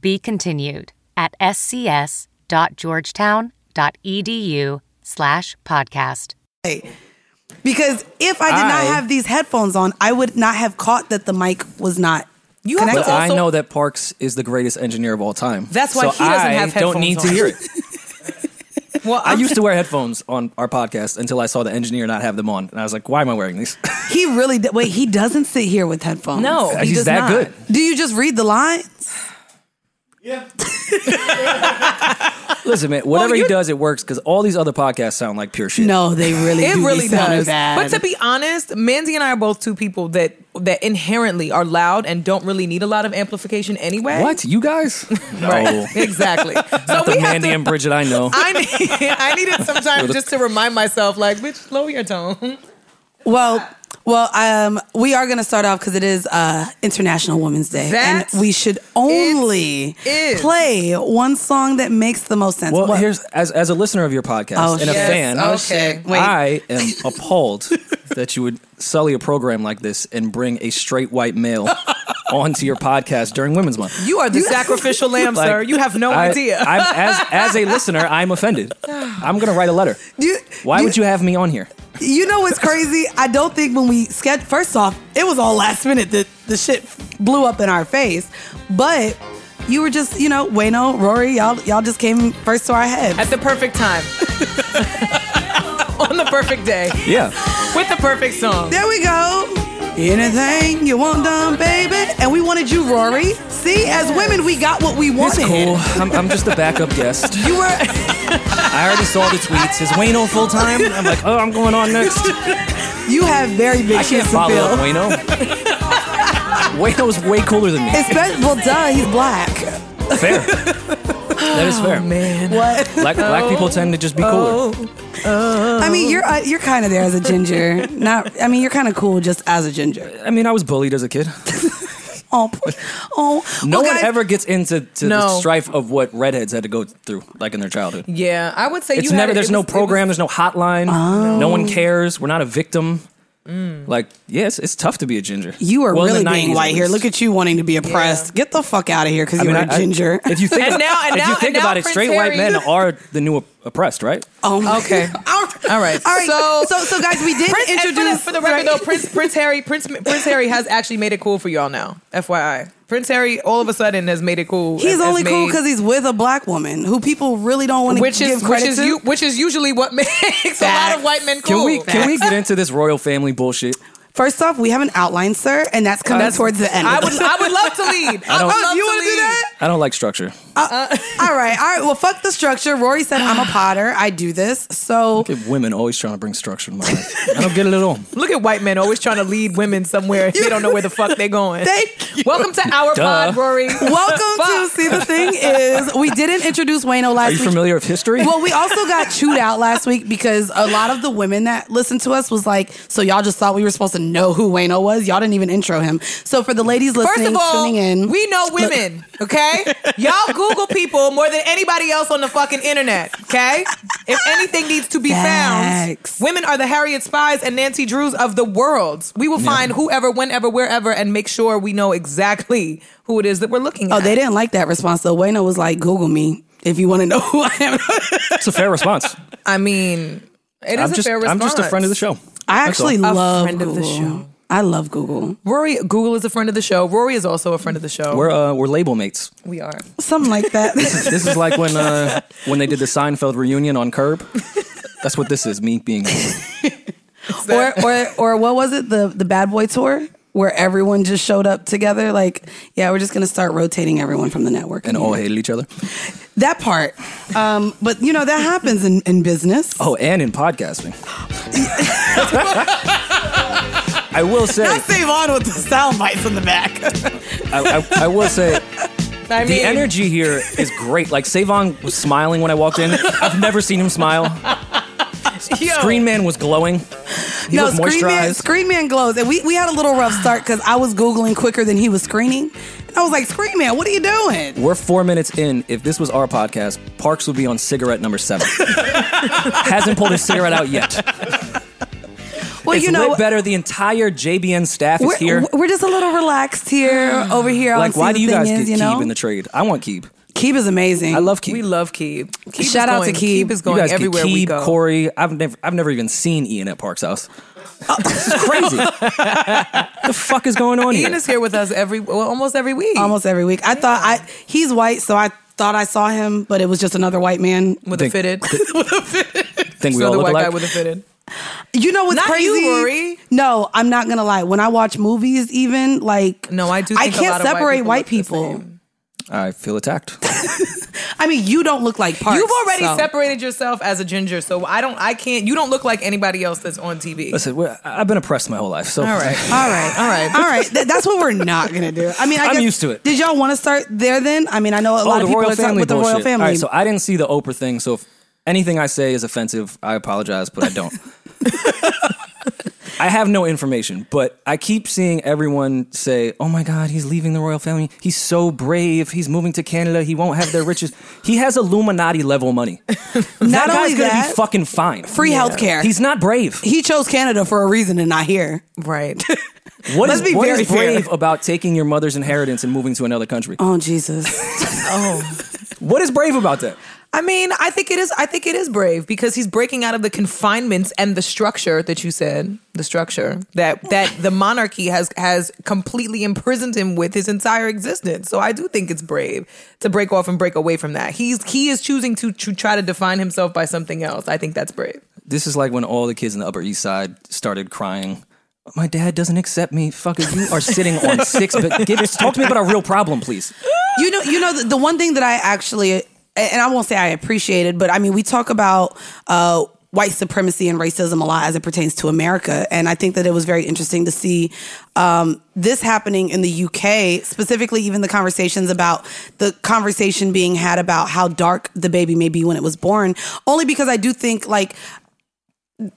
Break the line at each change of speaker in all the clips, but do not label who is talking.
Be continued at E scs.georgetown.edu/slash podcast.
Hey, because if I did
I-
not have these headphones on, I would not have caught that the mic was not.
You have
Connect-
to
But
It's
I
also-
know that Parks is the greatest engineer of all time.
That's why
So
he doesn't
I
have
don't
headphones
need to
on.
hear it.
Well,
I used to wear headphones on our podcast until I saw the engineer not have them on, and I was like, "Why am I wearing these?"
He really d- wait. He doesn't sit here with headphones.
No, Oh, he
He's
does
that
not.
good.
Do you just read the lines?
Listen, man, whatever he
you're-
does, it works because all these other podcasts sound like pure shit.
No, they really.
It
do be
really
sounding
does.
Bad.
But to be honest, Mandy and I are both two people that that inherently are loud and don't really need a lot of amplification anyway.
What you guys? No,
Right. Exactly. So
not the
we have
Mandy and
to.
Bridget I know.
I need, I need it sometimes just to remind myself, like, bitch, lower your tone.
well, well, um, we are going to start off because it is uh, International Women's Day,
That
and we should only
is.
play one song that makes the most sense.
Well,
What?
here's as as a listener of your podcast
Oh,
and a
shit.
fan.
Oh, shit.
Wait.
I am appalled that you would sully a program like this and bring a straight white male onto your podcast during Women's Month.
You are the sacrificial lamb,
Like,
sir. You have no
I-
idea.
I'm, as as a listener, I'm offended. I'm gonna write a letter.
You-
Why would you have me on here?
You know what's crazy? I don't think when we sketched, first off, it was all last minute that the shit blew up in our face. But you were just, you know, Wayno, Rory, y'all, y'all just came first to our head.
At the perfect time. On the perfect day.
Yeah.
With the perfect song.
There we go. Anything you want done, baby. And we wanted you, Rory. See, as women, we got what we
It's
wanted.
cool. I'm, I'm just a backup guest.
You were
I already saw the tweets. Is Wayno full time? I'm like, oh, I'm going on next.
you have very big
I can't
shit to
follow up
fill.
Wayno. Wayno's way cooler than me.
Espe- well, duh, he's black.
Fair. That is fair.
Man.
What?
Black, black people tend to just be cooler.
Oh,
I mean, you're uh, you're kind of there as a ginger. Not, I mean, you're kind of cool just as a ginger.
I mean, I was bullied as a kid.
Oh, p- oh.
No
well,
one
guys,
ever gets into to the
No.
strife of what redheads had to go through, like in their childhood.
yeah. I would say
It's
you
never.
Had,
There's
it
no
was- Oh. it was-
program. There's no hotline. No one cares. We're not a victim.
Mm.
Like, yes, it's tough to be a ginger.
You are
Well, in the
really being
90s at
white here.
least.
Look at you wanting to be oppressed. Get the fuck out of here because
I
you're
mean,
a
I- I-
ginger.
if you think,
And
ab-
now- and
if
now-
you think
and now
about it,
Prince
straight white men
Harry-
are the new op- oppressed, right?
oh my
Okay.
God.
All right.
All right.
So-
so, so guys, we did
Prince, and for the-
introduce
for the, record, though, Prince Prince Harry Prince Prince Harry has actually made it cool for y'all now. FYI, Prince Harry all of a sudden has made it cool.
He's
has-
only
has
cool
made-
because he's with a black woman who people really don't want to
which
give
is which
credit
is
to.
you which is usually what makes a lot
Facts.
of white men
Can
cool.
we can we get into this royal family bullshit?
First off, we have an outline, sir, and that's coming
That's-
towards the end.
I would I would love to lead. I,
don't-
would
Oh,
love
you
to Uh,
wanna do
lead.
that? Uh,
I don't like structure.
all right, all right. Well, fuck the structure. Rory said I'm a Potter. I do this. So
Look at women always trying to bring structure to my life. I don't get it at all.
Look at white men always trying to lead women somewhere. They don't know where the fuck they're going.
Thank you.
Welcome to our
Duh.
pod, Rory.
welcome to
Fuck.
see. The thing is, we didn't introduce Wayno
Are
last
you
week.
familiar with history?
Well, we also got chewed out last week because a lot of the women that listened to us was like, "So y'all just thought we were supposed to know who Wayno was? Y'all didn't even intro him." So for the ladies
First
listening,
of all,
tuning in,
we know women, okay? Y'all Google people more than anybody else on the fucking internet, okay? If anything needs to be
Facts.
found, women are the Harriet Spies and Nancy Drews of the world. We will find whoever, whenever, wherever, and make sure we know exactly who it is that we're looking
oh,
at.
they didn't like that response though. Wayno was like, "Google me if you want to know who I am."
It's a fair response.
I mean, it is
I'm
a
just
fair response.
I'm just a friend of the show.
I actually
A
love
friend of the
Google.
show.
I love Google.
Rory, Google is a friend of the show. Rory is also a friend of the show.
We're uh, we're label mates.
we are.
Something like that.
This is like when uh, when they did the Seinfeld reunion on Curb. That's what this is. Me being
or or or what was it? The the Bad Boy tour where everyone just showed up together like, yeah, we're just going to start rotating everyone from the network.
and all hated each other.
that part. Um, but you know that happens in, in business.
Oh, and in podcasting. I will say.
Save on with the sound bites in the back.
I, I, I will say
I
the
mean,
energy here is great. Like Savon was smiling when I walked in. I've never seen him smile.
Yo.
Screen Man was glowing. He
no,
was
Screen Man,
moisturized.
Screen Man glows. And we, we had a little rough start because I was Googling quicker than he was screening. And I was like, Screen Man, what are you doing?
We're four minutes in. If this was our podcast, Parks would be on cigarette number seven. Hasn't pulled his cigarette out yet.
Well,
it's
you know,
lit better. The entire JBN staff
we're,
is here.
we're just a little relaxed here, over here.
Like,
Honestly,
why
the
do you
thing
guys
is,
get
you know?
Keeb in the trade? I want Keeb.
Keeb is amazing.
I love Keeb.
we love Keeb. Keeb is
Shout out
going-
to Keeb.
is
you
going
guys get
everywhere we
Keeb,
go.
Corey. I've never, I've never even seen Ian at Parks House.
Uh,
this is crazy. the fuck is going on
Ian
here?
is here with us every well, almost every week.
almost every week. I thought I he's white, so I thought I saw him, but it was just another white man.
with a
Think-
fitted.
Think we
so
all
the
look
white guy
alike.
with a fitted.
You know what's
Not
crazy?
you, Rory.
No, I'm not gonna lie. When I watch movies, even like
No, I do
I
think a
can't
lot of white
separate
people
white
look the
people.
same.
I feel attacked.
I mean, you don't look like Parks.
You've already
so.
separated yourself as a ginger, so I don't. I can't. You don't look like anybody else that's on TV.
Listen, we're- I've been oppressed my whole life, so
All right.
All right,
All right.
all right. Th- that's what we're not gonna do. I mean, I
I'm
guess-
used to it.
Did y'all want to start there? Then I mean, I know a
Oh,
lot
the
of people are
royal
talking
family
with the royal
bullshit.
family.
All right, so I didn't see the Oprah thing, so if anything I say is offensive, I apologize, but I don't. I have no information, but I keep seeing everyone say, "Oh my God, he's leaving the royal family. He's so brave. He's moving to Canada. He won't have their riches. He has Illuminati level money.
not
that guy's
only
gonna
that,
be fucking fine.
free healthcare.
He's not brave.
he chose Canada for a reason, and not here.
Right.
What
Let's
is,
be
what
very
is brave
fair.
about taking your mother's inheritance and moving to another country?
Oh Jesus.
oh.
What is brave about that?
I mean, I think it is. I think it is brave because he's breaking out of the confinements and the structure that you said, the structure that that the monarchy has has completely imprisoned him with his entire existence. So I do think it's brave to break off and break away from that. He's he is choosing to to try to define himself by something else. I think that's brave.
This is like when all the kids in the Upper East Side started crying. My dad doesn't accept me. Fucker, you are sitting on six. But give, talk to me about a real problem, please.
you know, you know, the, the one thing that I actually, and I won't say I appreciated, but I mean, we talk about uh, white supremacy and racism a lot as it pertains to America, and I think that it was very interesting to see um, this happening in the UK, specifically even the conversations about the conversation being had about how dark the baby may be when it was born, only because I do think like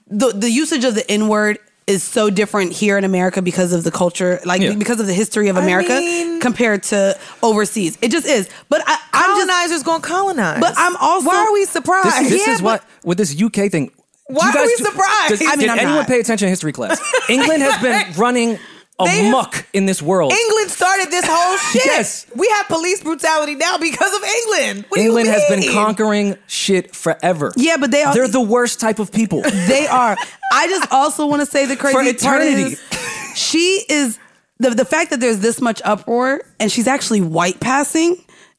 the the usage of the N word is so different here in America because of the culture, like
Yeah.
because of the history of America
mean-
compared to overseas. It just is. But I, I'm just.
Colonizers gonna colonize.
But I'm also.
Why are we surprised?
This, this
yeah,
is what with this UK thing. do
Why
you guys
are we
do-
surprised?
Does,
I
mean,
did
I'm
anyone
not.
pay attention to history class? England has been running
They have-
amok in this world.
England started this whole shit.
Yes.
We have police brutality now because of England. What do you
England has been
mean?
conquering shit forever.
Yeah, but they are-
they're the worst type of people.
They are. I just also want to say the crazy
For
part
eternity.
is she is the the fact that there's this much uproar and she's actually white passing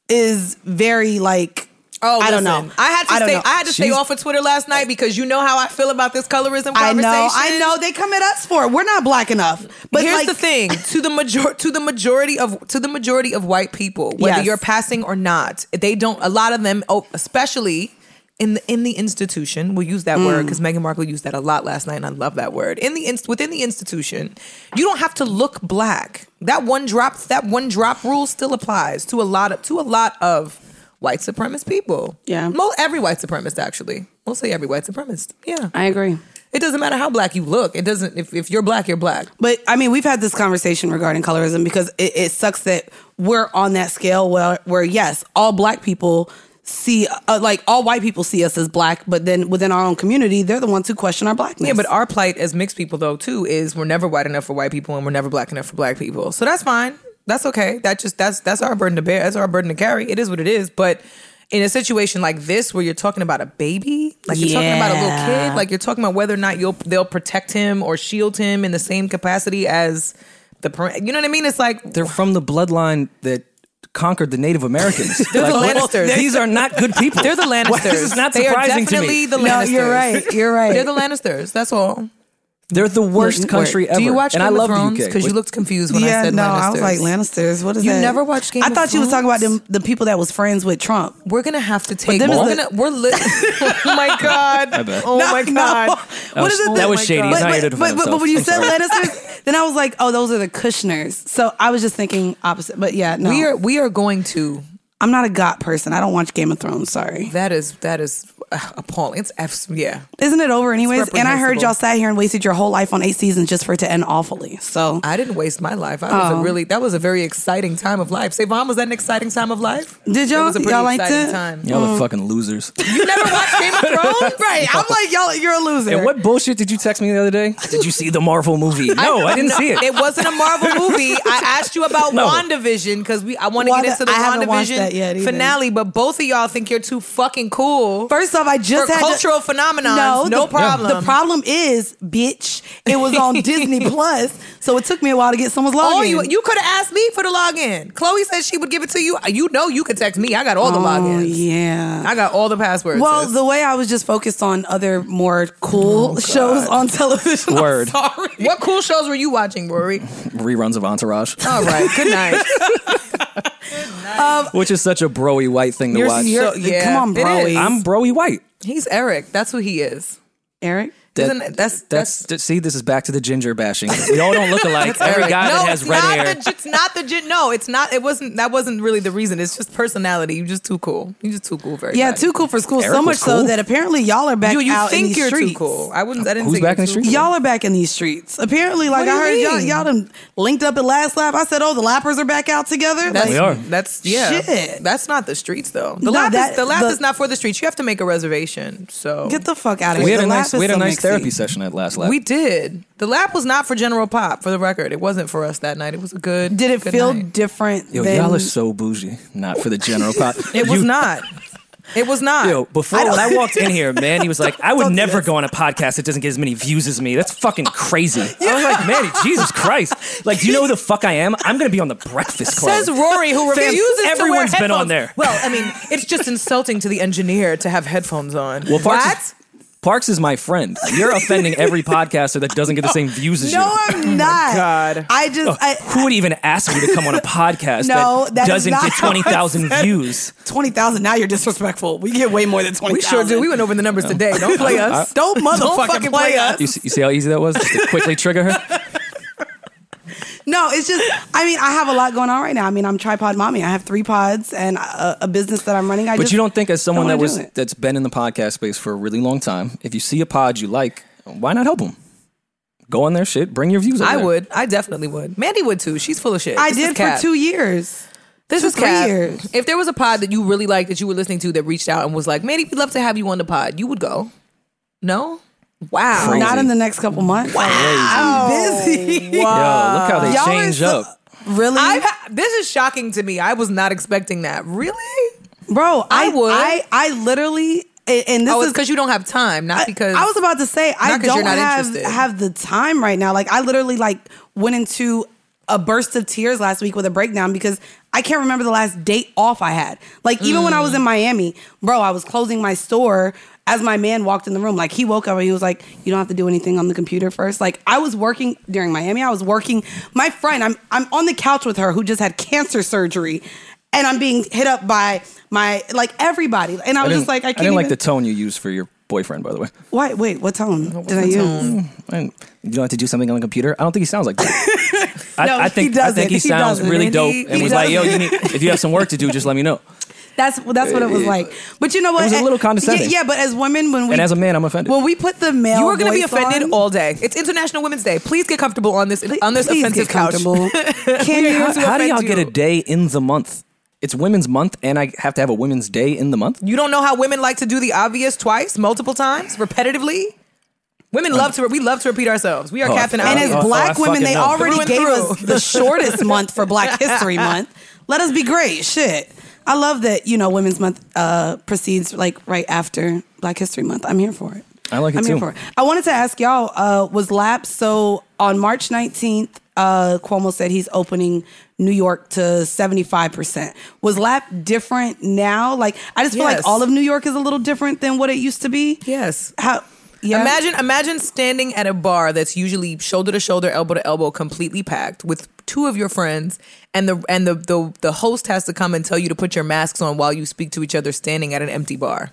is very like.
Oh,
I don't
listen,
know.
I had to
don't
stay.
know.
I had to stay
She's-
off of Twitter last night because you know how I feel about this colorism conversation.
I know. I know. They come at us for it. We're not black enough. But
But here's
like,
the thing: to the major, to the majority of to the majority of white people, whether
Yes.
you're passing or not, they don't. A lot of them, oh, especially in the in the institution, we'll use that
Mm.
word because Meghan Markle used that a lot last night, and I love that word. In the inst- within the institution, you don't have to look black. That one drop, that one drop rule still applies to a lot of to a lot of white supremacist people.
Yeah.
Mo- every white supremacist actually. We'll say every white supremacist. Yeah,
I agree.
it doesn't matter how black you look. It doesn't. If, if you're black, you're black.
But I mean, we've had this conversation regarding colorism because it, it sucks that we're on that scale where, where yes, all black people see, uh, like all white people see us as black, but then within our own community, they're the ones who question our blackness.
Yeah, but our plight as mixed people, though, too, is we're never white enough for white people and we're never black enough for black people. So that's fine. That's okay. That just that's that's our burden to bear. That's our burden to carry. It is what it is. But in a situation like this where you're talking about a baby, like you're talking about a little
Yeah.
kid, like you're talking about whether or not you'll they'll protect him or shield him in the same capacity as the parent. You know what I mean? It's like
They're from the bloodline that conquered the Native Americans.
the
what-
Lannisters.
These are not good people.
they're the Lannisters.
This is not
they are
surprising to me.
definitely the
No,
Lannisters.
you're right. You're right.
They're the Lannisters. That's all.
They're the worst country
Wait,
ever.
Do you watch
and
Game
I
of
love
Thrones?
the UK.
Because you
Wait,
looked confused when I said
no,
Lannisters.
I was like Lannisters. What is
You
that?
never watched Game
I
of
thought you was talking about
Thrones?
them the people that was friends with Trump.
We're gonna have to take.
them
We're
is the-
gonna. We're li- Oh my god.
bet.
Oh
No,
my
no.
god.
That
What
was-
is it?
that was shady. He's
But,
not here to
but, but,
defend
but when you said
himself. I'm
Lannisters, then I was like, oh, those are the Kushners. So I was just thinking opposite. But yeah, no,
We are. We are going to.
I'm not a God person. I don't watch Game of Thrones. Sorry.
That is. That is uh, appalling. It's F. Yeah.
Isn't it over anyways? And I heard
reprehensible.
y'all sat here and wasted your whole life on eight seasons just for it to end awfully. So
I didn't waste my life. I
Oh.
was a really. That was a very exciting time of life. Savon, was that an exciting time of life?
did
It
y'all
was a pretty
y'all like
exciting
it?
time.
Y'all are fucking losers.
uh, You never watched Game of Thrones,
Right. I'm like y'all. You're a loser.
and what bullshit did you text me the other day? Did you see the Marvel movie? No, Oh, I didn't see it.
It wasn't a Marvel movie. I asked you about
No.
WandaVision because we I want to
Wanda-
get into the
I haven't watched that yet
WandaVision
either.
finale, but both of y'all think you're too fucking cool.
First off, I just
For
had
cultural phenomenons, no
the,
problem.
The problem is, bitch, it was on Disney Plus, so it took me a while to get someone's login.
Oh, you you could have asked me for the login. Chloe said she would give it to you. You know you could text me. I got all the
Oh,
logins.
yeah.
I got all the passwords.
Well,
sis.
the way I was just focused on other more cool
Oh,
shows on television. I'm
Word.
sorry.
what cool shows were you watching, Rory?
Reruns of Entourage,
All right, good night.
which is such a broy white thing to
You're-
watch.
you're-
So,
yeah,
come on,
it
Broly.
is.
I'm broy white.
He's Eric. That's who he is.
Eric.
That-
Isn't- that's-
that's, see, this is back to the ginger bashing. We all don't look alike. Every
Eric.
guy
no,
that has
it's
red
not
hair.
The, it's not the gen- no. It's not. It wasn't. That wasn't really the reason. It's just personality. You're just too cool. You're just too cool. Very
Yeah, too cool for school.
Eric
so
was
much
cool.
so that apparently y'all are back
You, you
out in
think
these
you're
streets.
too cool? I wouldn't. I didn't.
Who's
think you're
back in the
too
street?
cool.
Y'all are back in these streets. Apparently, like
What
I
do
heard
you
y'all
mean?
y'all done linked up at last lap. I said, oh, the lappers are back out together.
That's,
Like,
We are.
That's yeah.
Shit.
That's not the streets though. The
No,
lap
that-
is the lap
the-
is not for the streets. You have to make a reservation. So
get the fuck out of here.
we had
The
a
lap
nice,
is
we had a
so
nice
mixy.
therapy session at last lap.
we did. The lap was not for General Pop. For the record, it wasn't for us that night. It was a good.
Did it
good
feel
night.
different?
Yo,
than,
y'all are so bougie. Not for the general pop.
It was not. It was not.
Yo, before
I
when
don't-
I walked in here, man, he was like, "I would
Don't do
never
this.
go on a podcast that doesn't get as many views as me. That's fucking crazy." I was like, "Man, Jesus Christ! Like, do you know who the fuck I am? I'm gonna be on the Breakfast Club."
Says Rory, who
Fam,
refuses to wear
everyone's been on
headphones.
there.
Well, I mean, it's just insulting to the engineer to have headphones on.
Well, Parks
what?
is- Parks is my friend. You're offending every podcaster that doesn't get the same views as
No,
you.
I'm not.
God.
I just I,
who would even ask me to come on a podcast
No,
that,
that is
doesn't
not
get
how I
20,000
said-
views?
twenty thousand. Now you're disrespectful. We get way more than twenty.
we sure do. We went over the numbers today. Don't play us.
Don't motherfucking
fucking
play,
play
us.
You see, you see how easy that was? Just to quickly trigger her?
No, it's just. I mean, I have a lot going on right now. I mean, I'm tripod mommy. I have three pods and a, a business that I'm running. I
But
just
you don't think as someone
don't
that
wanna
was
do it.
that's been in the podcast space for a really long time, if you see a pod you like, why not help them? Go on their shit, bring your views. Over
I
there.
would. I definitely would. Mandy would too. She's full of shit.
I
This is
did for
cap.
two years.
This
two,
is
three
cap.
years.
If there was a pod that you really liked that you were listening to that reached out and was like, "Mandy, we'd love to have you on the pod," you would go. No. Wow.
Crazy.
Not in the next couple months. I'm busy.
Yo, look how they
Y'all are
change
so-
up.
Really,
I've ha- this is shocking to me. I was not expecting that. Really?
bro? I,
I would.
I I literally. And and this
oh, it's
is
because you don't have time, not because
I was about to say I
'cause you're
don't
not
have
interested.
have the time right now. Like I literally like went into a burst of tears last week with a breakdown because I can't remember the last date off I had. Like even when I
Mm.
was in Miami, bro, I was closing my store as my man walked in the room. Like he woke up and he was like, "You don't have to do anything on the computer first. Like I was working during Miami. I was working. My friend, I'm I'm on the couch with her who just had cancer surgery. And I'm being hit up by my like everybody, and I was
didn't-
just like, I can't.
didn't like
even-
the tone you used for your boyfriend, by the way. Mm,
Why? Wait, what tone did I
the
use?
I didn't- you don't have to do something on the computer. I don't think he sounds like that. I,
No,
I think
he
I think
doesn't.
he
He
sounds
doesn't.
really
And
dope
he-
and
he
was like, "Yo, you
doesn't.
need, if you have some work to do, just let me know."
That's that's what it was like. But you know what?
was a little condescending.
Yeah, yeah, but as women, when we
And as a man, I'm offended.
When we put the male,
You are going to be
voice
offended
on,
all day. It's International Women's Day. Please get comfortable on this on this
please
offensive
get
couch.
comfortable. Can
We're
you?
here
How,
to
how do
offend
y'all
you.
get a day in the month? It's Women's Month, and I have to have a Women's Day in the month.
You don't know how women like to do the obvious twice, multiple times, repetitively. Women love to. We love to repeat ourselves. We are
Um, Oh,
Captain.
I-
And
I-
as
oh,
black
I
women,
fucking
they
know.
already
Through and
gave us
through.
the shortest month for Black History Month. Let us be great. Shit. I love that you know Women's Month uh, proceeds like right after Black History Month. I'm here for it.
I like it
I'm
too.
Here for it. I wanted to ask y'all uh, was Lapse so on March 19th. Uh, Cuomo said he's opening New York to 75%. Was LAP different now? Like, I just feel
Yes.
like all of New York is a little different than what it used to be.
Yes.
How? Yeah.
Imagine imagine standing at a bar that's usually shoulder to shoulder, elbow to elbow, completely packed with two of your friends and the and the, the the host has to come and tell you to put your masks on while you speak to each other standing at an empty bar.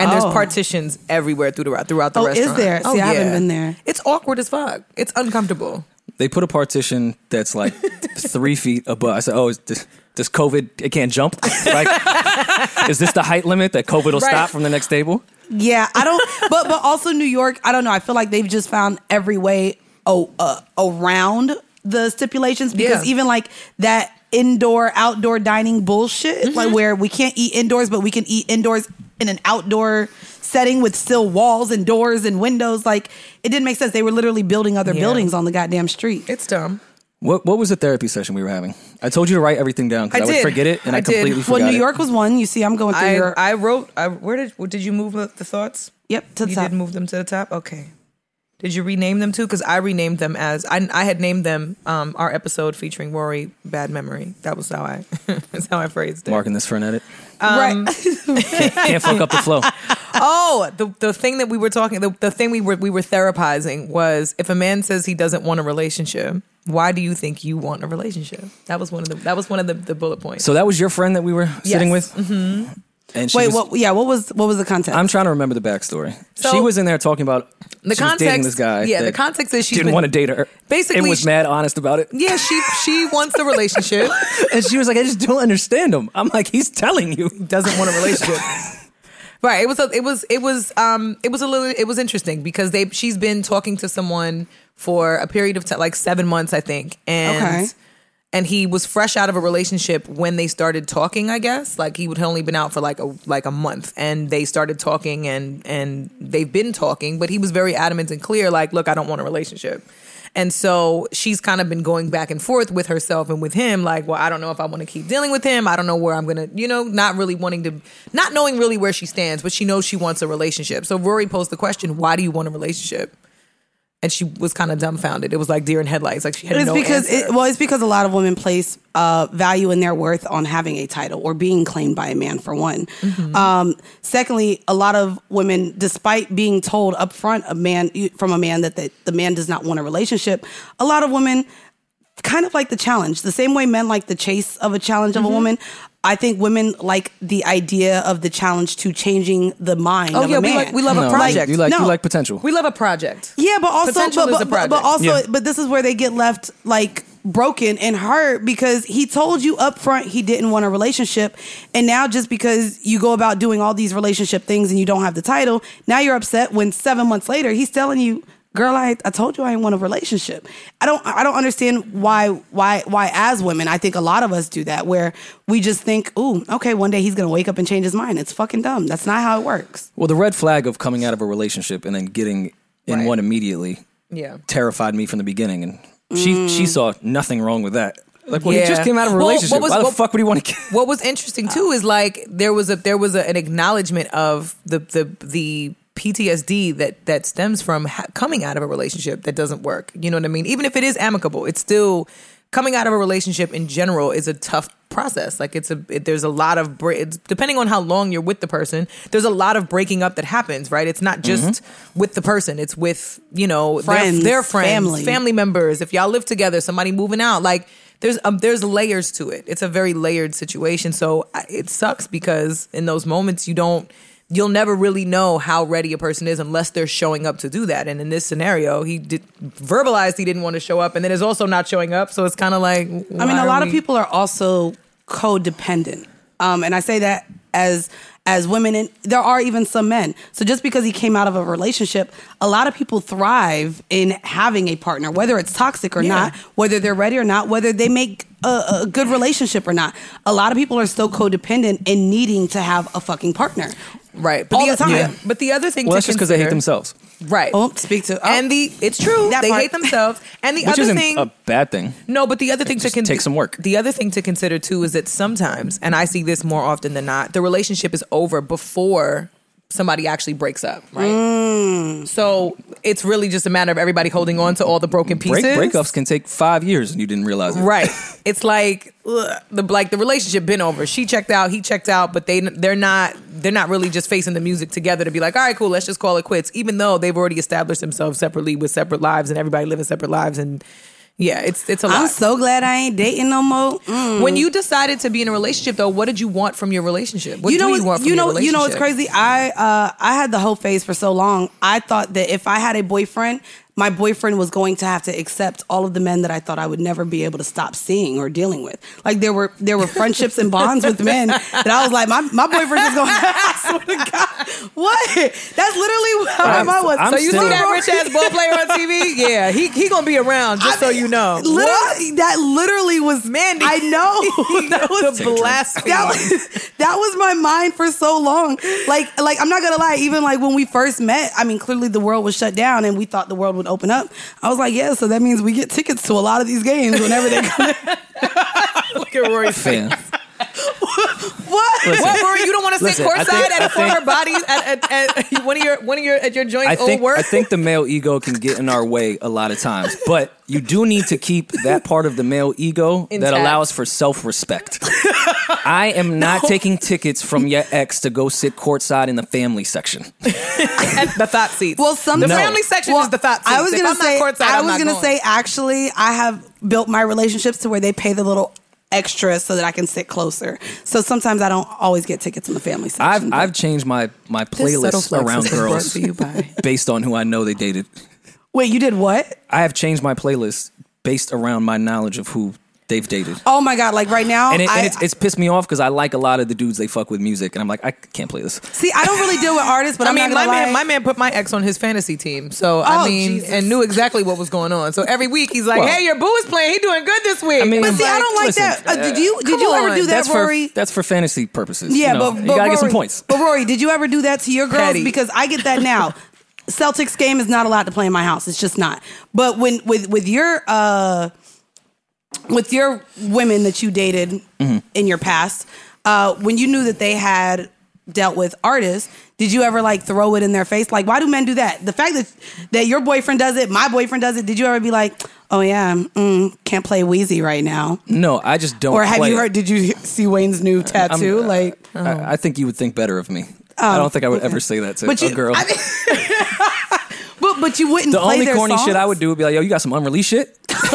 And there's
Oh.
partitions everywhere through the throughout the
Oh, is
restaurant.
there? See, I haven't been there.
It's awkward as fuck. It's uncomfortable.
They put a partition that's like three feet above. I said, "Oh, is this, this COVID? It can't jump. Like, is this the height limit that COVID will
Right.
stop from the next table?"
Yeah, I don't. but but also New York, I don't know. I feel like they've just found every way oh, uh, around the stipulations because
Yeah.
even like that indoor outdoor dining bullshit, like where we can't eat indoors, but we can eat indoors in an outdoor setting with still walls and doors and windows. Like it didn't make sense. They were literally building other
Yeah.
buildings on the goddamn street.
It's dumb.
What What was the therapy session we were having? I told you to write everything down because
I
I, would
did.
forget it, and I,
I did.
completely
Well,
forgot.
well, New
it.
York was one. You see, I'm going through
I
your
I wrote I where did did you move the thoughts?
yep to the
you
top.
did move them to the top. Okay. Did you rename them too? Because I renamed them as I, I had named them um, our episode featuring Rory Bad Memory. That was how I that's how I phrased it.
marking this for an edit.
right.
Can't fuck up the flow.
Oh, the the thing that we were talking the, the thing we were we were therapizing was if a man says he doesn't want a relationship, why do you think you want a relationship? That was one of the that was one of the, the bullet points.
So that was your friend that we were sitting
Yes.
with. Mm-hmm. And she
Wait,
was-
what? Yeah, what was what was the context?
I'm trying to remember the backstory.
So-
she was in there talking about
The
she was dating
context-
this guy.
yeah, the
that
context is she's
didn't
been-
want to date her.
Basically,
and was
she-
mad honest about it.
yeah, she she wants the relationship.
And she was like, I just don't understand him. I'm like, he's telling you he doesn't want a relationship.
Right. It was a, it was it was um it was a little it was interesting because they she's been talking to someone for a period of time like 7 months I think. And
Okay.
and he was fresh out of a relationship when they started talking, I guess. Like he would only been out for like a like a month and they started talking and and they've been talking, but he was very adamant and clear like, "Look, I don't want a relationship." And so she's kind of been going back and forth with herself and with him, like, well, I don't know if I want to keep dealing with him. I don't know where I'm going to, you know, not really wanting to, not knowing really where she stands, but she knows she wants a relationship. So Rory posed the question, why do you want a relationship? And she was kind of dumbfounded. It was like deer in headlights. Like she had
it's
no
because
answer.
it, well it's because a lot of women place uh, value in their worth on having a title or being claimed by a man for one
Mm-hmm.
um, secondly a lot of women despite being told up front a man from a man that the, the man does not want a relationship a lot of women kind of like the challenge the same way men like the chase of a challenge of a
Mm-hmm.
woman I think women like the idea of the challenge to changing the mind.
Oh,
of
yeah,
a
we
man.
like- we love a
No,
project.
You like
No.
you like potential.
we love a project.
Yeah, but also,
Potential
but,
is a
but, but,
project.
but also,
Yeah.
but this is where they get left like broken and hurt because he told you up front he didn't want a relationship, and now just because you go about doing all these relationship things and you don't have the title, now you're upset when seven months later he's telling you. Girl, I, I told you I didn't want a relationship. I don't I don't understand why why why as women I think a lot of us do that where we just think, ooh, okay, one day he's gonna wake up and change his mind. It's fucking dumb. That's not how it works.
well, the red flag of coming out of a relationship and then getting in
Right.
one immediately
Yeah. Mm.
terrified me from the beginning, and she she saw nothing wrong with that. Like, well, he just
Yeah.
came out of a
Well, what
relationship.
was-
Why the
what-
fuck would he want to?
What was interesting too is like there was a there was a, an acknowledgement of the the the PTSD that that stems from ha- coming out of a relationship that doesn't work. You know what I mean? Even if it is amicable, it's still coming out of a relationship in general is a tough process. Like it's a it, there's a lot of bre- it's, depending on how long you're with the person, there's a lot of breaking up that happens, right? It's not just with the person, it's with, you know,
Mm-hmm. Friends,
their, their friends,
family.
family family members, if y'all live together, somebody moving out, like there's um, there's layers to it. It's a very layered situation. So I- it sucks because in those moments you don't you'll never really know how ready a person is unless they're showing up to do that. And in this scenario, he did verbalized he didn't want to show up and then is also not showing up. So it's kind of like
I mean,
why
a
are
lot of
we-
people are also codependent, um, and I say that as as women, and there are even some men. So just because he came out of a relationship, a lot of people thrive in having a partner, whether it's toxic or not, whether they're ready or not, whether they make a, a good relationship or not. A lot of people are still codependent and needing to have a fucking partner.
right but
all the time.
But the other thing
Well,
to
that's just because they hate
consider-
themselves.
Right.
Oh, speak to. Oh,
and the it's true
That
they
part.
hate themselves. And the
Which
other
isn't
thing,
a bad thing.
no, but the other thing to
just takes some work.
The other thing to consider too is that sometimes, and I see this more often than not, the relationship is over before somebody actually breaks up. Right.
Mm.
So it's really just a matter of everybody holding on to all the broken pieces.
Break, breakups can take five years and you didn't realize it.
Right. It's like ugh, the like the relationship been over. She checked out, he checked out, but they they're not they're not really just facing the music together to be like, all right, cool, let's just call it quits. Even though they've already established themselves separately with separate lives and everybody living separate lives and yeah, it's it's a lot.
I'm so glad I ain't dating no more. Mm.
when you decided to be in a relationship though, what did you want from your relationship? What
you know,
do
what-
you want from
you
your
know, you know. It's
relationship?
crazy. I uh, I had the whole phase for so long. I thought that if I had a boyfriend, my boyfriend was going to have to accept all of the men that I thought I would never be able to stop seeing or dealing with. Like there were there were friendships and bonds with men that I was like, my my boyfriend is going. I swear to God, what? That's literally how
I'm-
I was.
I'm
So you see
still-
that rich ass ball player on TV? Yeah, he he gonna be around just so you know.
Literally, that literally was Mandy. I know that was
The blasphemy.
That was, that was my mind for so long. Like, like I'm not gonna lie. Even like when we first met, I mean, clearly the world was shut down, and we thought the world would open up. I was like, yeah. So that means we get tickets to a lot of these games whenever they come.
Look at Roy's
Fam.
what?
Listen.
What were you don't want to sit
Listen, I
courtside
think-
at
I
a
think-
former body's at, at, at one of your one of your at your joint
I
old
think
work?
I think the male ego can get in our way a lot of times, but you do need to keep that part of the male ego that
Intact.
allows for self respect. I am not taking tickets from your ex to go sit courtside in the family section.
At the thought seats.
Well, some
the
No.
family section
Well,
is the thought seats.
I was
If
gonna
I'm not
say.
courtside,
I
I'm
was
not
gonna
going.
say. Actually, I have built my relationships to where they pay the little extra so that I can sit closer. So sometimes I don't always get tickets in the family section.
I've I've changed my my playlist around girls based on who I know they dated.
Wait, you did what?
I have changed my playlist based around my knowledge of who they've dated.
Oh my god! Like right now,
And, it,
I,
and it's, it's pissed me off because I like a lot of the dudes they fuck with music, and I'm like, I can't play this.
see, I don't really deal with artists, but
I
I'm
mean,
not
my
gonna
man,
lie.
my man put my ex on his fantasy team, so I
Oh,
mean,
Jesus.
and knew exactly what was going on. So every week he's like,
Well-
"Hey, your boo is playing. He doing good this week."
I mean,
but see, I
like,
don't like
listen,
that. Uh, did
uh,
you did
come
you ever
on.
do that,
that's
Rory?
for that's for fantasy purposes.
yeah,
you know.
but,
you
but
gotta
Rory,
get some points.
But Rory, did you ever do that to your girls?
Petty.
Because I get that now. Celtics game is not allowed to play in my house. It's just not. But when with with your uh with your women that you dated
Mm-hmm.
in your past, uh, when you knew that they had dealt with artists, did you ever like throw it in their face? Like, why do men do that? The fact that that your boyfriend does it, my boyfriend does it. Did you ever be like, oh yeah, mm, can't play Wheezy right now?
No, I just don't.
Or have
play
you
it.
heard? Did you see Wayne's new tattoo?
uh,
like,
I, I think you would think better of me. I don't think I would ever say that to
Oh, But you-
a girl.
I mean- but but you wouldn't.
the
play
only
their
corny shit
songs?
I would do would be like, "Yo, you got some unreleased shit?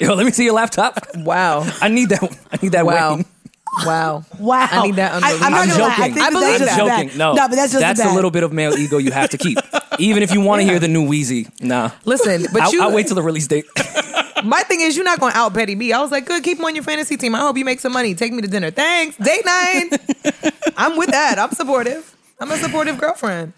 Yo, let me see your laptop.
wow,
I need that. one. I need that.
wow,
Wayne.
wow,
Wow,
I need that.
I, am not
I'm
gonna lie. I
joking.
think
I
that
believe
that's
I'm
just
joking.
bad.
No,
no, but that's just
that's
bad.
a little bit of male ego you have to keep, even if you want to hear the new Wheezy. Nah,
Listen, but
I'll,
you-
I'll wait till the release date.
My thing is, you're not going to out Betty B. I was like, good, keep him on your fantasy team. I hope you make some money. Take me to dinner. Thanks. Date night. I'm with that. I'm supportive. I'm a supportive girlfriend.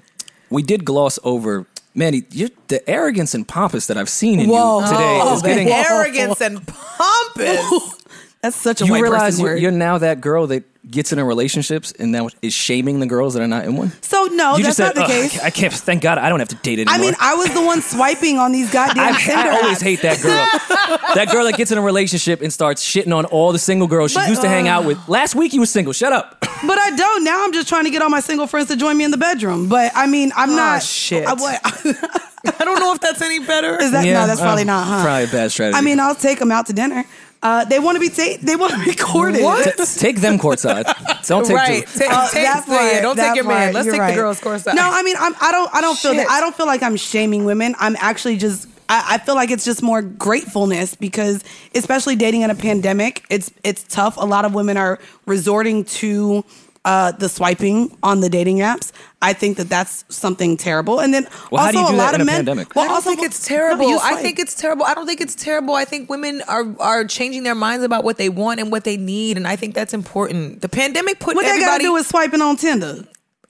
we did gloss over. Manny, you're, the arrogance and pompous that I've seen in
Whoa.
you today
Oh,
is
man.
getting
arrogance and pompous.
That's such a
you
white
realize
person
you're,
word.
you're now that girl that gets into relationships and now is shaming the girls that are not in one.
so no,
you
that's
just
not
said,
the
"Ugh, I
case.
can't- I can't. Thank God, I don't have to date anymore.
I mean, I was the one swiping on these goddamn
I,
Tinder
I always
apps.
hate that girl. that girl that gets in a relationship and starts shitting on all the single girls she
But- uh,
used to hang out with. Last week you was single. Shut up.
But I don't. Now I'm just trying to get all my single friends to join me in the bedroom. But I mean, I'm not.
shit.
I, what,
I don't know if that's any better.
is that, no, that's probably
um,
not, huh?
Probably a bad strategy.
I mean, I'll take them out to dinner. Uh, they want to be ta- they want to be courted.
What?
T- take them courtside. Don't take
right.
Drew.
Take,
Oh,
take,
that
yeah,
part,
don't
that
take your man.
part.
Let's
You're
take
right.
the girls' course.
No, I mean, I'm, I don't. I don't feel
Shit.
that. I don't feel like I'm shaming women. I'm actually just. I, I feel like it's just more gratefulness because, especially dating in a pandemic, it's it's tough. A lot of women are resorting to. Uh, the swiping on the dating apps. I think that that's something terrible. And then also
Well, how do you
a
do that
lot
in
of
a
men.
pandemic?
Well,
I don't
also
think it's
no, but
terrible.
you
I
swipe.
think it's terrible. I don't think it's terrible. I think women are are changing their minds about what they want and what they need, and I think that's important. The pandemic put
what they
everybody
gotta do is swiping on Tinder.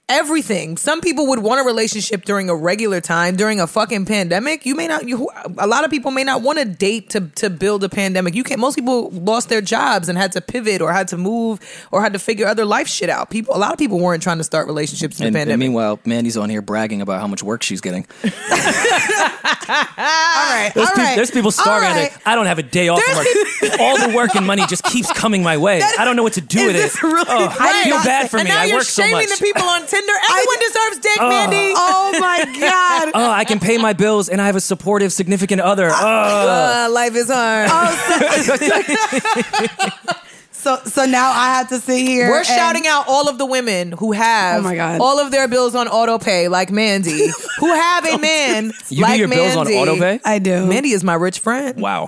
everything. Some people would want a relationship during a regular time, during a fucking pandemic. You may not. You a lot of people may not want to date to to build a pandemic. You can't. Most people lost their jobs and had to pivot or had to move or had to figure other life shit out. People. A lot of people weren't trying to start relationships in
And,
the
and
pandemic.
meanwhile, Mandy's on here bragging about how much work she's getting.
all right.
There's,
all
pe-
right.
there's people starving
all
at it. I don't have a day off from work. All the work and money just keeps coming my way. I don't know what to do with
this
it.
really-
oh, I
Right.
feel bad for
and
me.
Now
I
you're
work so
shaming
much. uh,
the people on Tinder. Everyone deserves dick, Mandy.
Oh my god.
oh, I can pay my bills and I have a supportive significant other. Oh.
Uh, life is hard.
Oh, So so now I have to sit here.
We're
and-
shouting out all of the women who have
Oh my God.
all of their bills on auto pay, like Mandy, who have a man
You
like
do your
Mandy.
bills on auto pay?
I do.
Mandy is my rich friend.
Wow.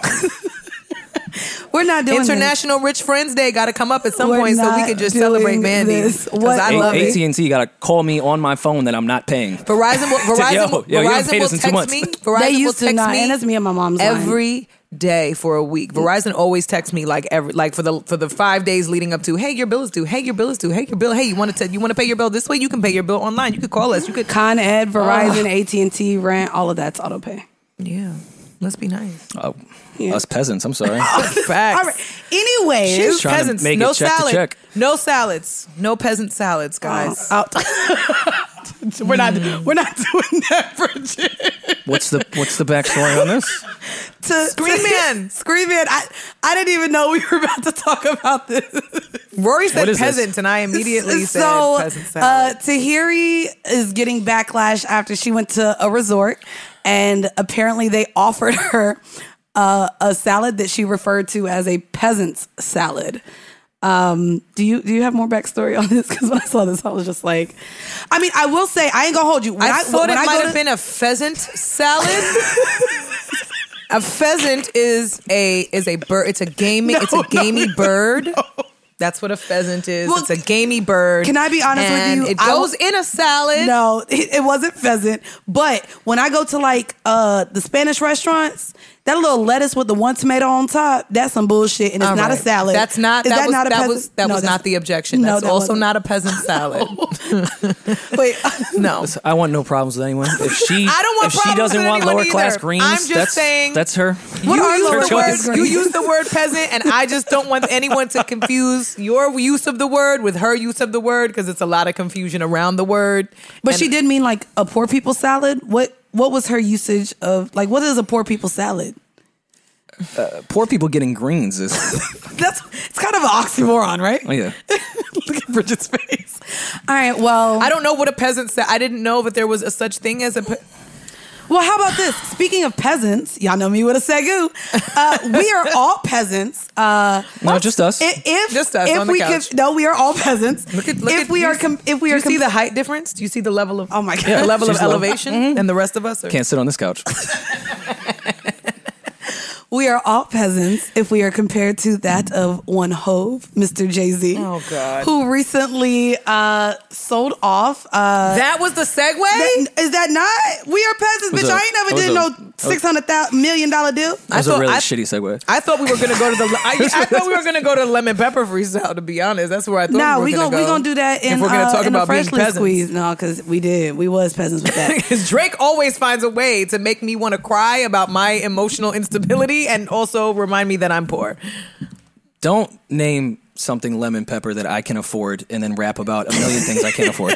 We're not doing this.
International Rich Friends Day got to come up at some
We're
point so we
not
could just
doing
celebrate Mandy.
this.
'Cause
What-
I
A-
love
A-
it.
AT&T got to call me on my phone that I'm not paying.
Verizon will, Verizon,
Yo, yo, you haven't
Verizon
paid
will
us in two
text
months.
me. Verizon
They
will
used to
text
not,
me
and that's me and my mom's line.
every day for a week. Verizon always texts me like every like for the for the five days leading up to. Hey, your bill is due. Hey, your bill is due. Hey, your bill. Hey, you want to you want to pay your bill this way? You can pay your bill online. You could call us. You could.
Con Ed, Verizon, AT and T, rent, all of that's auto pay.
Yeah, let's be nice.
Oh, Us peasants, I'm sorry.
Facts.
All right. Anyways,
She's trying to make it
no
check to
salad.
check.
No salads. No peasant salads, guys.
out. we're not we're not doing that for Jim.
what's the what's the backstory on this?
To,
Scream in.
scream in. I I didn't even know we were about to talk about this.
Rory said
What is this?
peasant, and I immediately said
so
peasant
uh,
salad.
Tahiri is getting backlash after she went to a resort, and apparently they offered her uh, a salad that she referred to as a peasant's salad. Um, do you do you have more backstory on this? Because when I saw this, I was just like, I mean, I will say I ain't gonna hold you. When
I, thought it
when I go
might
to-
have been a pheasant salad. a pheasant is a is a bird. It's a gamey. it's a gamey bird. That's what a pheasant is.
Well,
it's a gamey bird.
can I be honest with
And
you?
It
I
goes
w-
in a salad.
No, it, it wasn't pheasant. But when I go to like uh the Spanish restaurants, that little lettuce with the one tomato on top, that's some bullshit, and it's
All
not a
right.
salad.
That's not.
Is
that,
that
was,
not a
that
peasant?
was that
No,
was
that's-
not the objection.
No,
That's
that
also
wasn't.
not a peasant salad.
Wait,
no.
I want no problems with anyone. If she
I don't want
if she
problems
doesn't
with
want
anyone
lower class
either.
greens,
I'm just
that's
saying-
that's her.
What
you
are
use
lower
the
class
word, you
greens?
use the word peasant, and I just don't want anyone to confuse your use of the word with her use of the word because it's a lot of confusion around the word.
but
And
she did mean like a poor people salad. What what was her usage of like what is a poor people salad?
Poor people getting greens is
That's it's kind of an oxymoron, right?
oh, yeah.
Look at Bridget's face. All right, well,
I don't know what a peasant said. I didn't know that there was a such thing as a. Pe-
Well, how about this? Speaking of peasants, y'all know me with a segu. Uh, we are all peasants. Uh,
No, just us.
i- if
Just us
if
on the
we
couch.
could, no, we are all peasants.
Look at- look
if
at-
we
do
are
you-
com- if we
do
are
you see
com-
the height difference? Do you see the level of
Oh my god! Mm-hmm.
the level of
She's low.
elevation? And the rest of us are.
Can't sit on this couch.
We are all peasants if we are compared to that of one Hove, Mr. Jay Z.
Oh, God.
Who recently uh, sold off. Uh,
That was the segue.
that- is that not? We are
Was
peasants, bitch.
a-
I ain't
that
never
was
did
a-
no
Oh.
six hundred thousand million dollar deal.
That was
thought-
a really
I-
shitty segue.
I thought we were gonna go to the. I, I thought we were gonna go to lemon pepper freestyle. To be honest, that's where I thought.
No,
we were
we
gonna,
gonna we
go.
gonna do that in,
if we're gonna
uh,
talk
in
about
the
being
freshly
peasants.
squeezed. No, because we did. We was peasants with that.
Because Drake always finds a way to make me want to cry about my emotional instability and also remind me that I'm poor.
Don't name something lemon pepper that I can afford and then rap about a million things I can't afford.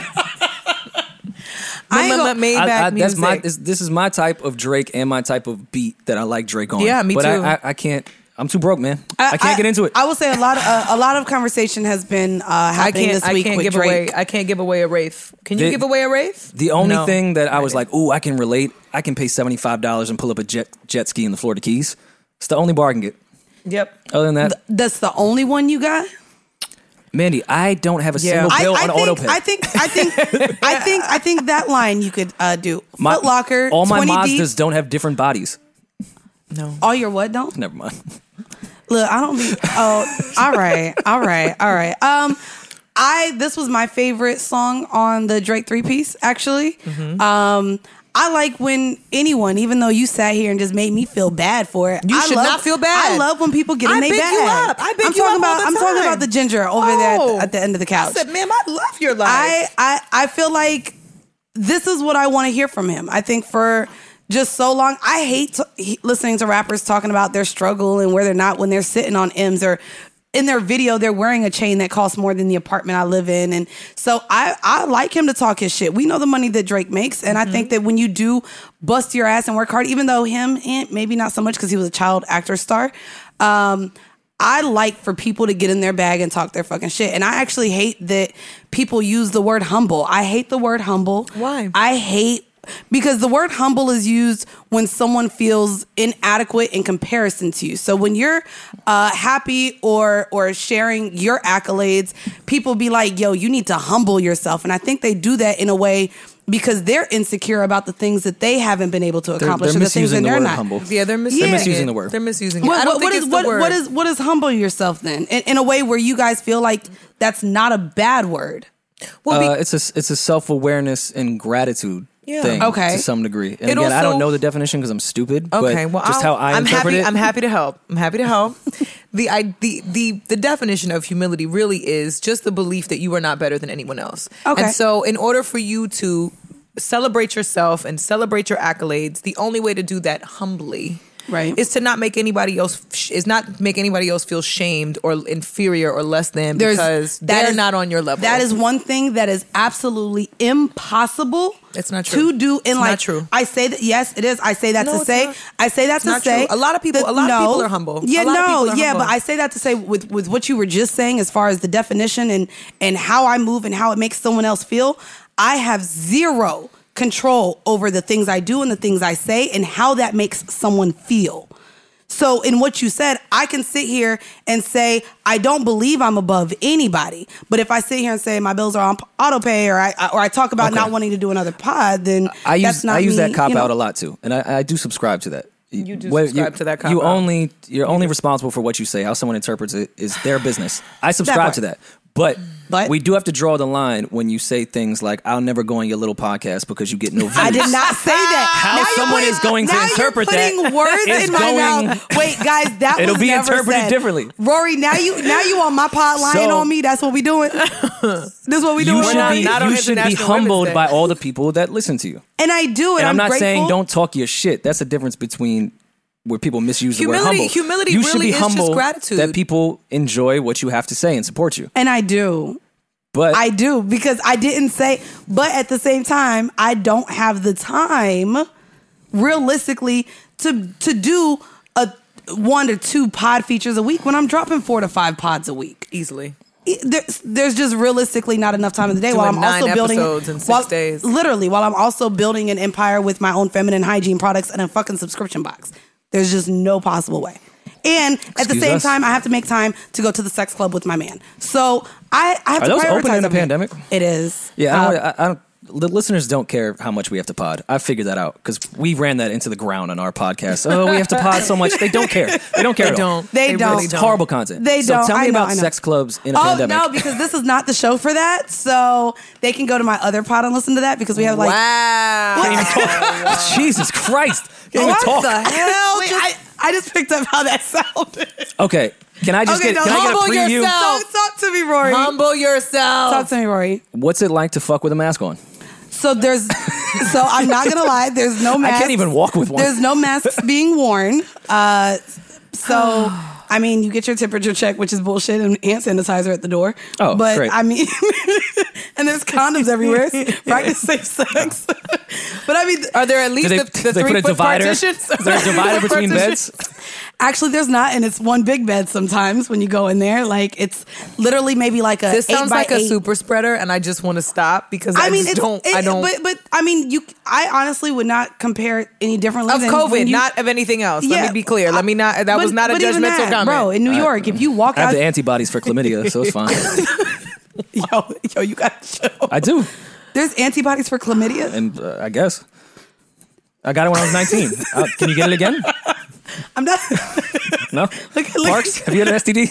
I ain't
Remember
gonna-
Maybach
I- I- that's
music.
my this, this is my type of Drake and my type of beat that I like Drake on.
Yeah, me
but I-
too.
I, I, can't. I'm too broke, man. I, can't get into it.
I will say a lot. Of, uh, a lot of conversation has been uh,
I
happening
can't.
this
I
week
can't
with
give
Drake.
away. I can't give away a wraith. Can you
The-
give away a wraith?
the only
No.
thing that I was like, "Ooh, I can relate. I can pay seventy five dollars and pull up a jet jet ski in the Florida Keys." It's the only bar I can get.
Yep.
Other than that,
That's the only one you got.
Mandy, I don't have a
Yeah.
single
I,
bill
I
Oh, on
think,
auto pay.
I think. I think. I think. I think that line you could uh, do.
My-
Foot Locker.
All my
20 deep.
Mazdas don't have different bodies.
No.
All your what don't
Never mind.
look. I don't be. Oh, all right, all right, all right. Um,
Mm-hmm.
I this was my favorite song on the Drake three piece. Actually, um, I like when anyone, even though you sat here and just made me feel bad for it.
You
I
should
love-
not feel bad.
I love when people get
I
in their
big
bag.
you up. I big
am
you
talking
up all
about.
the
I'm talking
time.
about the ginger over there at the,
Oh.
at the end of the couch.
I said, ma'am, I love your life.
I, I I feel like this is what I want to hear from him. I think for just so long, I hate to, he- listening to rappers talking about their struggle and where they're not when they're sitting on M's or in their video they're wearing a chain that costs more than the apartment I live in. And so I I like him to talk his shit. We know the money that Drake makes, and I think that when you do bust your ass and work hard, even though him and maybe not so much because he was a child actor star. Um, I like for people to get in their bag and talk their fucking shit. And I actually hate that people use the word humble. I hate the word humble.
Why?
I hate because the word humble is used when someone feels inadequate in comparison to you. So when you're uh, happy or or sharing your accolades, people be like, "Yo, you need to humble yourself." And I think they do that in a way because they're insecure about the things that they haven't been able to
They're,
accomplish
they're
and the things that
misusing the
they're
word
not.
humble.
yeah, they're misusing,
They're
misusing
it.
the word.
They're misusing it.
What,
I don't
what-
think
what
it's
is-
the
what-
word.
what is what is humble yourself then in, in a way where you guys feel like that's not a bad word.
well, be-
Uh, it's a it's a self awareness and gratitude
Yeah.
thing
Okay.
to some degree. And
It
again, I
also-
don't know the definition because I'm stupid.
Okay,
but
well,
just
I'll,
how I
am
interpret
happy.
it,
I'm happy to help. I'm happy to help. the I the the the definition of humility really is just the belief that you are not better than anyone else.
Okay.
and so in order for you to celebrate yourself and celebrate your accolades, the only way to do that humbly.
Right.
Is to not make anybody else is not make anybody else feel shamed or inferior or less than
There's-
because
that
they're
is-
not on your level.
That is one thing that is absolutely impossible.
It's not true.
to do. And
It's
like,
not true.
I say that. Yes, it is. I say that
No,
to
it's
say.
not.
I say that to
not
say.
true. A lot of people-
that-
a lot of people are humble.
Yeah,
A lot of
no,
people are
yeah.
humble.
But I say that to say with with what you were just saying, as far as the definition and and how I move and how it makes someone else feel, I have zero control over the things I do and the things I say and how that makes someone feel. So, in what you said, I can sit here and say, I don't believe I'm above anybody. But if I sit here and say my bills are on p- auto pay or I, or I talk about not wanting to do another pod, then
I use
that's not
I use
me,
that cop
you know.
out a lot too, and I, I do subscribe to that. You
do subscribe to that
You
cop-out.
only you're only responsible for what you say. How someone interprets it is their business. I subscribe
part.
to that, but.
But-
we do have to draw the line when you say things like "I'll never go on your little podcast because you get no views."
I did not say that.
How
you're
someone is going to
now
interpret
you're putting
that
words
is
in my
going-
mouth. Wait, guys, that
It'll
was
be
never
interpreted
said.
differently.
Rory, now you now you on my pod lying
So-
on me. That's what we doing. this is what we doing.
You should
not-
be
not on
you should be
International
humbled
Women's Day.
by all the people that listen to you.
and I do it.
and I'm, not
grateful.
saying don't talk your shit. That's the difference between where people misuse the word
Humility-
humble.
humility
you should
really
be
is just
humble
gratitude.
that people enjoy what you have to say and support you.
And I do.
But
I do because I didn't say, but at the same time, I don't have the time realistically to to do a one or two pod features a week when I'm dropping four to five pods a week.
easily.
It- There's, there's just realistically not enough time in the day while I'm
Doing nine
also building
episodes in six
while-
days.
Literally, while I'm also building an empire with my own feminine hygiene products and a fucking subscription box. There's just no possible way. And at the
Excuse
same
us.
time, I have to make time to go to the sex club with my man. So I, I have
Are
to
those
prioritize
open in the
everything.
pandemic?
It is.
yeah, I,
Uh,
don't, I, I don't. The listeners don't care how much we have to pod. I figured that out because we ran that into the ground on our podcast. Oh, we have to pod so much. They don't care. They don't care.
They
at all.
don't.
They don't.
really
It's horrible content.
They
So
don't.
tell
I
me
know,
about
I know.
sex clubs in a
oh
pandemic.
no, because this is not the show for that. So they can go to my other pod and listen to that because we have like
wow.
Jesus Christ! Can't even
what
talk.
the hell? Just- I, I just picked up how that sounded.
Okay, can I just
Okay, now
get? Can I get
humble
a preview?
yourself.
Talk, talk to me, Rory.
Humble yourself.
Talk to me, Rory.
What's it like to fuck with a mask on?
So there's, so I'm not gonna lie. There's no
I
mask.
can't even walk with one.
There's no masks being worn. Uh, so, I mean, you get your temperature check, which is bullshit, and hand sanitizer at the door.
Oh,
but
great.
I mean, and there's condoms everywhere. Practice safe sex. but I mean,
Are there at least
do they,
the, the
do they
three
put a
foot
divider?
partitions?
Is there a divider between beds?
actually, there's not, and it's one big bed sometimes when you go in there. Like it's literally maybe like a.
This
eight
sounds
by
like a
eight.
super spreader, and I just want to stop because I,
I mean,
just
it's,
don't.
it-
I don't.
But but I mean, you. I honestly would not compare it any differently
of
than
COVID,
when you-
not of anything else. Let me be clear. Let me not. That
But-
was not a
but even
judgmental
that,
comment,
bro. In New York, if you walk
I have
out,
the antibodies for chlamydia, so it's fine.
yo, yo, you got chill.
I do,
There's antibodies for chlamydia.
and uh, I guess I got it when I was 19. Uh, can you get it again?
I'm not.
No.
Look, look.
Parks, have you had an STD?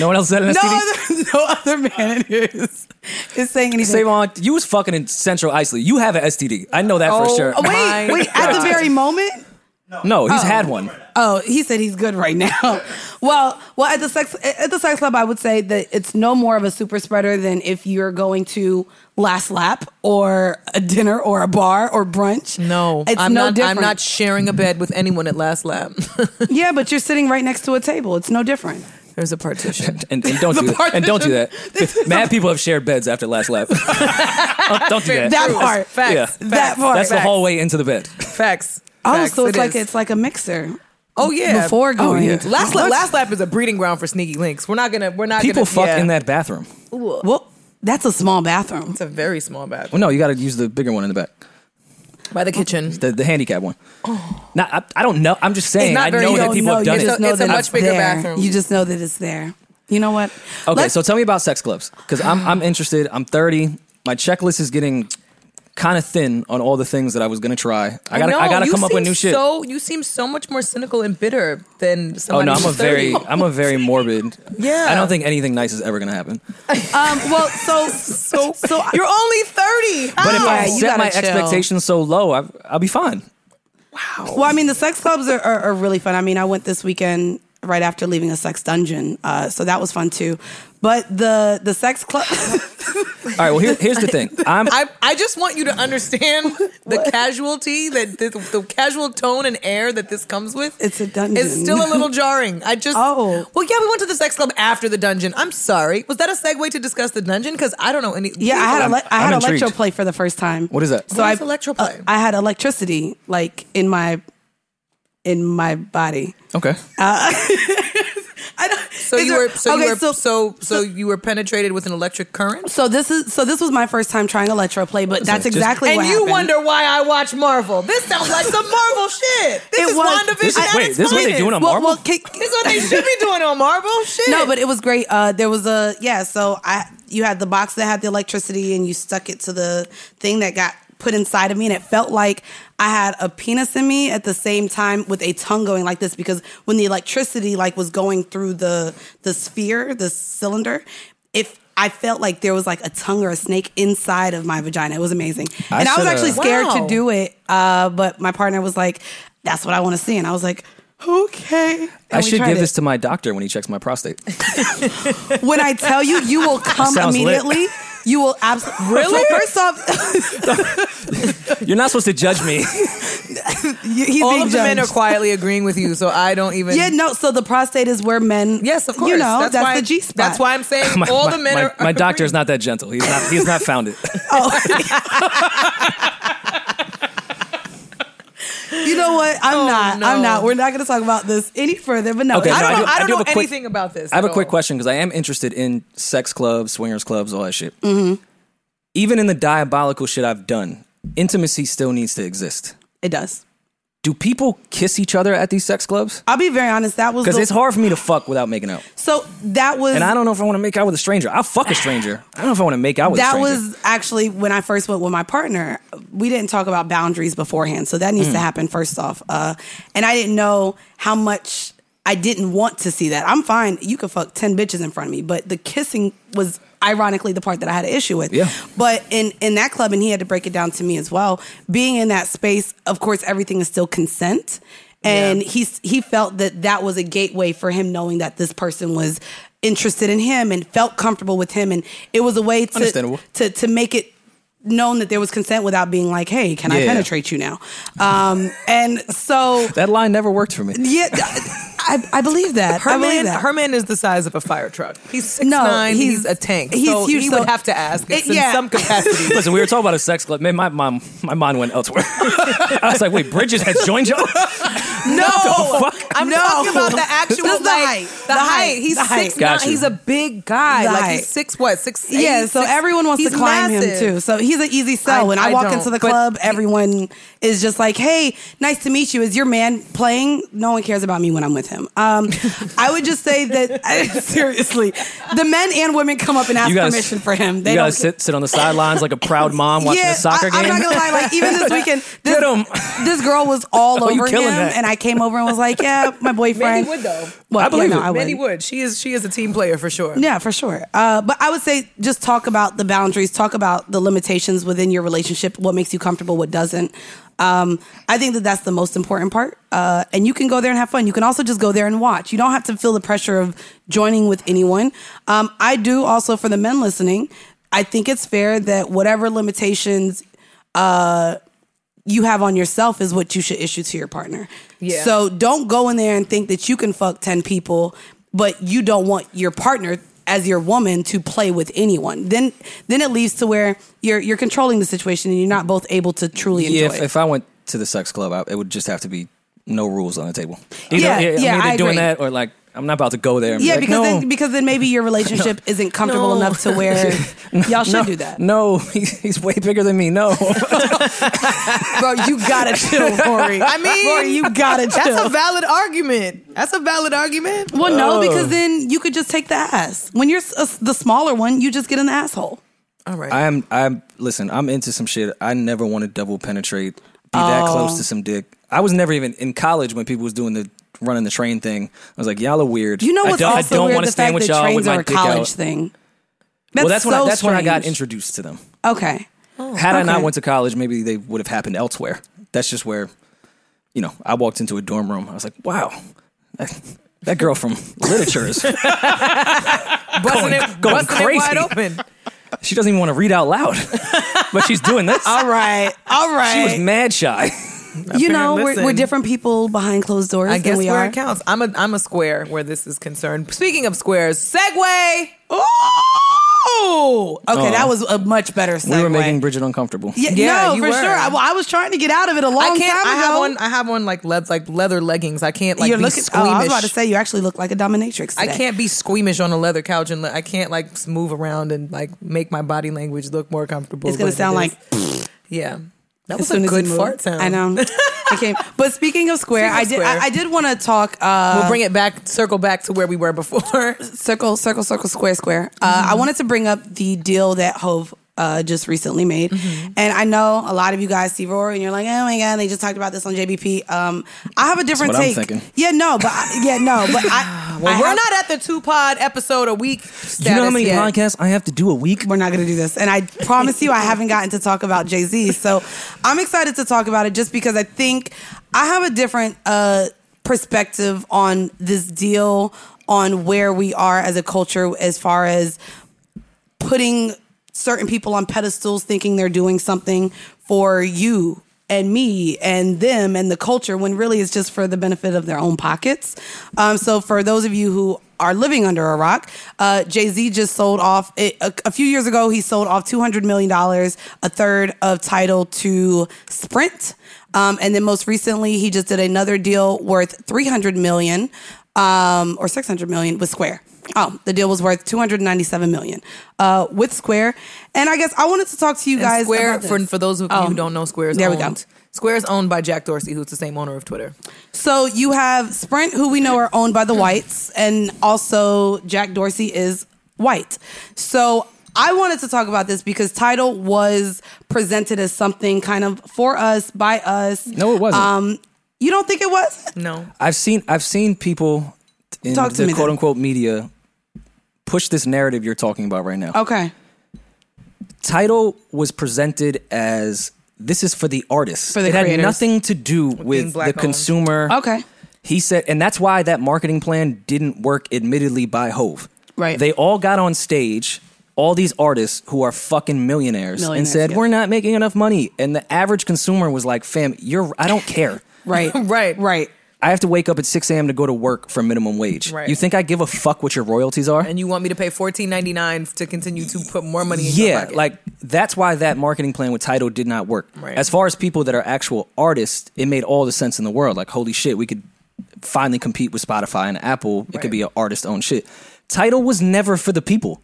no one else had an
No
STD.
other, no other man is, is is saying anything.
Savon, you was fucking in Central Isley. You have an STD. I know that for
Oh,
sure.
Oh,
My
wait, wait, at the very moment?
No, he's had one.
Oh, he said he's good right now. well, well, at the sex at the sex club, I would say that it's no more of a super spreader than if you're going to last lap or a dinner or a bar or brunch.
No,
it's
I'm
no
not.
different.
I'm not sharing a bed with anyone at Last Lab.
yeah, but you're sitting right next to a table. It's no different.
There's a partition.
And, and don't do that. And don't do that. Mad people have shared beds after last lap. don't, don't do that.
That part.
Facts.
Yeah.
That part.
That's the
Facts.
hallway into the bed.
Facts.
Oh,
Facts,
so it's
it
like
is.
it's like a mixer.
oh yeah
before going
yeah.
into
Last lap, last lap is a breeding ground for sneaky links. We're not gonna. We're not
People
gonna,
fuck
yeah.
in that bathroom.
Well, that's a small bathroom.
It's a very small bathroom
Well, Oh, no, you got to use the bigger one in the back,
by the kitchen.
the, the handicap one.
Oh.
Now, I, I don't know. I'm just saying.
not
I
very-
know
you
that
don't
people have
you
done
It's
it.
just
a-
know
it's a
that
much bigger
there.
bathroom.
You just know that it's there. You know what?
Okay,
Let's-
so tell me about sex clubs because I'm I'm interested. I'm 30. My checklist is getting kind of thin on all the things that I was gonna try. I gotta I
know,
gotta
you
come up with
seem
new shit.
So you seem so much more cynical and bitter than
Oh
somebody.
no, I'm a
who's
very
30.
I'm a very morbid.
Yeah.
I don't think anything nice is ever gonna happen.
um, well, so so so
You're only thirty. Ah.
But if I
Yeah, you
set my
gotta chill.
expectations so low, I, I'll be fine.
Well, I mean, the sex clubs are, are, are really fun. I mean, I went this weekend right after leaving a sex dungeon, uh, so that was fun too. But the the sex club,
All right. Well, here, here's the thing. I'm
I, I just want you to understand the casualty that the, the casual tone and air that this comes with.
It's a dungeon.
It's still a little jarring. I just
Oh.
well, yeah, we went to the sex club after the dungeon. I'm sorry. Was that a segue to discuss the dungeon? Because I don't know any.
yeah, I had
I'm-
a le- I
I'm
had
intrigued.
electro play for the first time.
What is that?
So
What
I
is electro play?
uh, I had electricity like in my in my body.
okay.
I don't,
So you were so you were so, so you were penetrated with an electric current.
so this is so this was my first time trying electro play, but that's exactly
And
what
you
happened.
wonder why I watch Marvel. This sounds like some Marvel shit. This
It
is
was-
WandaVision.
This is-
at
wait,
its
this is what they
finest.
doing on
well,
Marvel?
well, kick-
This is what they should be doing on Marvel. Shit.
No, but it was great. Uh, there was a yeah. So I you had the box that had the electricity, and you stuck it to the thing that got put inside of me, and it felt like I had a penis in me at the same time with a tongue going like this because when the electricity like was going through the the sphere, the cylinder, if I felt like there was like a tongue or a snake inside of my vagina. It was amazing,
I
and I was
shoulda-
actually scared
Wow.
to do it. Uh, but my partner was like, "That's what I want to see," and I was like. Okay.
I
And we
should
tried
give
it
this to my doctor when he checks my prostate.
when I tell you, you will come
Sounds lit.
immediately. You will absolutely. Really? first off,
You're not supposed to judge me.
you- he's
all
being
of the men are
judged.
quietly agreeing with you, so I don't even.
Yeah, no. So the prostate is where men.
Yes, of course.
You know, that's,
why,
the G spot.
That's why I'm saying
My,
all
my-
the men
my-
are.
my doctor is
agreeing.
not that gentle. He's not. He's not found it.
You know what? I'm not.
no.
I'm not. We're not going to talk about this any further. But no,
Okay, no,
I don't know,
do-
I
I
don't
do
know
have a quick-
anything about this.
I have a
at
quick
all.
question because I am interested in sex clubs, swingers clubs, all that shit. Mm-hmm. Even in the diabolical shit I've done, intimacy still needs to exist.
it does.
Do people kiss each other at these sex clubs?
I'll be very honest. That was
Because
the-
it's hard for me to fuck without making out.
So that was.
And I don't know if I want to make out with a stranger. I'll fuck a stranger. I don't know if I want to make out with a
that
stranger.
was actually when I first went with my partner. We didn't talk about boundaries beforehand, so that needs
Mm.
to happen first off. Uh, and I didn't know how much I didn't want to see that. I'm fine. You could fuck ten bitches in front of me, but the kissing was ironically the part that I had an issue with.
Yeah.
But in in that club, and he had to break it down to me as well. Being in that space, of course, everything is still consent. And he he felt that that was a gateway for him knowing that this person was interested in him and felt comfortable with him, and it was a way to
Understandable.
to to make it known that there was consent without being like, "Hey, can I
Yeah.
penetrate you now?" Um, and so
that line never worked for me.
yeah, I, I believe that. I
Her
believe
man,
that.
her man is the size of a fire truck. He's six
No,
nine.
he's-
He's, a tank.
he's
so
huge,
He
so-
would have to ask. It's
It- yeah.
in some capacity.
Listen, we were talking about a sex club. Man, my mom, my mind went elsewhere. I was like, wait, Bridges has joined y'all?
no,
What the fuck?
I'm
No.
talking about the actual
Just the
like,
height.
The,
The
height.
height.
He's
The height.
six
Got
nine.
you.
He's a big guy.
The
like
height.
he's six what six. eight,
yeah, so
six-
everyone wants to
he's
climb
massive.
him too. So he's an easy sell.
I-
when I,
I
walk
don't,
into the
but-
club, everyone is just like, "Hey, nice to meet you. Is your man playing?" No one cares about me when I'm with him. Um, I would just say that seriously, the men and women come up and ask
You gotta,
permission for him. They
you gotta
don't
sit, sit on the sidelines like a proud mom watching a soccer
I,
game.
I'm not gonna lie. Like even this weekend, this,
Get 'em.
this girl was all
Oh, you
over him,
killing that.
and I came over and was like, "Yeah, my boyfriend."
Maybe would though.
Well,
I believe
yeah, no,
it.
I
Mandy
would.
Wood, she is she is a team player for sure.
Yeah, for sure. Uh, but I would say just talk about the boundaries, talk about the limitations within your relationship, what makes you comfortable, what doesn't. Um, I think that that's the most important part. Uh, and you can go there and have fun. You can also just go there and watch. You don't have to feel the pressure of joining with anyone. Um, I do also, for the men listening, I think it's fair that whatever limitations you have on yourself is what you should issue to your partner.
Yeah.
So don't go in there and think that you can fuck 10 people, but you don't want your partner as your woman to play with anyone. Then then it leads to where you're you're controlling the situation and you're not both able to truly enjoy
Yeah, if,
it.
if I went to the sex club, I, it would just have to be no rules on the table. Either,
Yeah, yeah,
I'm either
I
doing
agree.
that or like I'm not about to go there. And
yeah,
be like,
because
no,
then because then maybe your relationship isn't comfortable
No.
enough to where y'all should
no,
do that.
No, he's, he's way bigger than me. No,
Bro, you gotta chill, Rory.
I mean,
Rory, you gotta chill.
That's a valid argument. That's a valid argument.
Well,
Oh.
no, because then you could just take the ass. When you're s- uh, the smaller one, you just get an asshole.
All right.
I am. I'm. Listen, I'm into some shit. I never want to double penetrate. Be that
Oh.
close to some dick. I was never even in college when people was doing the running the train thing. I was like, y'all are weird.
You know
I
what's
don't- I
also
don't
weird?
wanna
The
stand
fact
with
that
y'all with
trains
my
are a
dick
college
out.
thing. That's
well, that's when
so
I, that's when I got
strange.
introduced to them.
Okay.
Had I not
okay.
went to college, maybe they would have happened elsewhere. That's just where, you know, I walked into a dorm room. I was like, wow, that, that girl from literature is.
busting
going-
it,
going
busting it
crazy.
wide open.
she doesn't even want to read out loud, but she's doing this.
All right. All
She was
right.
mad shy.
you know, we're,
Listen.
we're different people behind closed doors
I guess
than we
where
are.
it counts. I'm a I'm a square where this is concerned. Speaking of squares, segue.
Oh, okay.
Aw.
That was a much better segue.
We were making Bridget uncomfortable.
yeah,
Yeah,
no,
you
for
were.
sure. I, well, I was trying to get out of it a long
I can't.
time
I
ago.
have on. I have on like lead, like leather leggings. I can't like
You're
be
looking. Oh,
squeamish.
I was about to say you actually look like a dominatrix.
I
today.
can't be squeamish on a leather couch and le- I can't like s- move around and like make my body language look more comfortable.
It's gonna
than it
sound
is.
like
yeah. That
as
was
soon
a
as
good
you move.
fart sound.
I know. I came. But speaking of square,
Speaking of
I did.
square.
I, I did want to talk. Uh,
We'll bring it back, circle back to where we were before.
circle, circle, circle, square, square. Uh, I wanted to bring up the deal that Hove uh, just recently made, and I know a lot of you guys see Rory and you're like, oh my god, they just talked about this on JBP. Um, I have a different
what I'm
take.
thinking.
Yeah, no, but I, yeah, no, but I.
Well,
I
we're
have-
not at the two pod episode a week.
Do you know how
status
many
yet.
podcasts I have to do a week?
we're not going to do this. And I promise you, I haven't gotten to talk about Jay Z. So I'm excited to talk about it just because I think I have a different uh, perspective on this deal, on where we are as a culture, as far as putting certain people on pedestals, thinking they're doing something for you and me and them and the culture when really it's just for the benefit of their own pockets. Um, so for those of you who are living under a rock, uh, Jay Z just sold off it, a, a few years ago. He sold off two hundred million dollars, a third of title to Sprint, um, and then most recently he just did another deal worth three hundred million um, or 600 million with Square. Oh, the deal was worth 297 million uh, with Square. And I guess I wanted to talk to you
And
guys.
Square
about
for
this. Oh.
for those of you who don't know Square is
There we
owned.
go.
Square is owned by Jack Dorsey, who's the same owner of Twitter.
So you have Sprint, who we know are owned by the whites, and also Jack Dorsey is white. So I wanted to talk about this because title was presented as something kind of for us, by us.
No, it wasn't.
Um, you don't think it was?
No.
I've seen I've seen people in
Talk to
the
me then.
quote unquote media push this narrative you're talking about right now.
Okay.
Title was presented as this is for the artists.
For the
it had
creators.
nothing to do with the
black owned.
consumer.
Okay.
He said, and that's why that marketing plan didn't work, admittedly, by Hove.
Right.
They all got on stage, all these artists who are fucking millionaires, and
Millionaires,
said,
yeah.
We're not making enough money. And the average consumer was like, fam, you're I don't care.
Right.
Right.
Right.
I have to wake up at 6 a.m. to go to work for minimum wage.
Right.
You think I give a fuck what your royalties are?
And you want me to pay fourteen ninety nine to continue to put more money in your
yeah,
pocket.
like that's why that marketing plan with Title did not work.
Right.
As far as people that are actual artists, it made all the sense in the world. Like, holy shit, we could finally compete with Spotify and Apple. It could
Right.
be an artist owned shit. Title was never for the people.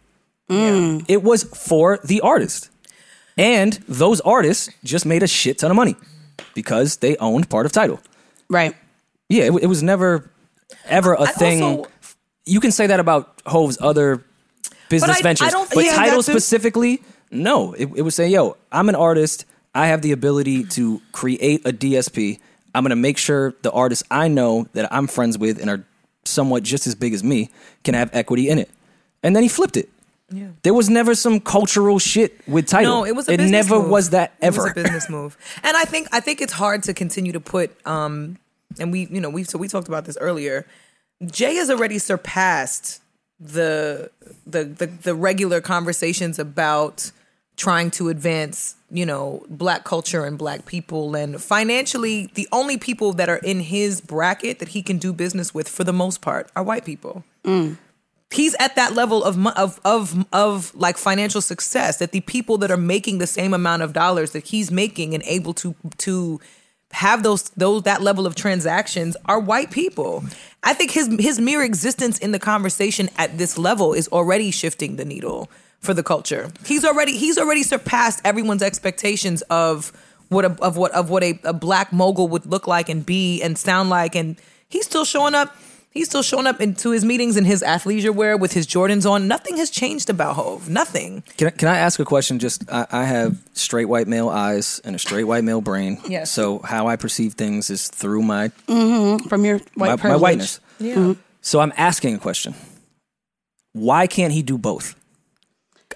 It was for the artist. And those artists just made a shit ton of money because they owned part of Title.
Right.
Yeah, it, it was never ever a thing.
also-
you can say that about Hove's other business
I- I
ventures,
don't
but
think
title
that's a-
specifically, no. It, it would say, "Yo, I'm an artist. I have the ability to create a DSP. I'm going to make sure the artists I know that I'm friends with and are somewhat just as big as me can have equity in it. And then he flipped it. There was never some cultural shit with title.
No, it was. A
it
business
never
move.
was that ever.
It was a business move, and I think I think it's hard to continue to put. um And we, you know, we so we talked about this earlier. Jay has already surpassed the the the, the regular conversations about trying to advance you know black culture and black people and financially the only people that are in his bracket that he can do business with for the most part are white people he's at that level of mo- of of of like financial success that the people that are making the same amount of dollars that he's making and able to to have those those that level of transactions are white people. I think his his mere existence in the conversation at this level is already shifting the needle for the culture. He's already he's already surpassed everyone's expectations of what a, of what of what a, a black mogul would look like and be and sound like and he's still showing up He's still showing up into his meetings in his athleisure wear with his Jordans on. Nothing has changed about Hove. Nothing.
Can I, can I ask a question? Just I, I have straight white male eyes and a straight white male brain.
Yes.
So how I perceive things is through my
from your white
my, my
privilege.
whiteness. Yeah. So I'm asking a question. Why can't he do both?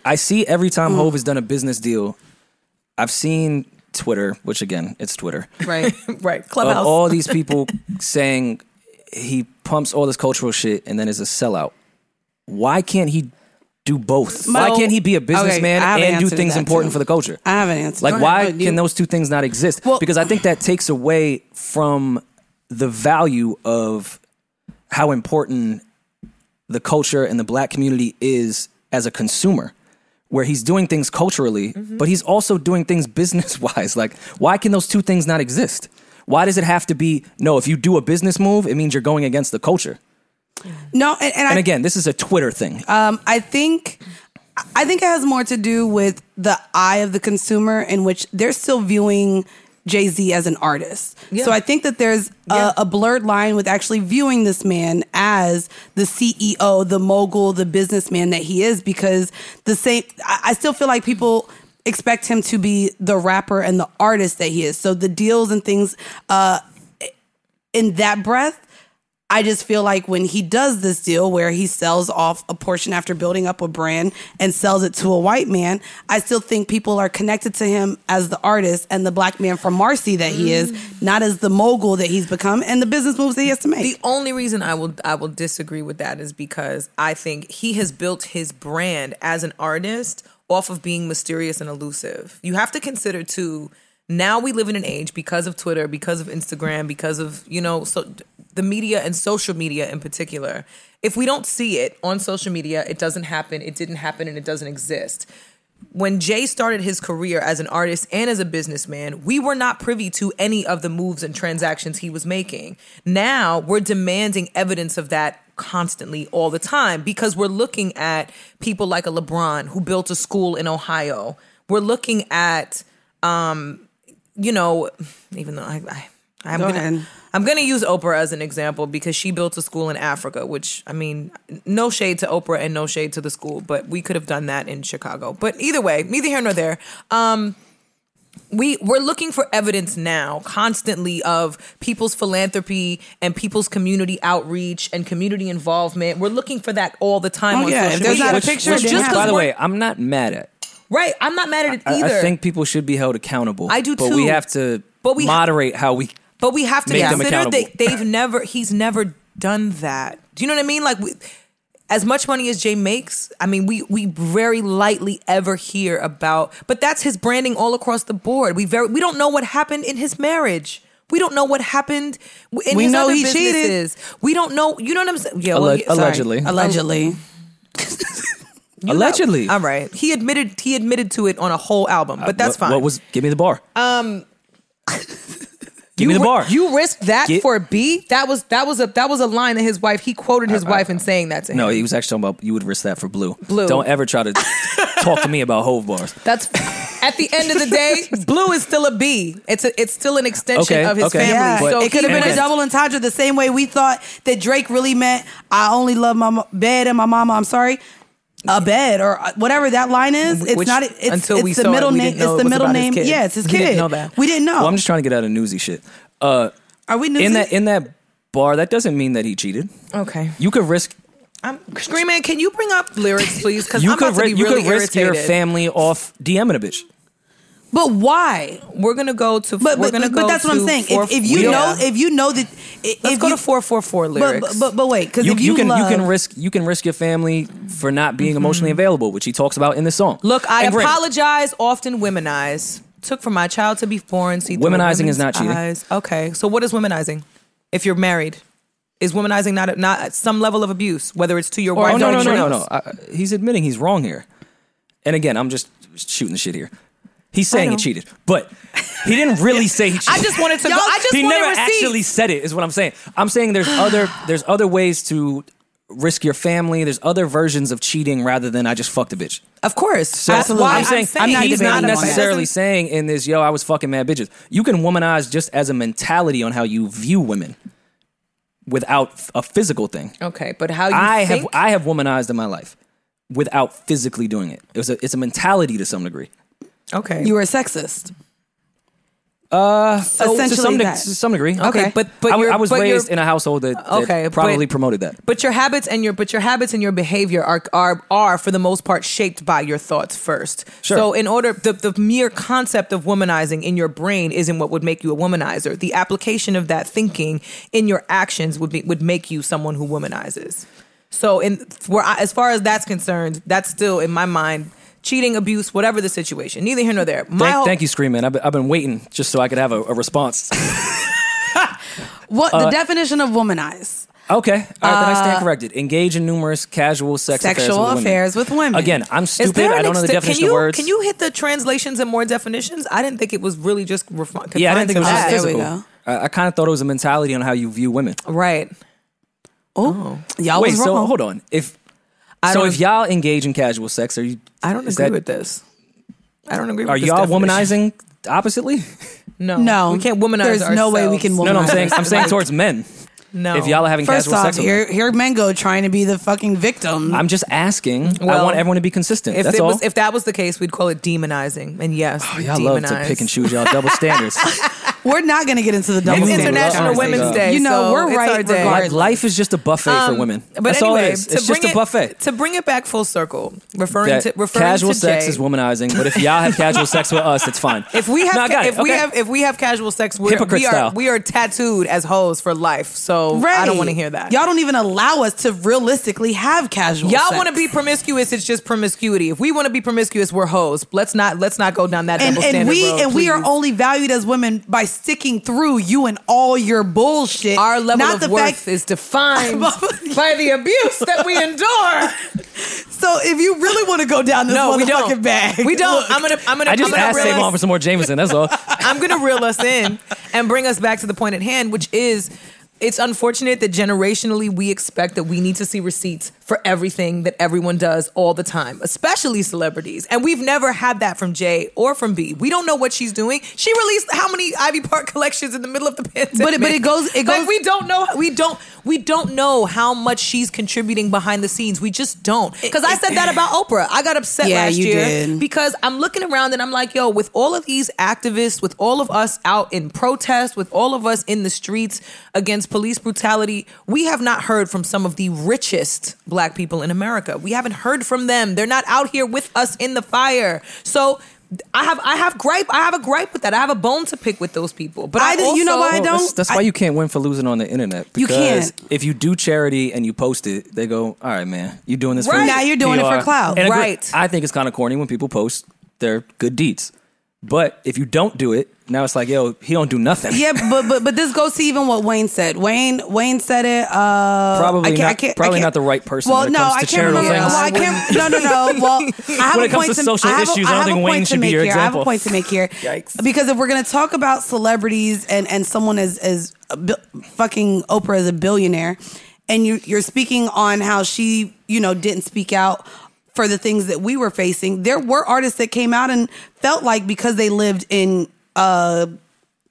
I see every time Hove has done a business deal, I've seen Twitter, which again, it's Twitter,
Right. right.
of
Clubhouse.
all these people saying he pumps all this cultural shit and then is a sellout. Why can't he do both? Why
Well,
can't he be a
okay, I have
businessman
an
and
answer
do
to
things
that,
important
too.
for the culture?
I have an answer.
Like,
Go ahead.
why
But you-
can those two things not exist?
Well-
because I think that takes away from the value of how important the culture and the black community is as a consumer, where he's doing things culturally,
Mm-hmm.
but he's also doing things business wise. Like, why can those two things not exist? Why does it have to be no? If you do a business move, it means you're going against the culture.
No, and, and,
And
I,
again, this is a Twitter thing.
um, I think I think it has more to do with the eye of the consumer in which they're still viewing Jay Z as an artist. So I think that there's a, a blurred line with actually viewing this man as the CEO, the mogul, the businessman that he is, because the same. I, I still feel like people expect him to be the rapper and the artist that he is. So the deals and things uh, in that breath I just feel like when he does this deal where he sells off a portion after building up a brand and sells it to a white man, I still think people are connected to him as the artist and the black man from Marcy that he is, not as the mogul that he's become and the business moves that he has to make.
the only reason I will I will disagree with that is because I think he has built his brand as an artist off of being mysterious and elusive. You have to consider too. Now we live in an age because of Twitter, because of Instagram, because of you know so the media and social media in particular. If we don't see it on social media, it doesn't happen. It didn't happen, and it doesn't exist when Jay started his career as an artist and as a businessman, we were not privy to any of the moves and transactions he was making. Now we're demanding evidence of that constantly all the time because we're looking at people like a LeBron who built a school in Ohio. We're looking at, um, you know, even though I, I I'm
Go
gonna
ahead.
I'm gonna use Oprah as an example because she built a school in Africa, which I mean, no shade to Oprah and no shade to the school, but we could have done that in Chicago. But either way, neither here nor there. Um, we we're looking for evidence now constantly of people's philanthropy and people's community outreach and community involvement. We're looking for that all the time
Oh,
on
yeah,
social
if there's
media.
not a picture,
which,
it didn't
which,
happen.
by the
we're-
way, I'm not mad at.
right, I'm not mad at it
I-
either.
I, think people should be held accountable.
I do
But we
too.
have to
But we ha-
moderate how we.
But we have to
Make them
consider that
accountable.
they've never, he's never done that. Do you know what I mean? Like, we, as much money as Jay makes, I mean, we we very lightly ever hear about. But that's his branding all across the board. We very we don't know what happened in his marriage. We don't know what happened in
We
his
know
other
he cheated.
businesses. We don't know. You know what I'm saying? Yeah, well,
Alleg-
yeah, sorry.
allegedly.
Allegedly.
Allegedly,
All right, he admitted he admitted to it on a whole album, um, but that's
what,
fine.
What was? Give me the bar. Um, give
you
me the
ri-
bar.
You risked that
Get-
for B. That was that was a that was a line that his wife he quoted his wife in saying that to him.
no, he was actually talking about you would risk that for blue.
Blue.
Don't ever try to talk to me about hove bars.
that's at the end of the day, blue is still a B. It's a, it's still an extension
Okay,
of his
okay.
family.
Yeah,
But-
so
it could have
he
been a
risked-
double entendre the same way we thought that Drake really meant, I only love my mo- bed and my mama, I'm sorry. A bed or uh, whatever that line is. It's
Which,
not. e-, It's,
until
it's
we
the
saw it,
middle
we
name.
didn't know it
it's the
was
middle
about his
name.
kid.
Yeah, it's his
We
kid.
didn't know that.
We didn't know.
Well, I'm just trying to get out of newsy shit. Uh,
Are we newsy?
in that in that Bar, that doesn't mean that he cheated.
Okay.
You could risk
I'm screaming. Can you bring up lyrics, please? Because
you
I'm
could
about to
ri-
be
you
really
could risk your
irritated.
family off DMing a bitch.
But why?
We're gonna go to.
But
we're
but,
gonna
but, but
go
that's what I'm
to
saying.
four-
If, if you
Yeah.
know, if you know that, i-
let's
if
go
you,
to four four four
But,
lyrics.
but but- but wait, because
You,
if you,
you can
love,
you can risk you can risk your family for not being emotionally available, which he talks about in this song.
Mm-hmm. Look, I
And granted,
apologize. Often womenize. Took from my child to be born. See through
Womenizing is
women's
not cheating.
eyes. Okay, so what is womenizing? If you're married, is womenizing not not some level of abuse? Whether it's to your
Oh,
wife
no,
or
no,
to
no, no,
someone
no.
else?
I, he's admitting he's wrong here. And again, I'm just shooting the shit here. He's saying he cheated, but he didn't really say he cheated.
I just wanted to. go,
Y'all-
I just
he
wanted
never
receipts.
actually said it. Is what I'm saying. I'm saying there's other there's other ways to risk your family. There's other versions of cheating rather than I just fucked a bitch.
Of course,
So
That's why
I'm saying,
I'm not
he's
debating
not
on that.
necessarily
Doesn't-
saying in this, yo, I was fucking mad bitches. You can womanize just as a mentality on how you view women without f- a physical thing.
Okay, but how you
I
think?
have I have womanized in my life without physically doing it. It was a, it's a mentality to some degree.
okay,
you were a sexist.
Uh, to
Essentially
some, de-
that.
to some degree.
Okay, but- but
I, w-
you're-
I was
but you're-
raised in a household that, that
Okay, but-
probably promoted that.
But your habits and your but your habits and your behavior are are, are for the most part shaped by your thoughts first.
Sure.
So in order the, the mere concept of womanizing in your brain isn't what would make you a womanizer. The application of that thinking in your actions would be would make you someone who womanizes. So in where I, as far as that's concerned, that's still in my mind cheating, abuse, whatever the situation. Neither here nor there. My
Thank,
whole-
thank you, Scream Man. I've been, I've been waiting just so I could have a, a response.
What the
Uh,
definition of womanize?
Okay, all right, then I stand corrected. Engage in numerous casual sex
Sexual
affairs with,
affairs with
women.
women.
Again, I'm
Is
stupid.
there
I
an
don't know the
extent-
definition
can you,
of words.
Can you hit the translations and more definitions? I didn't think it was really just refi- confined
yeah, I didn't think it was
to
just
that.
There we
physical.
go.
I, I kind of thought it was a mentality on how you view women.
Right.
Oh, y'all
Wait,
was
so
wrong.
hold on. If
I
so,
don't-
if y'all engage in casual sex, are you?
I don't
is
agree
that-
with this. I don't agree.
Are
with this
y'all
definition.
womanizing oppositely?
No,
No,
we can't womanize.
There's no way we can
ourselves.
womanize.
No, no, I'm saying I'm saying towards men.
No,
If y'all are having
First
casual
off,
sex, with
here here men go trying to be the fucking victim.
them, I'm just asking. I
Well,
want everyone to be consistent.
if
That's
it
all. Oh,
was, if that was the case, we'd call it demonizing. And yes, we
y'all
demonize.
love to pick and choose y'all double standards.
We're not gonna get into the double
It's
standard.
International
Ours is,
Women's
uh,
Day.
You know,
so
we're
it's
right
our day.
regardless.
Like life is just a buffet for
Um,
women.
But
That's
anyway,
all it is.
to
It's just
bring
a buffet.
It, to bring it back full circle, referring to
that
referring
casual
to
sex
Jay,
is womanizing, but if y'all have casual sex with us, it's fine.
If we
No, I
have,
got
ca-
it.
if we
Okay.
have, if we have casual sex, we're,
Hypocrite
we are
style.
we are tattooed as hoes for life. So I don't want to hear that.
Y'all don't even allow us to realistically have casual.
Y'all
sex.
want to be promiscuous? It's just promiscuity. If we want to be promiscuous, we're hoes. Let's not let's not go down that
and,
double
and
standard
we
road,
and we are
please.
only valued as women by sticking through you and all your bullshit.
our level
not
of
the
worth
fact,
is defined by the abuse that we endure.
So if you really want to go down this
No,
motherfucking
we don't.
bag,
We don't.
look,
I'm gonna. I'm gonna.
I just
am gonna
asked
realize-
Savon for some more Jameson. That's all.
I'm going to reel us in and bring us back to the point at hand, which is it's unfortunate that generationally we expect that we need to see receipts for everything that everyone does all the time, especially celebrities. And we've never had that from Jay or from B. We don't know what she's doing. She released how many Ivy Park collections in the middle of the pandemic?
But it- but it goes- it
Like,
goes-
we don't know. We don't. We don't know how much she's contributing behind the scenes. We just don't. Because I said that about Oprah. I got upset
Yeah,
last
you
year
did.
because I'm looking around and I'm like, yo, with all of these activists, with all of us out in protest, with all of us in the streets against police brutality, we have not heard from some of the richest black people in America. We haven't heard from them. They're not out here with us in the fire. So I have I have gripe. I have a gripe with that. I have a bone to pick with those people. But I,
I didn't- you know
also-
why I don't-
That's, that's why you can't win for losing on the internet.
You
Because
can't.
If you do charity and you post it, they go, "All right, man, you're doing this for
Right. Now
you're doing it for
PR."
clout.
And agree-
Right.
I think it's kind of corny when people post their good deeds, but if you don't do it, now it's like, yo, he don't do nothing.
yeah, but but but this goes to even what Wayne said. Wayne Wayne said it. Uh,
Probably
I can't,
not-
I can't, I
probably
can't-
not the right person
Well,
when it
no,
comes to
I can't
charitable
remember.
things.
Well, I can't. No, no, no. Well, I have
When
a
it comes
point
to social
I have a-
issues,
I
I don't
have
think
a
Wayne
point to
should be
make
your
here. I have a
example.
point to make here.
Yikes.
Because if we're gonna talk about celebrities and and someone is is a bi- fucking Oprah is a billionaire, and you you're speaking on how she you know didn't speak out. For the things that we were facing, there were artists that came out and felt like because they lived in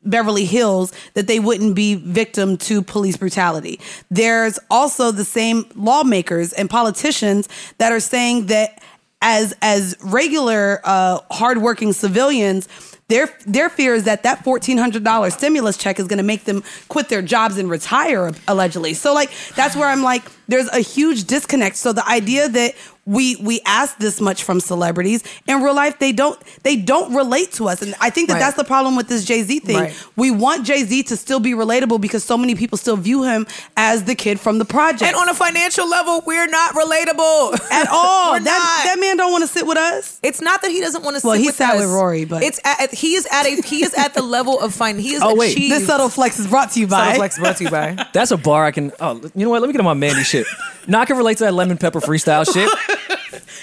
Beverly Hills that they wouldn't be victim to police brutality. There's also the same lawmakers and politicians that are saying that as as regular uh, hardworking civilians, Their their fear is that that fourteen hundred dollar stimulus check is going to make them quit their jobs and retire allegedly. So like that's where I'm like, there's a huge disconnect. So the idea that we we ask this much from celebrities in real life, they don't they don't relate to us, and I think that
Right.
that's the problem with this Jay Z thing.
Right.
We want Jay Z to still be relatable because so many people still view him as the kid from the project
And on a financial level, we're not relatable
at all.
We're
that
not.
that man don't want to sit with us.
It's not that he doesn't want to.
Well,
sit
he
with
sat
us.
with Rory, but-
it's at, at- he is at a he is at the level of fine. He is
Oh, wait.
achieved.
This subtle flex is brought to you by.
subtle flex brought to you by.
That's a bar I can. Oh, you know what? Let me get on my Mandy shit. Now I can relate to that lemon pepper freestyle shit.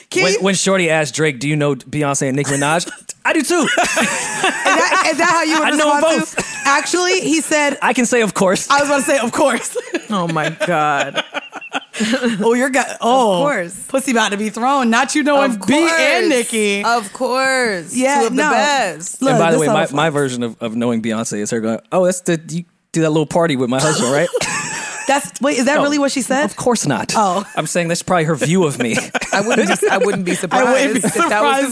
Keith,
When, when Shorty asked Drake, "Do you know Beyonce and Nicki Minaj?" I do too.
is, that, is that how you would
I know 'em
respond to? Actually, he said.
I can say, of course.
I was about to say, of course.
Oh my god!
Oh, you're got. Oh,
course.
Pussy about to be thrown. Not you knowing
Of
B
course.
and Nikki.
Of course.
Yeah,
Two of
no.
the best.
Look,
and by the
this
way,
subtle
my,
flex.
my version of, of knowing Beyonce is her going, "Oh, that's the you do that little party with my husband, right?"
that's wait. Is that
No.
really what she said?
Of course not.
Oh.
I'm saying that's probably her view of me.
I wouldn't. Be, I wouldn't be surprised,
wouldn't be
if that was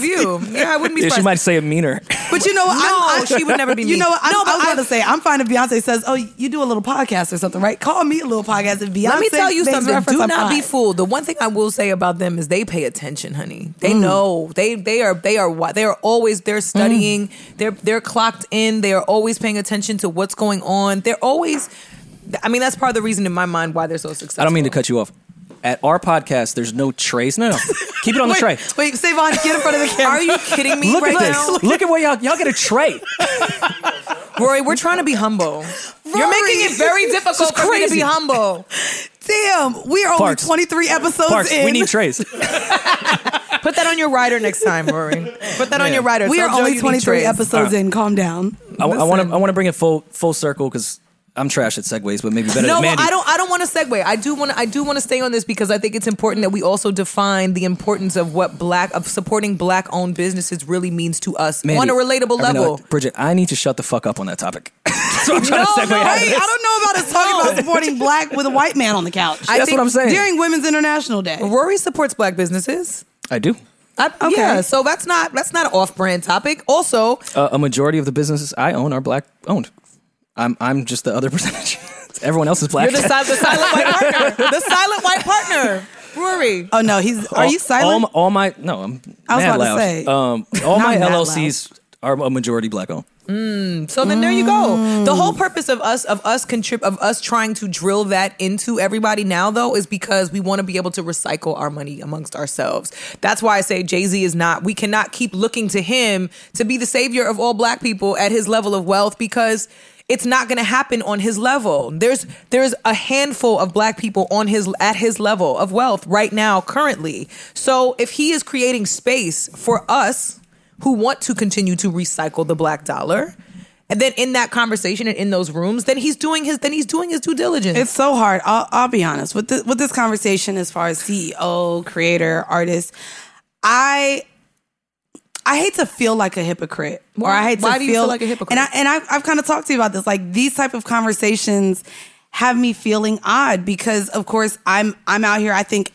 surprised.
the view. Yeah, I wouldn't be
yeah, she
surprised.
might say it meaner.
But you know what? I'm,
No,
I'm,
she would never be
You
me.
know what? I'm,
No, but
I was about
I-
to say, I'm fine if Beyonce says, "Oh, you do a little podcast or something, right?" Call me a little podcast. If Beyonce,
Let me tell you
makes
something.
reference,
Do
I'm
not be
fine.
fooled. The one thing I will say about them is they pay attention, honey. They know. They they are they are wi- they are always they're studying. They're they're clocked in. They are always paying attention to what's going on. They're always I mean that's part of the reason in my mind why they're so successful.
I don't mean to cut you off. At our podcast, there's no trays. No, no. Keep it on the
Wait,
tray.
wait, Savon, get in front of the camera.
Are you kidding me
Look
right
at this.
now?
Look at what y'all y'all get a tray.
Rory, we're trying to be humble. You're making it very difficult for me to be
crazy.
humble.
Damn, we are only
Parks.
23 episodes
Parks,
in.
we need trays.
Put that on your rider next time, Rory. Put that on
Yeah.
your rider.
we are
Tell Joe you
only
need
23
trays.
episodes in. Calm down.
I want
Listen.
to I want to bring it full full circle because I'm trash at segues, but maybe better
No,
than
well,
Mandy.
I don't. I don't want to segue. I do want. to. I do want to stay on this because I think it's important that we also define the importance of what black of supporting black owned businesses really means to us
Mandy,
on a relatable
I mean, no,
level.
Bridget, I need to shut the fuck up on that topic. so I'm trying
No,
to segue
no,
out of
Hey,
this.
I don't know about us talking about supporting black with a white man on the couch
I
That's
think
what I'm saying.
during Women's International Day.
Rory supports black businesses.
I do.
I,
Okay.
Yeah, so that's not that's not an off brand topic. Also,
Uh, a majority of the businesses I own are black owned. I'm I'm just the other percentage. Everyone else is black.
you're the, si- the silent white partner. The silent white partner, oh Rory.
Oh no, he's. Are
All-
you silent?
All, all my no, I'm
I was
mad
about to
loud.
say.
um, all my
Not mad
LLCs are a majority black owned.
So then there you go. The whole purpose of us of us contrib of us trying to drill that into everybody now though is because we want to be able to recycle our money amongst ourselves. That's why I say Jay-Z is not we cannot keep looking to him to be the savior of all black people at his level of wealth because it's not going to happen on his level. There's there's a handful of black people on his at his level of wealth right now currently. So if he is creating space for us who want to continue to recycle the black dollar, and then in that conversation and in those rooms, then he's doing his then he's doing his due diligence.
It's so hard. I'll, I'll be honest with this, with this conversation as far as CEO, creator, artist. I I hate to feel like a hypocrite, or I hate
Why
to
do you feel like a hypocrite?
And I and I, I've kind of talked to you about this. Like these type of conversations have me feeling odd because, of course, I'm I'm out here. I think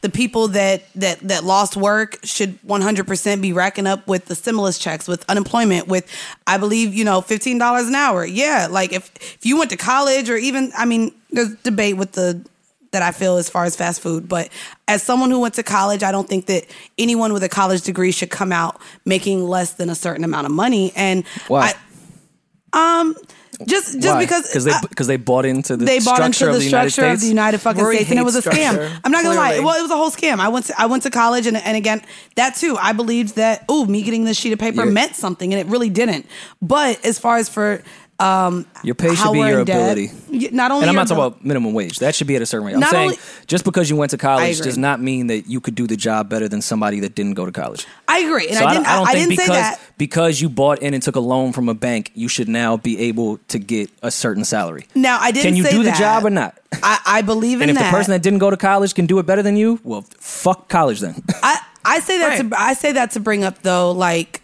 the people that that that lost work should 100% be racking up with the stimulus checks with unemployment with i believe you know $15 an hour yeah like if if you went to college or even i mean there's debate with the that i feel as far as fast food but as someone who went to college i don't think that anyone with a college degree should come out making less than a certain amount of money and
Why?
I, um just just
Why?
because
they
I-
because they bought into the
they bought into
structure
the,
of the United
structure of
States.
the United fucking
Rory
States, and it
hates
was a
structure,
scam. I'm not gonna lie.
clearly.
Well, it was a whole scam. I went to I went to college, and and again, that too, I believed that. Ooh, me getting this sheet of paper
Your-
meant something, and it really didn't. But as far as for um,
Your pay should
how
be
we're
your
in debt,
ability.
y- not only
and
your
I'm not talking
abil-
about minimum wage. That should be at a certain rate. I'm
Not
saying
only-
just because you went to college
agree.
does not mean that you could do the job better than somebody that didn't go to college.
I agree, and
so
I
don't-
didn't. I,
don't
I
think
didn't
because,
say that.
because you bought in and took a loan from a bank, you should now be able to get a certain salary.
Now I didn't.
Can you
say
do
that.
the job or not?
I, I believe in
And if
that.
the person that didn't go to college can do it better than you, well, fuck college then.
I, I say that
Right.
to I say that to bring up though, like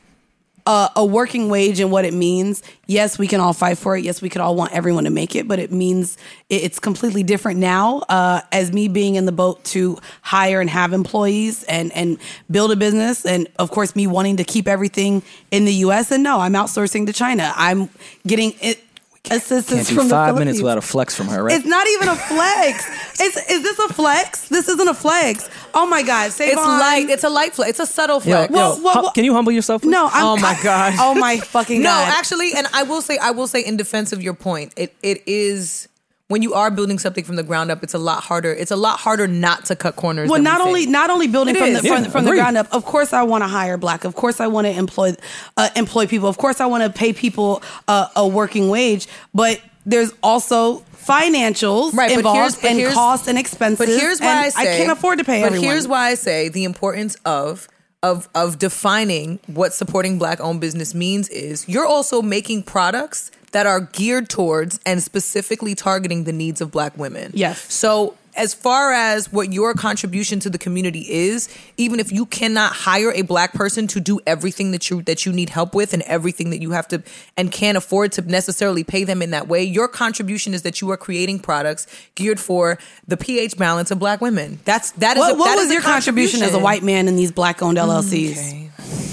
a, a working wage and what it means. Yes, we can all fight for it. Yes, we could all want everyone to make it, but it means it, it's completely different now. Uh, as me being in the boat to hire and have employees and and build a business, and of course me wanting to keep everything in the U.S. And no, I'm outsourcing to China. I'm getting it. Assistance
Can't do
from the
five minutes
Philippines.
without a flex from her, right?
It's not even a flex. it's, is this a flex? This isn't a flex. Oh my God. Savon.
It's light. It's a light flex. It's a subtle
Yo,
flex.
yo,
Well, well,
hum-
well-
can you humble yourself? please?
No, I'm.
Oh my God.
oh my fucking
no,
God.
actually, and I will say, I will say, in defense of your point, it it is when you are building something from the ground up, it's a lot harder. It's a lot harder not to cut corners.
Well,
than we
not
think.
only not only building
It
from
is.
the from,
Yeah,
from the
agreed.
ground up. Of course, I want to hire black. Of course, I want to employ uh, employ people. Of course, I want to pay people uh, a working wage. But there's also financials
Right, but
involved
here's- but
and
here's-
costs and expenses.
But here's why
and
I say
can't afford to pay
But
everyone.
here's why I say the importance of of of defining what supporting black owned business means is you're also making products that are geared towards and specifically targeting the needs of black women.
Yes.
So as far as what your contribution to the community is, even if you cannot hire a black person to do everything that you that you need help with and everything that you have to and can't afford to necessarily pay them in that way, your contribution is that you are creating products geared for the pH balance of black women. That's that is
what,
a,
what
that
was
is a
your contribution Mm, as a white man in these black owned LLCs?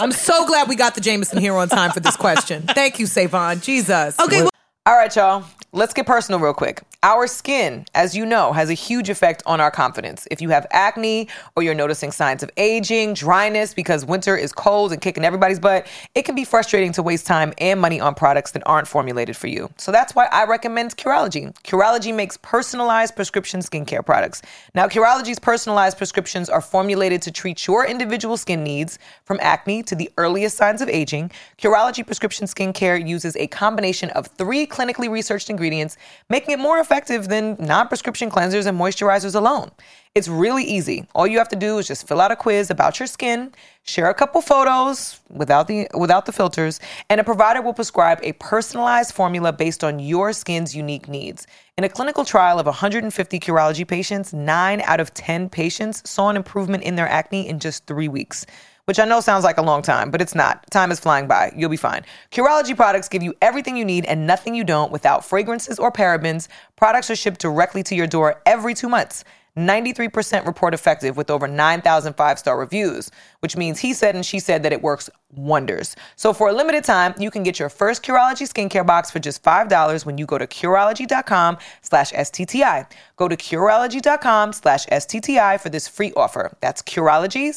I'm so glad we got the Jameson here on time for this question. Thank you, Savon. Jesus.
Okay, well,
All right, y'all. Let's get personal real quick. Our skin, as you know, has a huge effect on our confidence. If you have acne or you're noticing signs of aging, dryness, because winter is cold and kicking everybody's butt, it can be frustrating to waste time and money on products that aren't formulated for you. So that's why I recommend Curology. Curology makes personalized prescription skincare products. Now, Curology's personalized prescriptions are formulated to treat your individual skin needs from acne to the earliest signs of aging. Curology prescription skincare uses a combination of three clinically researched ingredients, making it more effective than non prescription cleansers and moisturizers alone. It's really easy. All you have to do is just fill out a quiz about your skin, share a couple photos without the without the filters, and a provider will prescribe a personalized formula based on your skin's unique needs. In a clinical trial of 150 Curology patients, 9 out of 10 patients saw an improvement in their acne in just 3 weeks which I know sounds like a long time, but it's not. Time is flying by. You'll be fine. Curology products give you everything you need and nothing you don't without fragrances or parabens. Products are shipped directly to your door every two months. 93% report effective with over 9,000 five star reviews, which means he said and she said that it works wonders. So for a limited time, you can get your first Curology skincare box for just $5 when you go to Curology.com slash STTI. Go to Curology.com slash STTI for this free offer. That's Curology,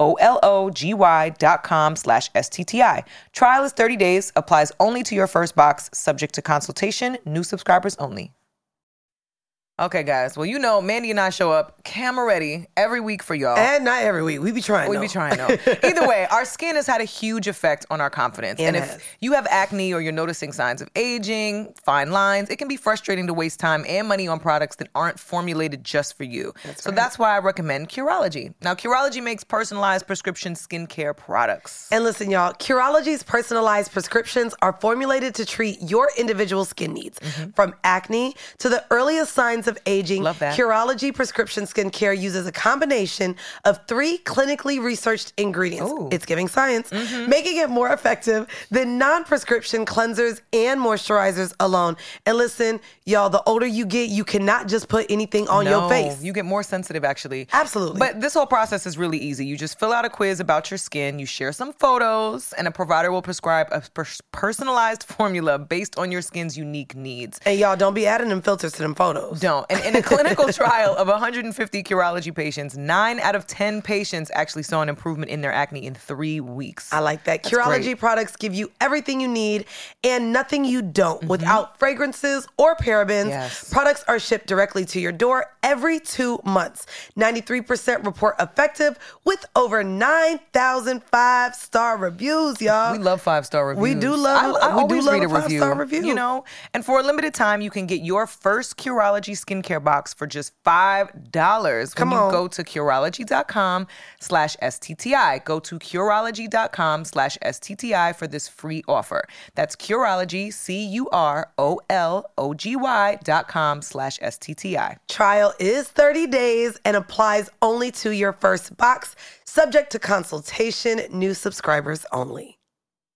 C-U-R-O-L-O-G-Y dot com slash STTI. Trial is 30 days, applies only to your first box, subject to consultation, new subscribers only. Okay, guys. Well, you know, Mandy and I show up camera ready every week for y'all.
And not every week. We be trying.
Oh. We
though.
be trying though. Either way, our skin has had a huge effect on our confidence.
It
and
has.
if you have acne or you're noticing signs of aging, fine lines, it can be frustrating to waste time and money on products that aren't formulated just for you. so that's why I recommend Curology. Now, Curology makes personalized prescription skincare products.
And listen, y'all, Curology's personalized prescriptions are formulated to treat your individual skin needs. From acne to the earliest signs of aging,
Mm-hmm. Love that.
Curology prescription skincare uses a combination of three clinically researched ingredients. It's giving science,
Mm-hmm.
making it more effective than non prescription cleansers and moisturizers alone. And listen, y'all, the older you get, you cannot just put anything on your
No,
face.
You get more sensitive, actually.
Absolutely.
But this whole process is really easy. You just fill out a quiz about your skin, you share some photos, and a provider will prescribe a pers- personalized formula based on your skin's unique needs.
and y'all, don't be adding them filters to them photos.
Don't. And in a clinical trial of 150 Curology patients, nine out of 10 patients actually saw an improvement in their acne in three weeks.
I like that.
That's
Curology
great.
products give you everything you need and nothing you don't without fragrances or parabens.
Mm-hmm. Yes.
Products are shipped directly to your door every two months. 93% report effective with over 9,000 five star reviews, y'all.
We love five star reviews.
We do love-
I, I
we do
always
love
read
a
a review,
five-star review.
You know, and for a limited time, you can get your first Curology
skincare box for just $5
Come
when you
on.
go to Curology.com slash STTI. Go to Curology.com slash STTI for this free offer. That's Curology, C-U-R-O-L-O-G-Y dot com slash STTI.
Trial is 30 days and applies only to your first box, subject to consultation, new subscribers only.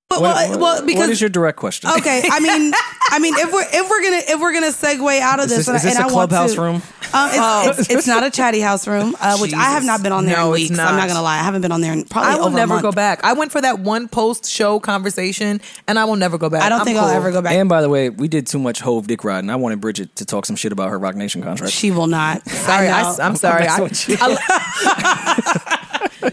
But,
What-
well,
what-
well, because
what is your direct question?
Okay, I mean, I mean, if we're if we're gonna if we're gonna segue out of
Is
this,
this-
and,
is this
and
a
I want
clubhouse
to-
room?
Um, it's, it's, it's not a chatty house room, uh, which I have
Jesus.
not been on there
Oh. No,
in
it's
weeks. I'm
not.
not gonna lie, I haven't been on there in probably
I will
over a
never
month.
go back. I went for that one post show conversation, and I will never go back.
I don't
I'm
think I'll
cool.
ever go back.
And by the way, we did too much Hove Dick Rod, and I wanted Bridget to talk some shit about her Rock Nation contract.
she will not.
Sorry,
I
I
know.
am sorry. I,
messing with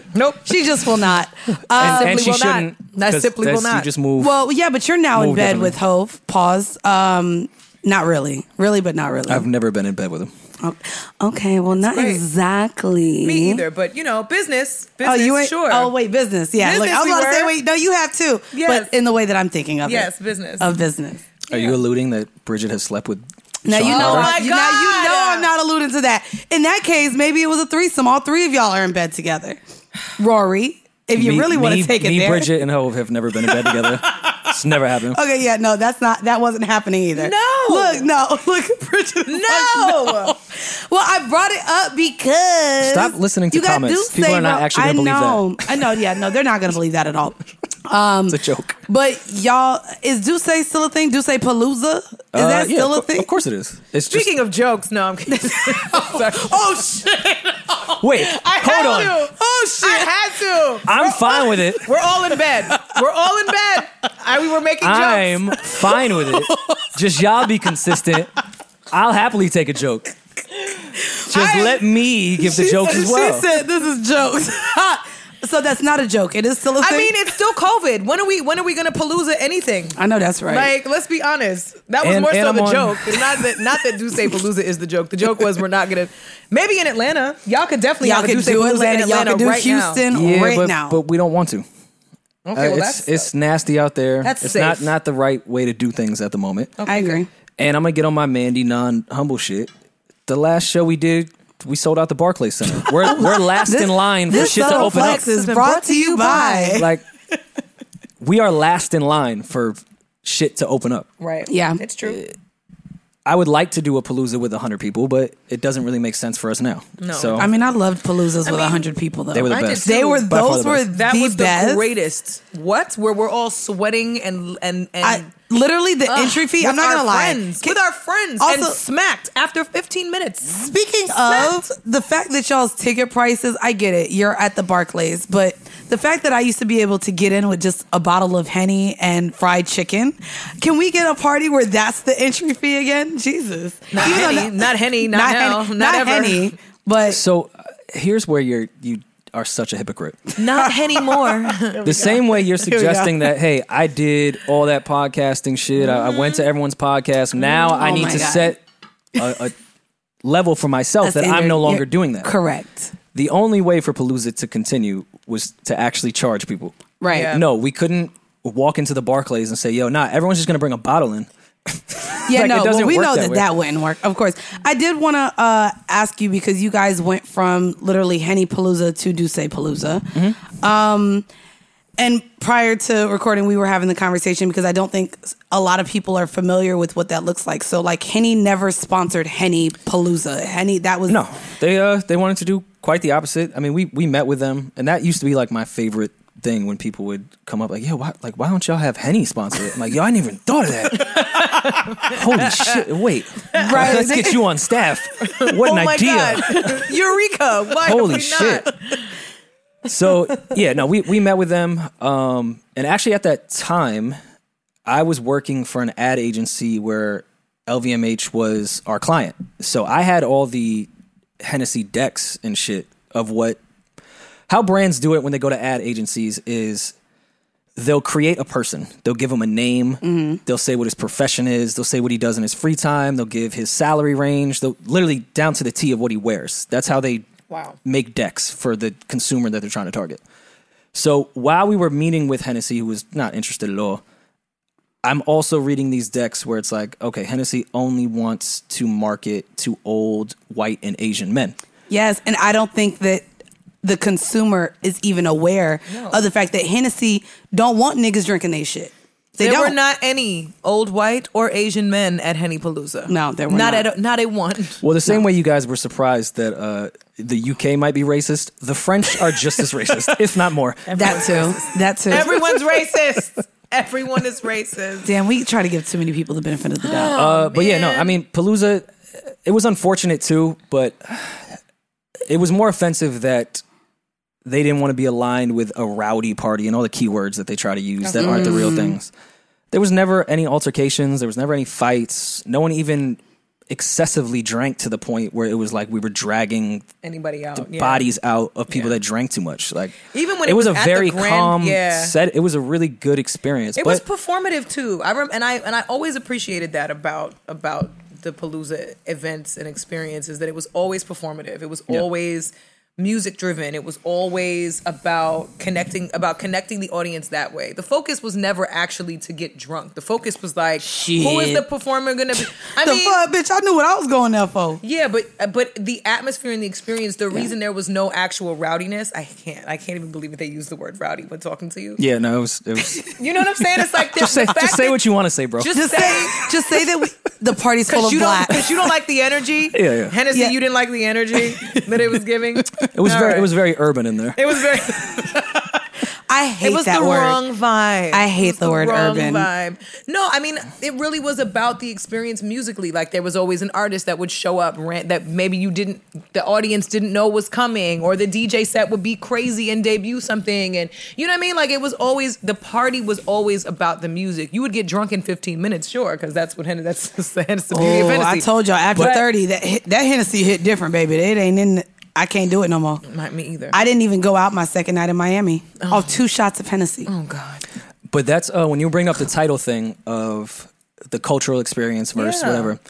I- nope.
she just will not. Um,
and,
simply will not. That
'cause
simply will
that's- You
not.
just move.
Well, yeah, but you're now in
Move
bed
differently.
with Hove. Pause. Um, not really, really, but not really.
I've never been in bed with him.
Oh, okay, well, not
great.
exactly.
Me either, but you know, business,
Mm-hmm. Oh,
business,
you ain't.
sure.
Oh, wait, business. Yeah,
Business
like, I was
we
about to say,
were.
wait, no, you have too.
Yes.
but in the way that I'm thinking of
yes,
it,
business.
of business.
Are you alluding that Bridget has slept with?
Now
Sean
you know.
Carter?
Oh my
I- Now you know
God.
I'm not alluding to that. In that case, maybe it was a threesome. All three of y'all are in bed together. Rory, if you
Me-
really want
me-
to take it
me,
there. Um,
Bridget and Hove have never been in bed together. It's never happened.
Okay, yeah, no, that's not. That wasn't happening either.
No.
look, no, look, Bridget. No. no. Well, I brought it up because
Stop listening to
you gotta
comments.
do
People
say
are not
wrong.
actually gonna
I
believe that.
know. I know. Yeah, no, they're not gonna believe that at all. Um,
It's a joke.
But y'all, is Duce still a thing? Duce Palooza? Is
Uh,
that
yeah,
still
of
a
cour-
thing?
Of course it is. It's just
Speaking of jokes, no, I'm kidding. Sorry.
Oh shit!
wait.
had
hold on.
to.
Oh shit!
I had to.
I'm fine with it.
We're all in bed. We're all in bed. I, we were making jokes.
I'm fine with it. Just y'all be consistent. I'll happily take a joke. Just let me give the joke as well.
She said, "This is jokes." so that's not a joke. It is still a thing.
I mean, it's still COVID. When are we? When are we gonna palooza anything?
I know that's right.
Like, let's be honest. That was
And-
more
and
so
I'm
the
on-
joke. Not that not that Duce Palooza is the joke. The joke was we're not gonna. Maybe in Atlanta, y'all could definitely
y'all
have a
could
Duce
do
Palooza
Atlanta.
in
Y'all
Atlanta
could do
right now.
Houston
yeah,
right
but,
now.
but we don't want to. Uh,
Okay,
it's
well, that's
it's nasty out there.
That's
it's
safe.
not not the right way to do things at the moment.
I agree.
And I'm gonna get on my Mandy non humble shit. The last show we did, we sold out the Barclays Center. We're we're last in line for
This
shit to
Subtle
open up.
Flex is brought to you by.
Like we are last in line for shit to open up.
right.
Yeah.
it's true.
I would like to do a palooza with 100 people, but it doesn't really make sense for us now. No. So
I mean, I loved Paloozas with a hundred people though.
they were the
I did
best.
too.
They were-
By far
those
the
were
best.
That
the
was the
best.
greatest. What? Where we're all sweating and and and.
I, literally the
Ugh,
entry fee.
with
I'm not
our
gonna lie.
Friends,
Can-
with our friends,
Also-
and smacked after 15 minutes.
Speaking of the fact that y'all's ticket prices, I get it. You're at the Barclays, but the fact that I used to be able to get in with just a bottle of henny and fried chicken, can we get a party where that's the entry fee again? Jesus,
Not
Even though
Henny, not Henny, not now,
Henny,
not ever.
Henny, but
So uh, here's where you're you are such a hypocrite.
Not anymore.
the same way you're suggesting that, hey, I did all that podcasting shit. I, I went to everyone's podcast. Now
Mm-hmm.
I
Oh
need
my
to
God.
set a, a level for myself that I'm
standard.
no
You're-
longer doing that.
correct,
The only way for Palooza to continue was to actually charge people.
right?
Yeah.
No, we couldn't walk into the Barclays and say, yo, nah, everyone's just going to bring a bottle in.
Yeah,
Like, it
no,
doesn't
well, we
work
know
that
that
way.
that wouldn't work. Of course, I did want to uh, ask you because you guys went from literally Henny Palooza to Duce Palooza.
Mm-hmm.
Um, and prior to recording, we were having the conversation because I don't think a lot of people are familiar with what that looks like. So, like Henny never sponsored Henny Palooza. Henny that was
No, they uh they wanted to do quite the opposite. I mean, we we met with them, and that used to be like my favorite thing when people would come up like, "Yo, why, like why don't y'all have Henny sponsor it?" I'm like, "Yo, I didn't even thought of that." Holy shit! Wait,
Right.
let's get you on staff. What an
oh my
idea!
god, Eureka! Why have we
Holy
not?
shit! So yeah, no, we we met with them, um, and actually at that time, I was working for an ad agency where LVMH was our client. So I had all the Hennessy decks and shit of what how brands do it when they go to ad agencies is they'll create a person. They'll give him a name. They'll say what his profession is. They'll say what he does in his free time. They'll give his salary range. They'll literally down to the T of what he wears. That's how they make decks for the consumer that they're trying to target. So while we were meeting with Hennessy, who was not interested at all, I'm also reading these decks where it's like, okay, Hennessy only wants to market to old white and Asian men.
Yes, and I don't think that the consumer is even aware of the fact that Hennessy don't want niggas drinking they shit. They
there
don't.
were not any old white or Asian men at Henny Palooza.
No, there were
not,
not.
at a, not a one.
Well, the same way you guys were surprised that uh, the UK might be racist, the French are just as racist, if not more.
that too. That too.
Everyone's racist. Everyone is racist.
Damn, we try to give too many people the benefit of the doubt.
Uh, but yeah, no, I mean Palooza. It was unfortunate too, but it was more offensive that they didn't want to be aligned with a rowdy party and all the keywords that they try to use that aren't the real things. There was never any altercations. There was never any fights. No one even excessively drank to the point where it was like we were dragging
Anybody out? yeah.
bodies out of people that drank too much. Like
Even when it
was,
was
a
at the
very
Grand-
calm
yeah.
set. It was a really good experience.
It
but
was performative too. I rem- and I and I always appreciated that about about the Palooza events and experiences that it was always performative. It was always music driven. It was always about connecting about connecting the audience that way. The focus was never actually to get drunk. The focus was like who is
Shit.
the performer going to be? I
the
mean
fuck, bitch! I knew what I was going there for.
yeah, but but the atmosphere and the experience, the reason there was no actual rowdiness, I can't I can't even believe that they used the word rowdy when talking to you.
yeah, no, it was. It was
You know what I'm saying? It's like
just say, just say what you want to say, bro.
just say
Just say that we, the party's full
Because
of
you
black.
don't, because you don't like the energy.
Yeah, yeah.
Hennessy,
Yeah.
you didn't like the energy that it was giving.
it was very, it was very urban in there.
It was very.
I hate
It was
that
the
word.
wrong vibe.
I
It
hate
was
the word
wrong
urban.
Vibe. No, I mean it really was about the experience musically. Like there was always an artist that would show up rant, that maybe you didn't, the audience didn't know was coming, or the DJ set would be crazy and debut something, and you know what I mean. Like it was always the party was always about the music. You would get drunk in fifteen minutes, sure, because that's what Hen- that's, that's the beauty
Oh,
of
I
Hennessy.
told y'all after
But-
thirty that hit- that Hennessy hit different, baby. It ain't in. I can't do it no more.
Not me either.
I didn't even go out my second night in Miami. Oh, two shots of Hennessy.
oh God.
But that's uh, when you bring up the title thing of the cultural experience versus
Yeah.
whatever.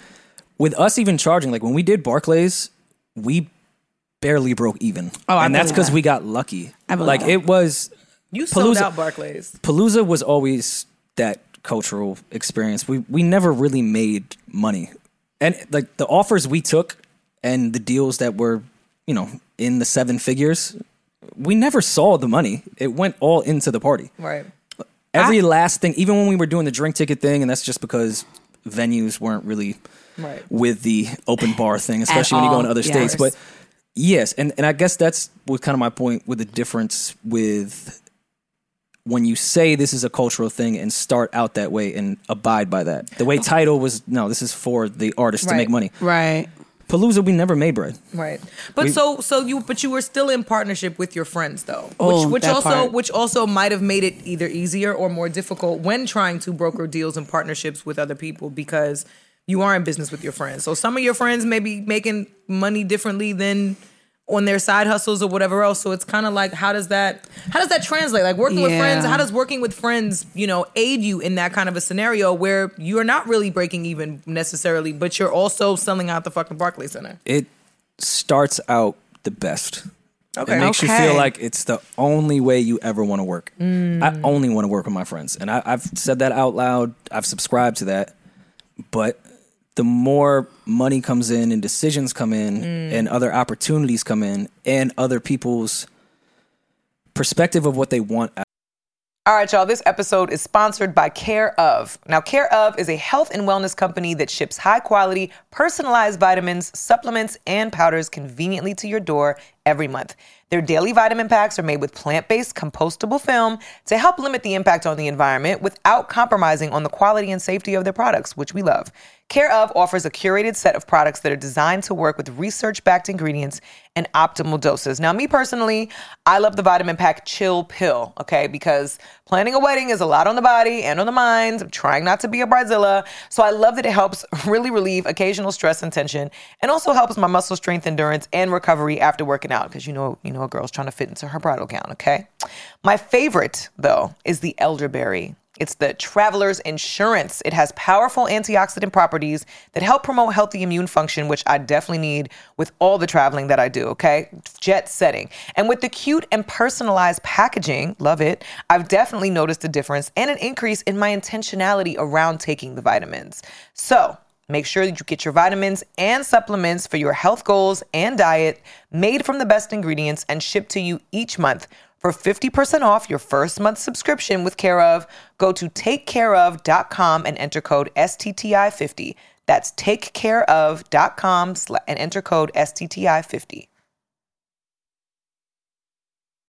With us even charging, like when we did Barclays, we barely broke even.
Oh, I
and that's
believe
because
that.
we got lucky.
I believe
like
that.
it was
You sold
Palooza-
out Barclays.
Palooza was always that cultural experience. We we never really made money, and like the offers we took and the deals that were you know in the seven figures, we never saw the money. It went all into the party.
Right.
Every last thing, even when we were doing the drink ticket thing, and that's just because venues weren't really
Right.
with the open bar thing, especially when you go
all,
in other
yes.
states. But yes, and, and I guess that's what kind of my point with the difference with when you say this is a cultural thing and start out that way and abide by that. The way title was no, this is for the artist to
Right.
make money.
Right.
Palooza, we never made bread.
Right. But so so you but you were still in partnership with your friends though.
Oh,
which which
that
also
part.
which also might have made it either easier or more difficult when trying to broker deals and partnerships with other people because you are in business with your friends. So some of your friends may be making money differently than on their side hustles or whatever else. So it's kind of like how does that how does that translate? Like working with
Yeah.
friends, how does working with friends, you know, aid you in that kind of a scenario where you're not really breaking even necessarily, but you're also selling out the fucking Barclays Center.
It starts out the best.
Okay.
It makes you
Okay.
feel like it's the only way you ever want to work. I only want to work with my friends. And I, I've said that out loud. I've subscribed to that. But the more money comes in and decisions come in and other opportunities come in and other people's perspective of what they want
All right, y'all, this episode is sponsored by Care of. Now, Care of is a health and wellness company that ships high quality, personalized vitamins, supplements, and powders conveniently to your door every month. Their daily vitamin packs are made with plant based compostable film to help limit the impact on the environment without compromising on the quality and safety of their products, which we love. Care of offers a curated set of products that are designed to work with research backed ingredients and optimal doses. Now, me personally, I love the vitamin pack chill pill, okay, because planning a wedding is a lot on the body and on the mind. I'm trying not to be a bridezilla. So I love that it helps really relieve occasional stress and tension and also helps my muscle strength, endurance, and recovery after working out. Because you know, you know, a girl's trying to fit into her bridal gown, okay? My favorite though is the elderberry.
It's the Traveler's Insurance. It has powerful antioxidant properties that help promote healthy immune function, which I definitely need with all the traveling that I do, okay? Jet setting. And with the cute and personalized packaging, love it, I've definitely noticed a difference and an increase in my intentionality around taking the vitamins. So, Make sure that you get your vitamins and supplements for your health goals and diet made from the best ingredients and shipped to you each month. For 50% off your first month subscription with Care of, go to takecareof.com and enter code STTI50. That's takecareof.com sla- and enter code STTI50.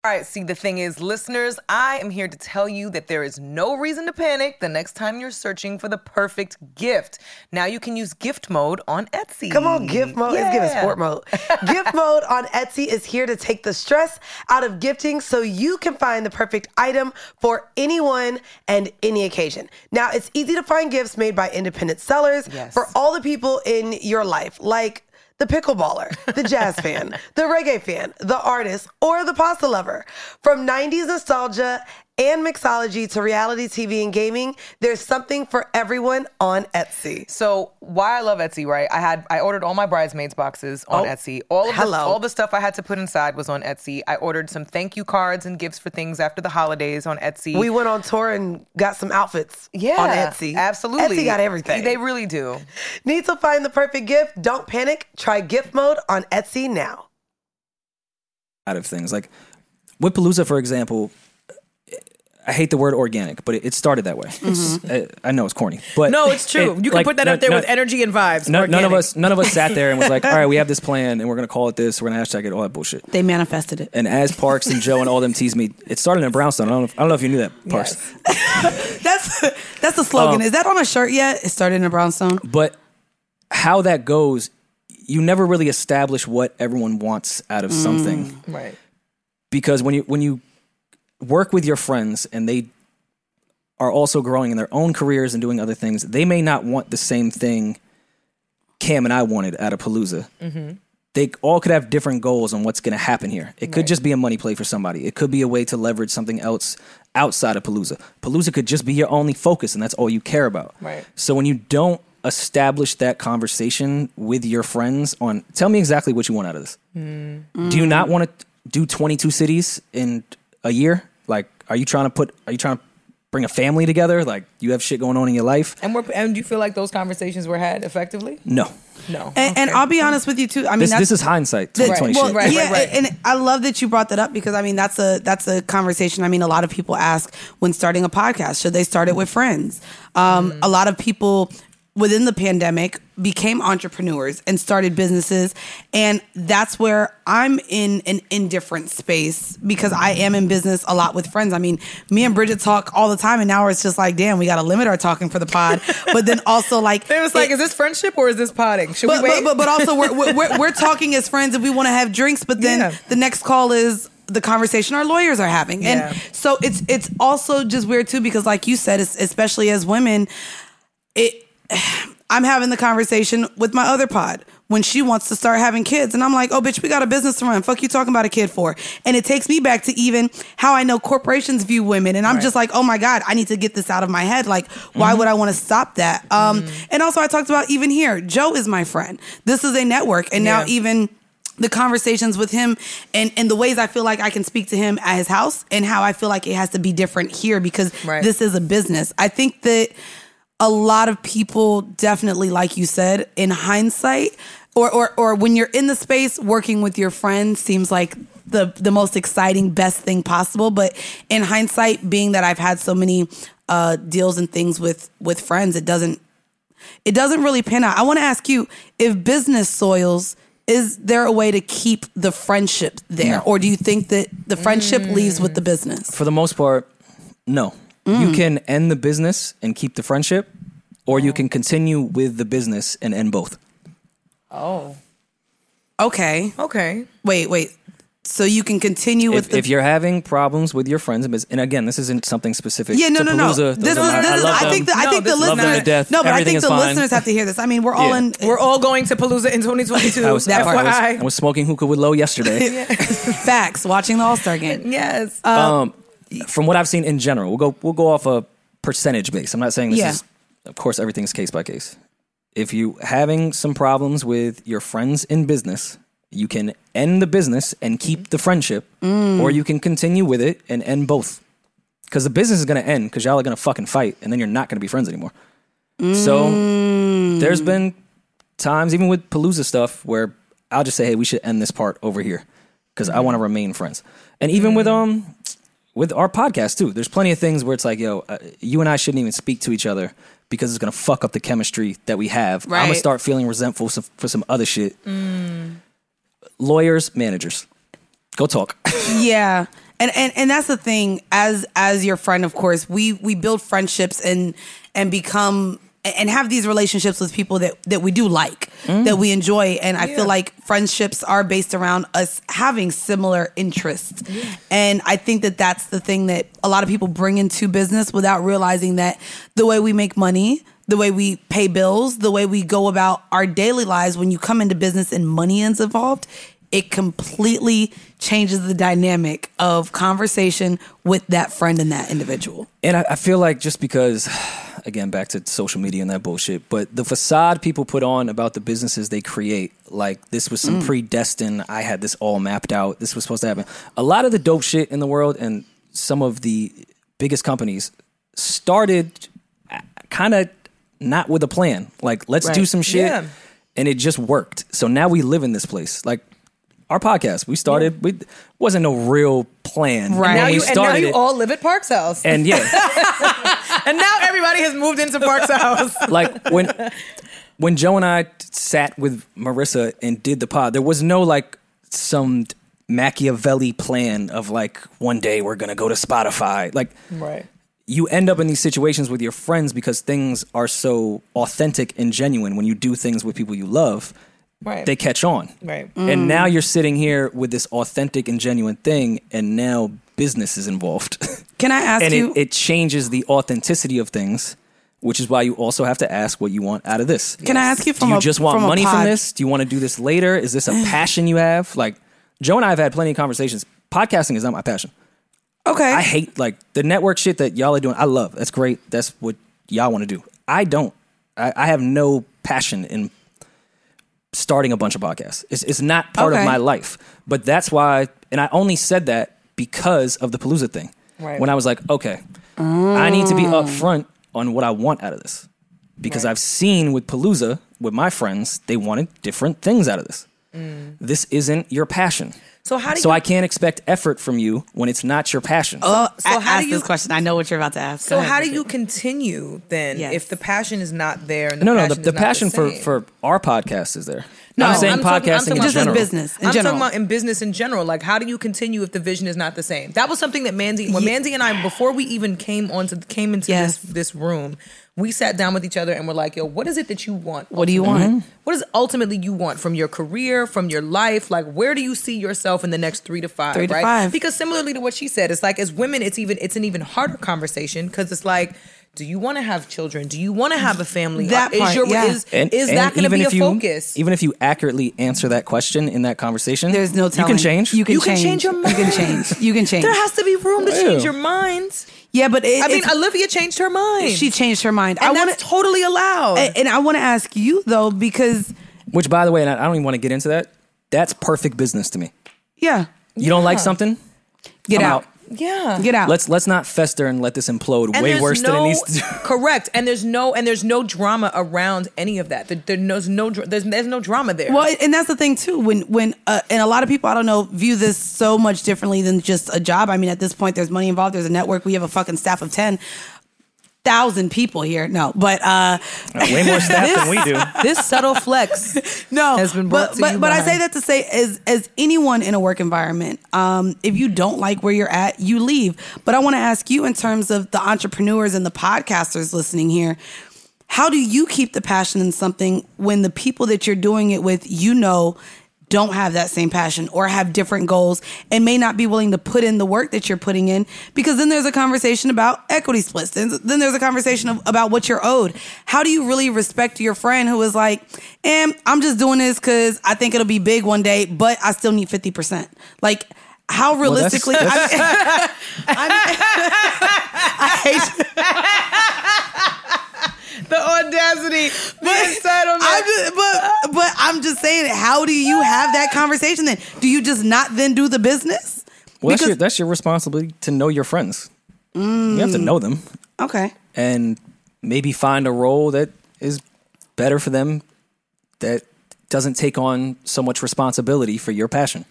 All right, see, the thing is, listeners, I am here to tell you that there is no reason to panic the next time you're searching for the perfect gift. Now you can use gift mode on Etsy.
Come on, gift mode is giving
Yeah.
sport mode. gift mode on Etsy is here to take the stress out of gifting so you can find the perfect item for anyone and any occasion. Now, it's easy to find gifts made by independent sellers
Yes.
for all the people in your life, like the pickleballer, the jazz fan, the reggae fan, the artist, or the pasta lover. From 90s nostalgia and mixology to reality TV and gaming, there's something for everyone on Etsy.
So why I love Etsy, right? I had I ordered all my bridesmaids boxes on Etsy. All of the,
Oh, hello.
all the stuff I had to put inside was on Etsy. I ordered some thank you cards and gifts for things after the holidays on Etsy.
We went on tour and got some outfits
yeah,
on Etsy.
Absolutely.
Etsy got everything.
They really do.
Need to find the perfect gift? Don't panic. Try gift mode on Etsy now.
out of things. Like Whippalooza, for example, I hate the word organic, but it, it started that way. I, I know it's corny, but
Mm-hmm. No, it's true.
it-
you can
like,
put that
no-
up there
no-
with energy and vibes.
no- none of
organic.
us, none of us sat there and was like, "All right, we have this plan, and we're going to call it this. We're going to hashtag it all that bullshit."
They manifested it.
And as Parks and Joe and all them teased me, it started in Brownstone. I don't know if, I don't know if you knew that, Parks.
That's that's the slogan.
Oh.
Is that on a shirt yet? It started in a brownstone.
But how that goes, you never really establish what everyone wants out of something.
Right.
because when you when you work with your friends and they are also growing in their own careers and doing other things, they may not want the same thing Cam and I wanted out of Palooza. They all could have different goals on what's going to happen here. It could just be a money play for somebody. It could be a way to leverage something else outside of Palooza. Palooza could just be your only focus, and that's all you care about.
Right.
So when you don't establish that conversation with your friends on, tell me exactly what you want out of this.
Hmm.
Do you not want to do 22 cities in a year? Like, are you trying to put? Are you trying to bring a family together? Like, you have shit going on in your life?
And we're and do you feel like those conversations were had effectively?
No.
No.
And, and I'll be honest with you too. I mean,
This
that's,
this is hindsight. 2020
well,
shit.
right.
yeah, and I love that you brought that up because I mean that's a that's a conversation. I mean, a lot of people ask when starting a podcast, should they start it with friends? Um,
Mm-hmm.
A lot of people within the pandemic became entrepreneurs and started businesses, and that's where I'm in an indifferent space because I am in business a lot with friends. I mean, me and Bridget talk all the time, and now it's just like, damn, we got to limit our talking for the pod, but then also like
It was like,
it-
is this friendship or is this potting? Should
but,
we
but,
wait?
but but also we're, we're- we're we're talking as friends and we want to have drinks, but then
Yeah.
the next call is the conversation our lawyers are having, and
Yeah.
so it's it's also just weird too because like you said, it's, especially as women, it. I'm having the conversation with my other pod when she wants to start having kids. And I'm like, oh, bitch, we got a business to run. Fuck you talking about a kid for. And it takes me back to even how I know corporations view women. And I'm just like, oh my God, I need to get this out of my head. Like, why
Mm-hmm.
would I want to stop that? Um, And also, I talked about even here, Joe is my friend. This is a network. And now,
Yeah.
even the conversations with him and, and the ways I feel like I can speak to him at his house and how I feel like it has to be different here because
Right.
this is a business. I think that a lot of people definitely, like you said, in hindsight, or or or when you're in the space working with your friends seems like the the most exciting, best thing possible. But in hindsight, being that I've had so many uh, deals and things with with friends, it doesn't it doesn't really pan out. I want to ask you if business soils. Is there a way to keep the friendship there,
No. Mm.
or do you think that the friendship leaves with the business?
For the most part, no. You
Mm.
can end the business and keep the friendship, or you
Oh.
can continue with the business and end both.
oh,
Okay,
okay.
wait, wait. So you can continue with
If,
the
if you're having problems with your friends, and bus- and again, this isn't something specific.
Yeah, no,
to
no, no.
Palooza.
This is, this
Those are-
is,
love
I
them.
think the, I
No,
think the
this is
love them
listeners,
to death.
no, but I
Everything
think
is
the
fine.
listeners have to hear this. I mean, we're all
Yeah.
in.
We're all going to Palooza in 2022.
I was, I,
that
was-
part.
I was, I was smoking hookah with Low yesterday.
facts watching the All Star game.
yes.
Uh,
um, from what I've seen in general, we'll go we'll go off a percentage based. I'm not saying this
Yeah.
is, of course, everything's case by case. If you having some problems with your friends in business, you can end the business and keep the friendship, or you can continue with it and end both. Because the business is going to end because y'all are going to fucking fight, and then you're not going to be friends anymore. So there's been times, even with Palooza stuff, where I'll just say, "Hey, we should end this part over here," because I want to remain friends. And even with um, with our podcast too, there's plenty of things where it's like, "Yo, uh, you and I shouldn't even speak to each other because it's gonna fuck up the chemistry that we have." I'm gonna
Right.
start feeling resentful so- for some other shit. Lawyers, managers, go talk.
yeah and, and and that's the thing as as your friend of course we we build friendships and and become and have these relationships with people that that we do like that we enjoy and i feel like friendships are based around us having similar interests and i think that that's the thing that a lot of people bring into business without realizing that the way we make money the way we pay bills the way we go about our daily lives when you come into business and money is involved it completely changes the dynamic of conversation with that friend and that individual.
And I, I feel like just because, again, back to social media and that bullshit, but the facade people put on about the businesses they create, like this was
Mm.
some predestined, I had this all mapped out, this was supposed to happen. A lot of the dope shit in the world and some of the biggest companies started kind of not with a plan. Like, let's do some shit.
Yeah.
And it just worked. So now we live in this place. Like, our podcast, we started, we wasn't no real plan.
Right.
When
Now
we
you, and now
started
you
it-
all live at Park's house.
and yeah.
and now everybody has moved into Park's house.
like when when Joe and I t- sat with Marissa and did the pod, there was no like some Machiavelli plan of like one day we're gonna go to Spotify. Like
Right.
you end up in these situations with your friends because things are so authentic and genuine when you do things with people you love.
Right.
They catch on.
Right.
And now you're sitting here with this authentic and genuine thing, and now business is involved.
Can I ask
and
you?
it, it changes the authenticity of things, which is why you also have to ask what you want out of this.
can I ask you
Do
from
you
a
just want
from a
money from
pod-
this? Do you want to do this later? Is this a passion you have? Like Joe and I have had plenty of conversations. Podcasting is not my passion.
Okay,
I hate like the network shit that y'all are doing. I love. That's great. That's what y'all want to do. I don't. I, I have no passion in starting a bunch of podcasts. It's, it's not part
Okay.
of my life. But that's why, and I only said that because of the Palooza thing.
Right.
When I was like, okay, I need to be
Ah.
upfront on what I want out of this because I've seen with Palooza with my friends, they wanted different things out of this. This isn't your passion.
So how do
So
you-
I can't expect effort from you when it's not your passion.
so
how
ask
do you-
this question? I know what you're about to ask. Go
So
ahead,
how do
Bridget.
you continue then
Yes.
if the passion is not there? And the
no, no,
passion
the,
is
the
not
passion for,
same?
for our podcast is there.
No,
I'm saying
talking-
podcasting
I'm talking
in
about-
Just in
general.
business in
I'm
general.
talking about in business in general. Like, how do you continue if the vision is not the same? That was something that Mandy, when Mandy and I, before we even came onto came into
Yes.
this this room, we sat down with each other and were like, "Yo, what is it that you want?
What do you
ultimately?
want?
What is ultimately you want from your career, from your life? Like, where do you see yourself in the next three to five?
Three to
right?
five.
Because similarly to what she said, it's like as women, it's even it's an even harder conversation because it's like. Do you want to have children? Do you want to have a family?
That
is
part,
your
yeah.
is, is that going to
even
be a
if you,
focus?
Even if you accurately answer that question in that conversation,
There's no
You
telling.
can change.
You can,
You can
change.
change your
You can
mind.
change. You can change.
There has to be room to change
Yeah.
your mind.
yeah, but it,
I mean,
it's-
Olivia changed her mind.
she changed her mind.
and
I want
that's totally allowed.
and I want to ask you though because
Which, by the way, and I I don't even want to get into that. That's perfect business to me.
yeah,
You don't like something?
get
I'm
out.
yeah.
get out.
Let's let's not fester and let this implode
And
way
there's
worse than
no-
it needs to.
correct. And there's no and there's no drama around any of that. There, there- there's no dr- there's, there's no drama there.
Well, and that's the thing too. When when uh, and a lot of people I don't know view this so much differently than just a job. I mean, at this point, there's money involved. There's a network. We have a fucking staff of ten thousand people here. No, but uh,
way more staff than we do.
this subtle flex.
no
Has been brought
but,
to
but,
you
but i
by-
say that to say as as anyone in a work environment um if you don't like where you're at you leave but i want to ask you in terms of the entrepreneurs and the podcasters listening here how do you keep the passion in something when the people that you're doing it with you know don't have that same passion or have different goals and may not be willing to put in the work that you're putting in because then there's a conversation about equity splits then, then there's a conversation of, about what you're owed how do you really respect your friend who is like and i'm just doing this because i think it'll be big one day but i still need 50% like how realistically
that's-
I, mean, I hate
The audacity. But
I'm just, but but I'm just saying, how do you have that conversation then? Do you just not then do the business?
Well, that's your,
Because-
that's your responsibility to know your friends. You have to know them
Okay.
and maybe find a role that is better for them that doesn't take on so much responsibility for your passion.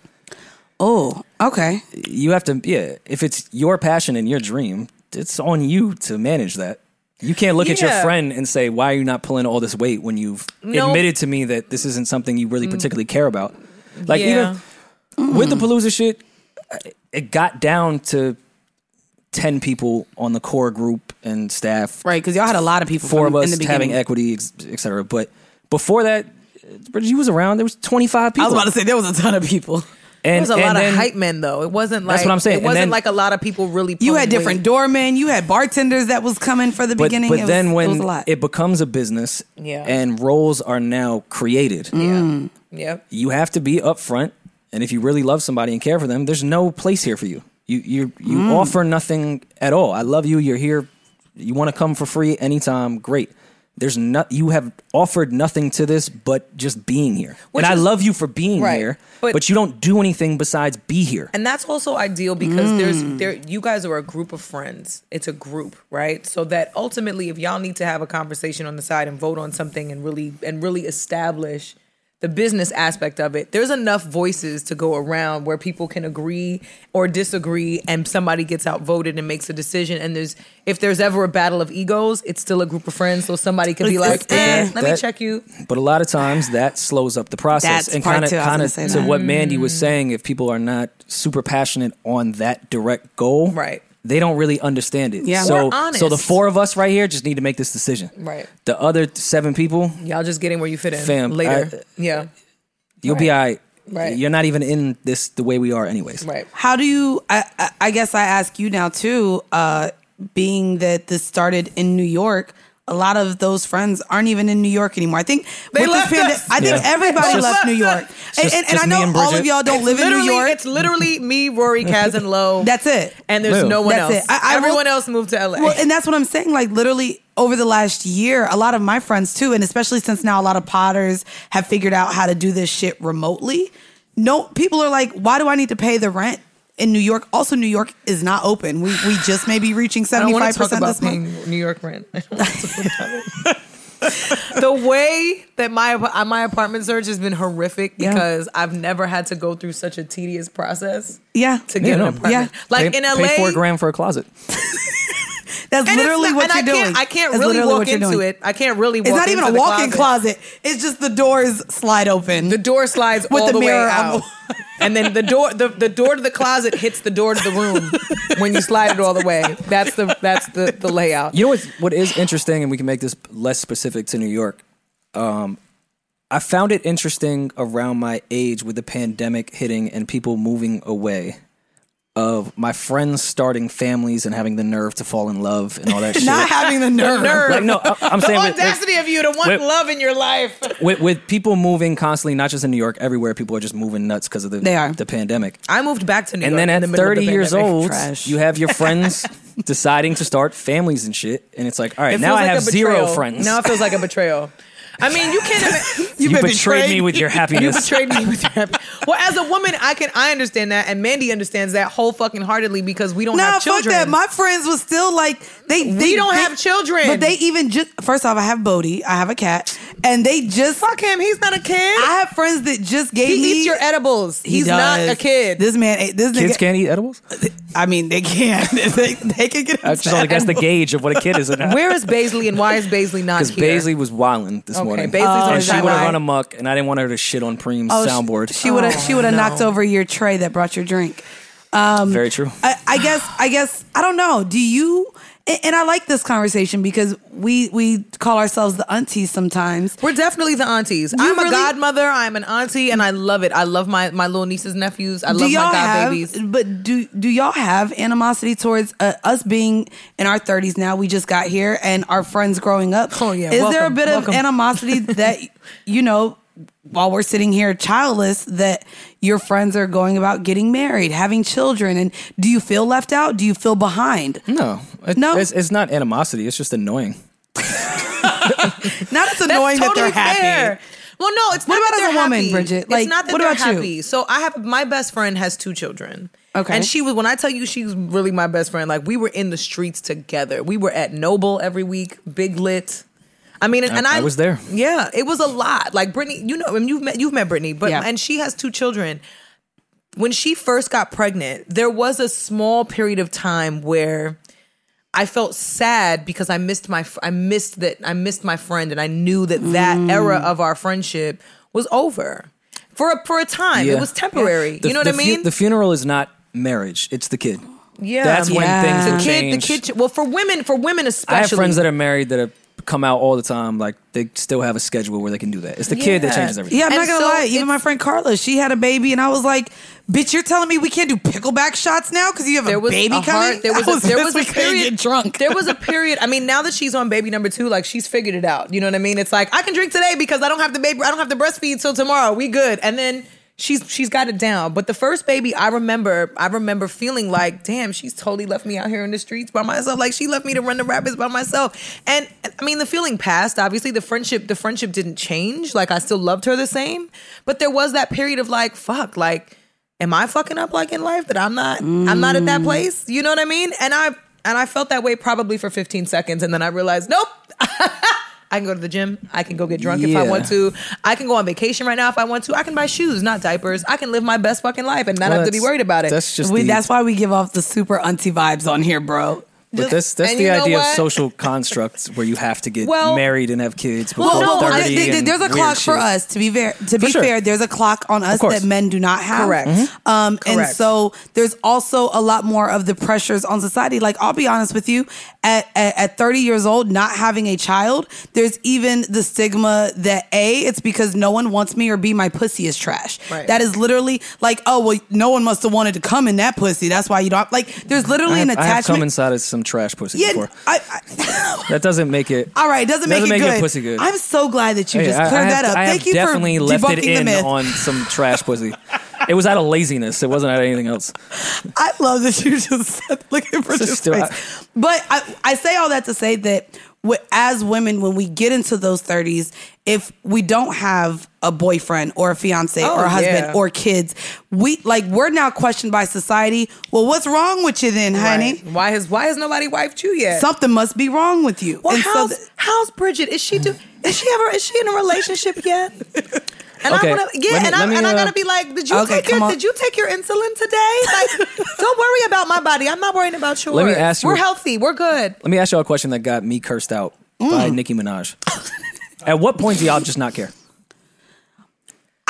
Oh, okay.
You have to, yeah, if it's your passion and your dream, it's on you to manage that. You can't look at your
Yeah.
friend and say, why are you not pulling all this weight when you've
No.
admitted to me that this isn't something you
Mm.
really particularly care about? Like,
Yeah.
even with the Palooza shit, it got down to 10 people on the core group and staff
Right, because y'all had a lot of people.
four
from,
of us
in the
having
beginning.
equity, ex- et cetera. But before that, Bridget, you was around. There was twenty five people.
I was about to say there was a ton of people.
and,
it was a
and
lot
then-
of hype men, though. It wasn't like
That's what I'm saying.
It
And
wasn't
then-
like a lot of people really.
You had
pulling
different
weight.
doormen. You had bartenders that was coming for the
But,
beginning.
but
it was,
then
it, was
when
a
it,
lot.
becomes a business,
Yeah.
and roles are now created,
Yep.
you have to be upfront. And if you really love somebody and care for them, there's no place here for you. You you you
Mm.
offer nothing at all. I love you. You're here. You want to come for free anytime. Great. There's not you have offered nothing to this but just being here. and I love you for being
Right.
here,
But-
but you don't do anything besides be here.
and that's also ideal because there's
Mm.
there you guys are a group of friends it's a group right so that ultimately if y'all need to have a conversation on the side and vote on something and really and really establish the business aspect of it there's enough voices to go around where people can agree or disagree and somebody gets outvoted and makes a decision and there's if there's ever a battle of egos it's still a group of friends so somebody could be
It's-
like
it's-
eh,
that-
let me
that-
check you
But a lot of times that slows up the process
That's
and
part
kind of
two, I was
kind
gonna
of
say
to
that.
what Mandy was saying. If people are not super passionate on that direct goal,
Right.
They don't really understand it.
Yeah.
So
We're honest.
so the four of us right here just need to make this decision.
Right.
The other seven people,
y'all just getting where you fit in
Fam,
later
I-
yeah
you'll be all right.
Right.
You're not even in this the way we are, anyways.
right
How do you? I, I, I guess I ask you now too. Uh, being that this started in New York, a lot of those friends aren't even in New York anymore. I think they
left
pande-
us.
I think
Yeah.
everybody
It's
left
just-
New York, and,
just-
and, and
just
I
me
know
and
all of
Bridget.
y'all don't live in New
Literally,
York.
It's literally me, Rory, Kaz, and Lowe.
That's it.
And there's
Lou.
no one
That's
else.
it. I- I will-
Everyone else moved to LA.
Well, and that's what I'm saying. Like literally over the last year, a lot of my friends too, and especially since now a lot of potters have figured out how to do this shit remotely. No, people are like, why do I need to pay the rent in New York? Also, New York is not open. We we just may be reaching
I don't
seventy
want
five
to talk
percent
about
this month.
paying New York rent. I don't want to talk about it. the way that my ap- my apartment search has been horrific
Yeah.
because I've never had to go through such a tedious process
Yeah,
to get
Yeah,
an
no.
apartment.
Yeah.
Like
pay,
in LA,
pay four grand for a closet.
that's
and it's
literally
not-
what you're
and I
doing.
can't, I can't
That's
really
literally
walk
what you're
into
doing.
it. I can't really.
It's
walk
not even
into
a
the
walk-in closet. It's just the doors slide open.
The door slides
With
all
the
the, way
mirror on
out, and then the door the, the door to the closet hits the door to the room when you slide it all the way. That's the that's the the layout.
You know what? What is interesting, and we can make this less specific to New York. Um, I found it interesting around my age with the pandemic hitting and people moving away. Of my friends starting families and having the nerve to fall in love and all that shit.
not having the nerve.
Nerve.
like, no, I- I'm
the
saying with-
audacity of you to want
with-
love in your life.
with, with people moving constantly, not just in New York, everywhere, people are just moving nuts because of the
They are.
the pandemic.
I moved back to New
and
York.
then
in
at
the middle of
30
the
years
pandemic.
old,
Trash.
you have your friends deciding to start families and shit, and it's like, all right,
It
now
feels
I
like
have
a
zero
betrayal.
friends.
Now it feels like a betrayal. I mean, you can't. Ima-
you
been
betrayed,
betrayed.
me with your
You
happiness.
betrayed me with your happy. Well, as a woman, I can I understand that, and Mandy understands that whole fucking heartedly because we don't
No,
have children.
fuck that. My friends was still like they. We they,
don't
they-
have children.
but they even just first off, I have Bodie, I have a cat, and they just
fuck him. He's not a kid.
I have friends that just gave
he
me.
eats your edibles.
He
He's not
does.
a kid.
This man, ate- this
Kids
nigga,
can't eat edibles.
I mean, they can. they, they can get.
I just want to guess the gauge of what a kid is.
Where is Baisley, and why is Baisley not
Because
here?
Baisley was wilding this
Okay,
morning,
Baisley's on
and
his
she
own
would have
eye.
run amok, and I didn't want her to shit on Preem's
Oh, she-
soundboard.
She would have. she would have
no.
knocked over your tray that brought your drink. Um,
Very true.
I, I guess. I guess. I don't know. Do you? And and I like this conversation because we we call ourselves the aunties sometimes.
We're definitely the aunties. I'm
really-
a godmother. I'm an auntie, and I love it. I love my my little nieces, nephews. I love my
have,
godbabies.
But do do y'all have animosity towards uh, us being in our thirties now? We just got here and our friends growing up.
Oh, yeah.
Is there a
Welcome.
bit
Welcome.
of animosity that you know while we're sitting here childless that your friends are going about getting married, having children, and do you feel left out? Do you feel behind?
No, it,
No.
It's, it's not animosity. It's just annoying.
Not it's annoying that they're happy.
fair. Well, no, it's
What about
not that
as a
they're
woman,
happy.
Bridget?
It's
Like,
not that
what
they're
about you?
happy. So I have my best friend has two children.
Okay.
And she was when I tell you she's really my best friend. Like we were in the streets together. We were at Noble every week, big lit. I mean, and, and
I was there.
Yeah, it was a lot. Like Brittany, you know, I mean, you've met you've met Brittany, but
Yeah.
and she has two children. When she first got pregnant, there was a small period of time where I felt sad because I missed my I missed that I missed my friend and I knew that that
Mm.
era of our friendship was over for a, for a time. It
Yeah.
was temporary.
The-
you know
the
what I
fu-
mean?
the funeral is not marriage. It's the kid.
yeah,
That's when
Yeah.
things
The
will
the kid.
change.
The kid. Well, for women, for women especially.
I have friends that are married that have come out all the time. Like they still have a schedule where they can do that. It's the kid that
Yeah.
changes everything.
Yeah, I'm
And
not gonna
so
lie. Even
it's-
my friend Carla, she had a baby, and I was like, "Bitch, you're telling me we can't do pickleback shots now because you have
there
a
was
baby
a
coming?
hard- there was,
I
a, there
pissed
was a
we couldn't
period.
Get drunk.
there was a period. I mean, now that she's on baby number two, like she's figured it out. You know what I mean? It's like I can drink today because I don't have to baby. I don't have to breastfeed till tomorrow. We good. And then she's she's got it down. But the first baby, I remember. I remember feeling like, damn, she's totally left me out here in the streets by myself. Like she left me to run the rapids by myself. And I mean, the feeling passed. Obviously, the friendship the friendship didn't change. Like I still loved her the same. But there was that period of like, fuck, like am I fucking up like in life that I'm not I'm not at
Mm.
that place? You know what I mean? And I and I felt that way probably for 15 seconds and then I realized, nope. I can go to the gym. I can go get drunk if I
Yeah.
want to. I can go on vacation right now if I want to. I can buy shoes, not diapers. I can live my best fucking life and not
Well,
have to be
that's-
worried about it.
That's just
We,
the,
that's why we give off the super auntie vibes on here, bro.
But that's that's
and
the
you know
idea of
what?
social constructs where you have to get
Well-
married and have kids before
Well, no, I-
30
th- th-
and
there's a
weird
clock for
shit.
us. To be fair, to be
sure.
fair, there's a clock on us
course. Mm-hmm.
that men do not have.
Correct. Mhm.
Um, And
Correct.
so there's also a lot more of the pressures on society. Like I'll be honest with you, at, at at 30 years old, not having a child, there's even the stigma that a it's because no one wants me or b my pussy is trash.
Right.
That is literally like oh well, no one must have wanted to come in that pussy. That's why you don't like. There's literally
I have,
an
I have
attachment.
come inside of some trash pussy
yeah,
before.
I, I,
That doesn't make it.
All right, doesn't,
Doesn't
make, it
make
good.
it pussy good.
I'm so glad that you
Hey,
just
I- I
cleared
have-
that up.
I have
Thank you for
definitely left
debunking
it in
the myth.
on some trash pussy. It was out of laziness. It wasn't out of anything else.
I love that you just said looking for
It's
this
just still-
face. But I, I say all that to say that w- as women, when we get into those 30s, if we don't have a boyfriend or a fiance
Oh,
or a husband
yeah.
or kids, we like we're now questioned by society. Well, what's wrong with you then, honey?
Right. Why has why has nobody wifed you yet?
Something must be wrong with you.
well,
And so
how's,
th-
how's Bridget? Is she do? Is she ever? Is she in a relationship yet? And
Okay,
I want to, yeah,
let me-
and, I,
let me,
and I
uh,
gotta be like, did you
Okay,
take your,
come on.
did you take your insulin today? Like, don't worry about my body. I'm not worrying about yours.
Let me ask you
We're
a-
healthy. We're good.
Let me ask y'all a question that got me cursed out
Mm.
by Nicki Minaj. At what point do y'all just not care?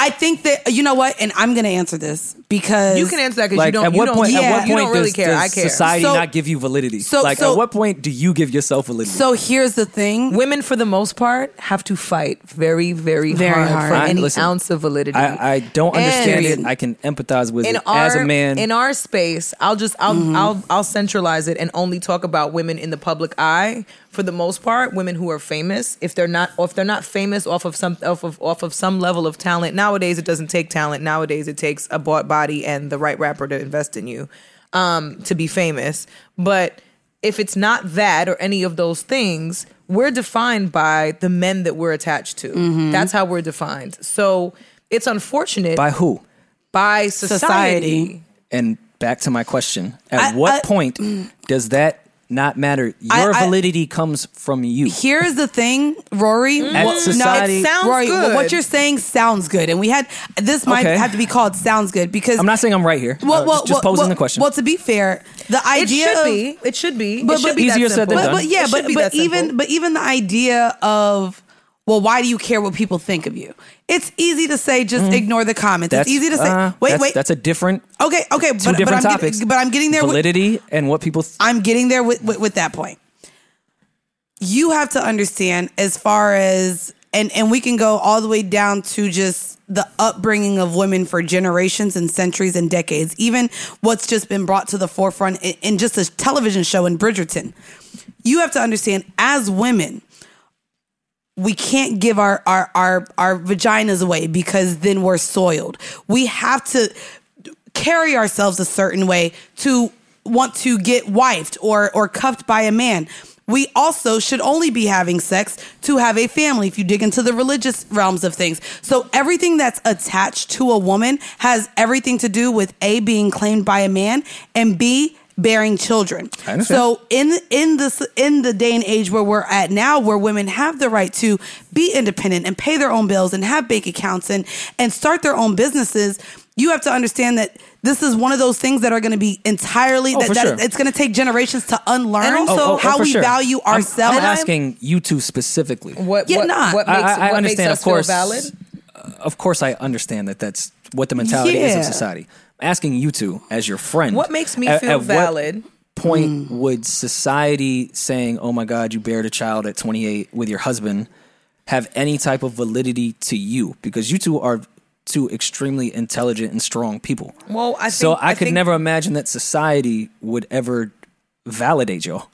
I think that you know what, and I'm gonna answer this because
You can answer that because you
Like
don't.
at
you
what
don't,
point?
yeah.
At what point
you don't really
does,
care?
does
I care.
society
So-
not give you validity?
so-
like
so-
at what point do you give yourself validity?
So here's the thing.
Women, for the most part, have to fight very, very,
Very
hard,
hard.
for
I-
any
listen,
ounce of validity.
I, I don't understand
And-
it. I can empathize with
in
it
our
as a man. Mm-hmm.
in our space i'll just I'll, I'll i'll centralize it and only talk about women in the public eye for the most part women who are famous if they're not or if they're not famous off of some off of off of some level of talent nowadays it doesn't take talent nowadays it takes a bought body and the right rapper to invest in you um to be famous but if it's not that or any of those things we're defined by the men that we're attached to that's how we're defined so it's unfortunate
Mm-hmm. by who?
by
Society.
society.
And back to my question: At
I-
what
I-
point does that not matter? Your
I-
validity comes from you.
Here's the thing, Rory.
At
what-
society-
It sounds
Rory,
good.
what you're saying sounds good, and we had this might
Okay.
have to be called sounds good because
I'm not saying I'm right here. Uh,
Well, well,
just, just
well,
posing
well,
the question.
Well, to be fair, the
It
idea
should
of-
be. It should be.
But-
it should
but-
be that
Easier said than
simple.
done.
but, but yeah,
It should
but,
be
but
that simple.
even but even the idea of well, why do you care what people think of you? It's easy to say just ignore the comments.
Mm. that's
it's easy to say
uh,
wait,
that's,
wait.
That's a different
okay, okay,
two
but, but I'm
different topics.
Getting, but I'm getting there with,
validity and what people. Th-
I'm getting there with, with, with that point. You have to understand as far as and and we can go all the way down to just the upbringing of women for generations and centuries and decades. Even what's just been brought to the forefront in, in just a television show in Bridgerton. You have to understand as women we can't give our, our our our vaginas away because then we're soiled. We have to carry ourselves a certain way to want to get wifed or or cuffed by a man. We also should only be having sex to have a family if you dig into the religious realms of things. So everything that's attached to a woman has everything to do with A being claimed by a man and B bearing children.
I understand.
So in in this in the day and age where we're at now where women have the right to be independent and pay their own bills and have bank accounts and and start their own businesses you have to understand that this is one of those things that are going to be entirely
Oh,
that,
for
that
sure.
it's going to take generations to unlearn
And also-
Oh, oh, oh,
how
for
we
sure.
value
I'm-
ourselves
I'm, asking you two specifically.
What?
Yeah,
what,
nah.
what
I-
makes,
I, I
what
understand,
makes us
of course.
feel valid?
Of course, I understand that that's what the mentality is
Yeah.
of society. I'm asking you two, as your friend,
What makes me
at-
feel
at what
valid?
point would society saying, "Oh my God, you bared a child at 28 with your husband," have any type of validity to you? Because you two are two extremely intelligent and strong people.
Well, I
so
think-
I,
I
could
think-
never imagine that society would ever validate y'all.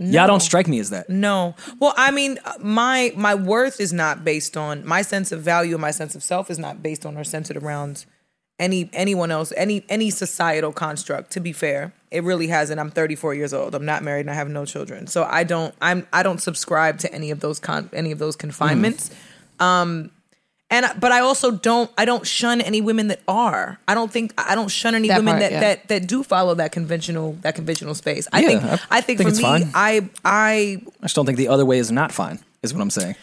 Y'all don't strike me as that.
No. Well, I mean, uh, my my worth is not based on my sense of value and my sense of self is not based on or centered around any anyone else, any any societal construct, to be fair. It really hasn't. I'm 34 years old. I'm not married and I have no children. So I don't I'm I don't subscribe to any of those con any of those confinements. Um and I- but I also don't I don't shun any women that are. I don't think I don't shun any
That
women
part,
that,
yeah.
that that do follow that conventional that conventional space. I
Yeah,
think
I
I, think,
think
for
it's
me
fine.
I I
I just don't think the other way is not fine, is what I'm saying.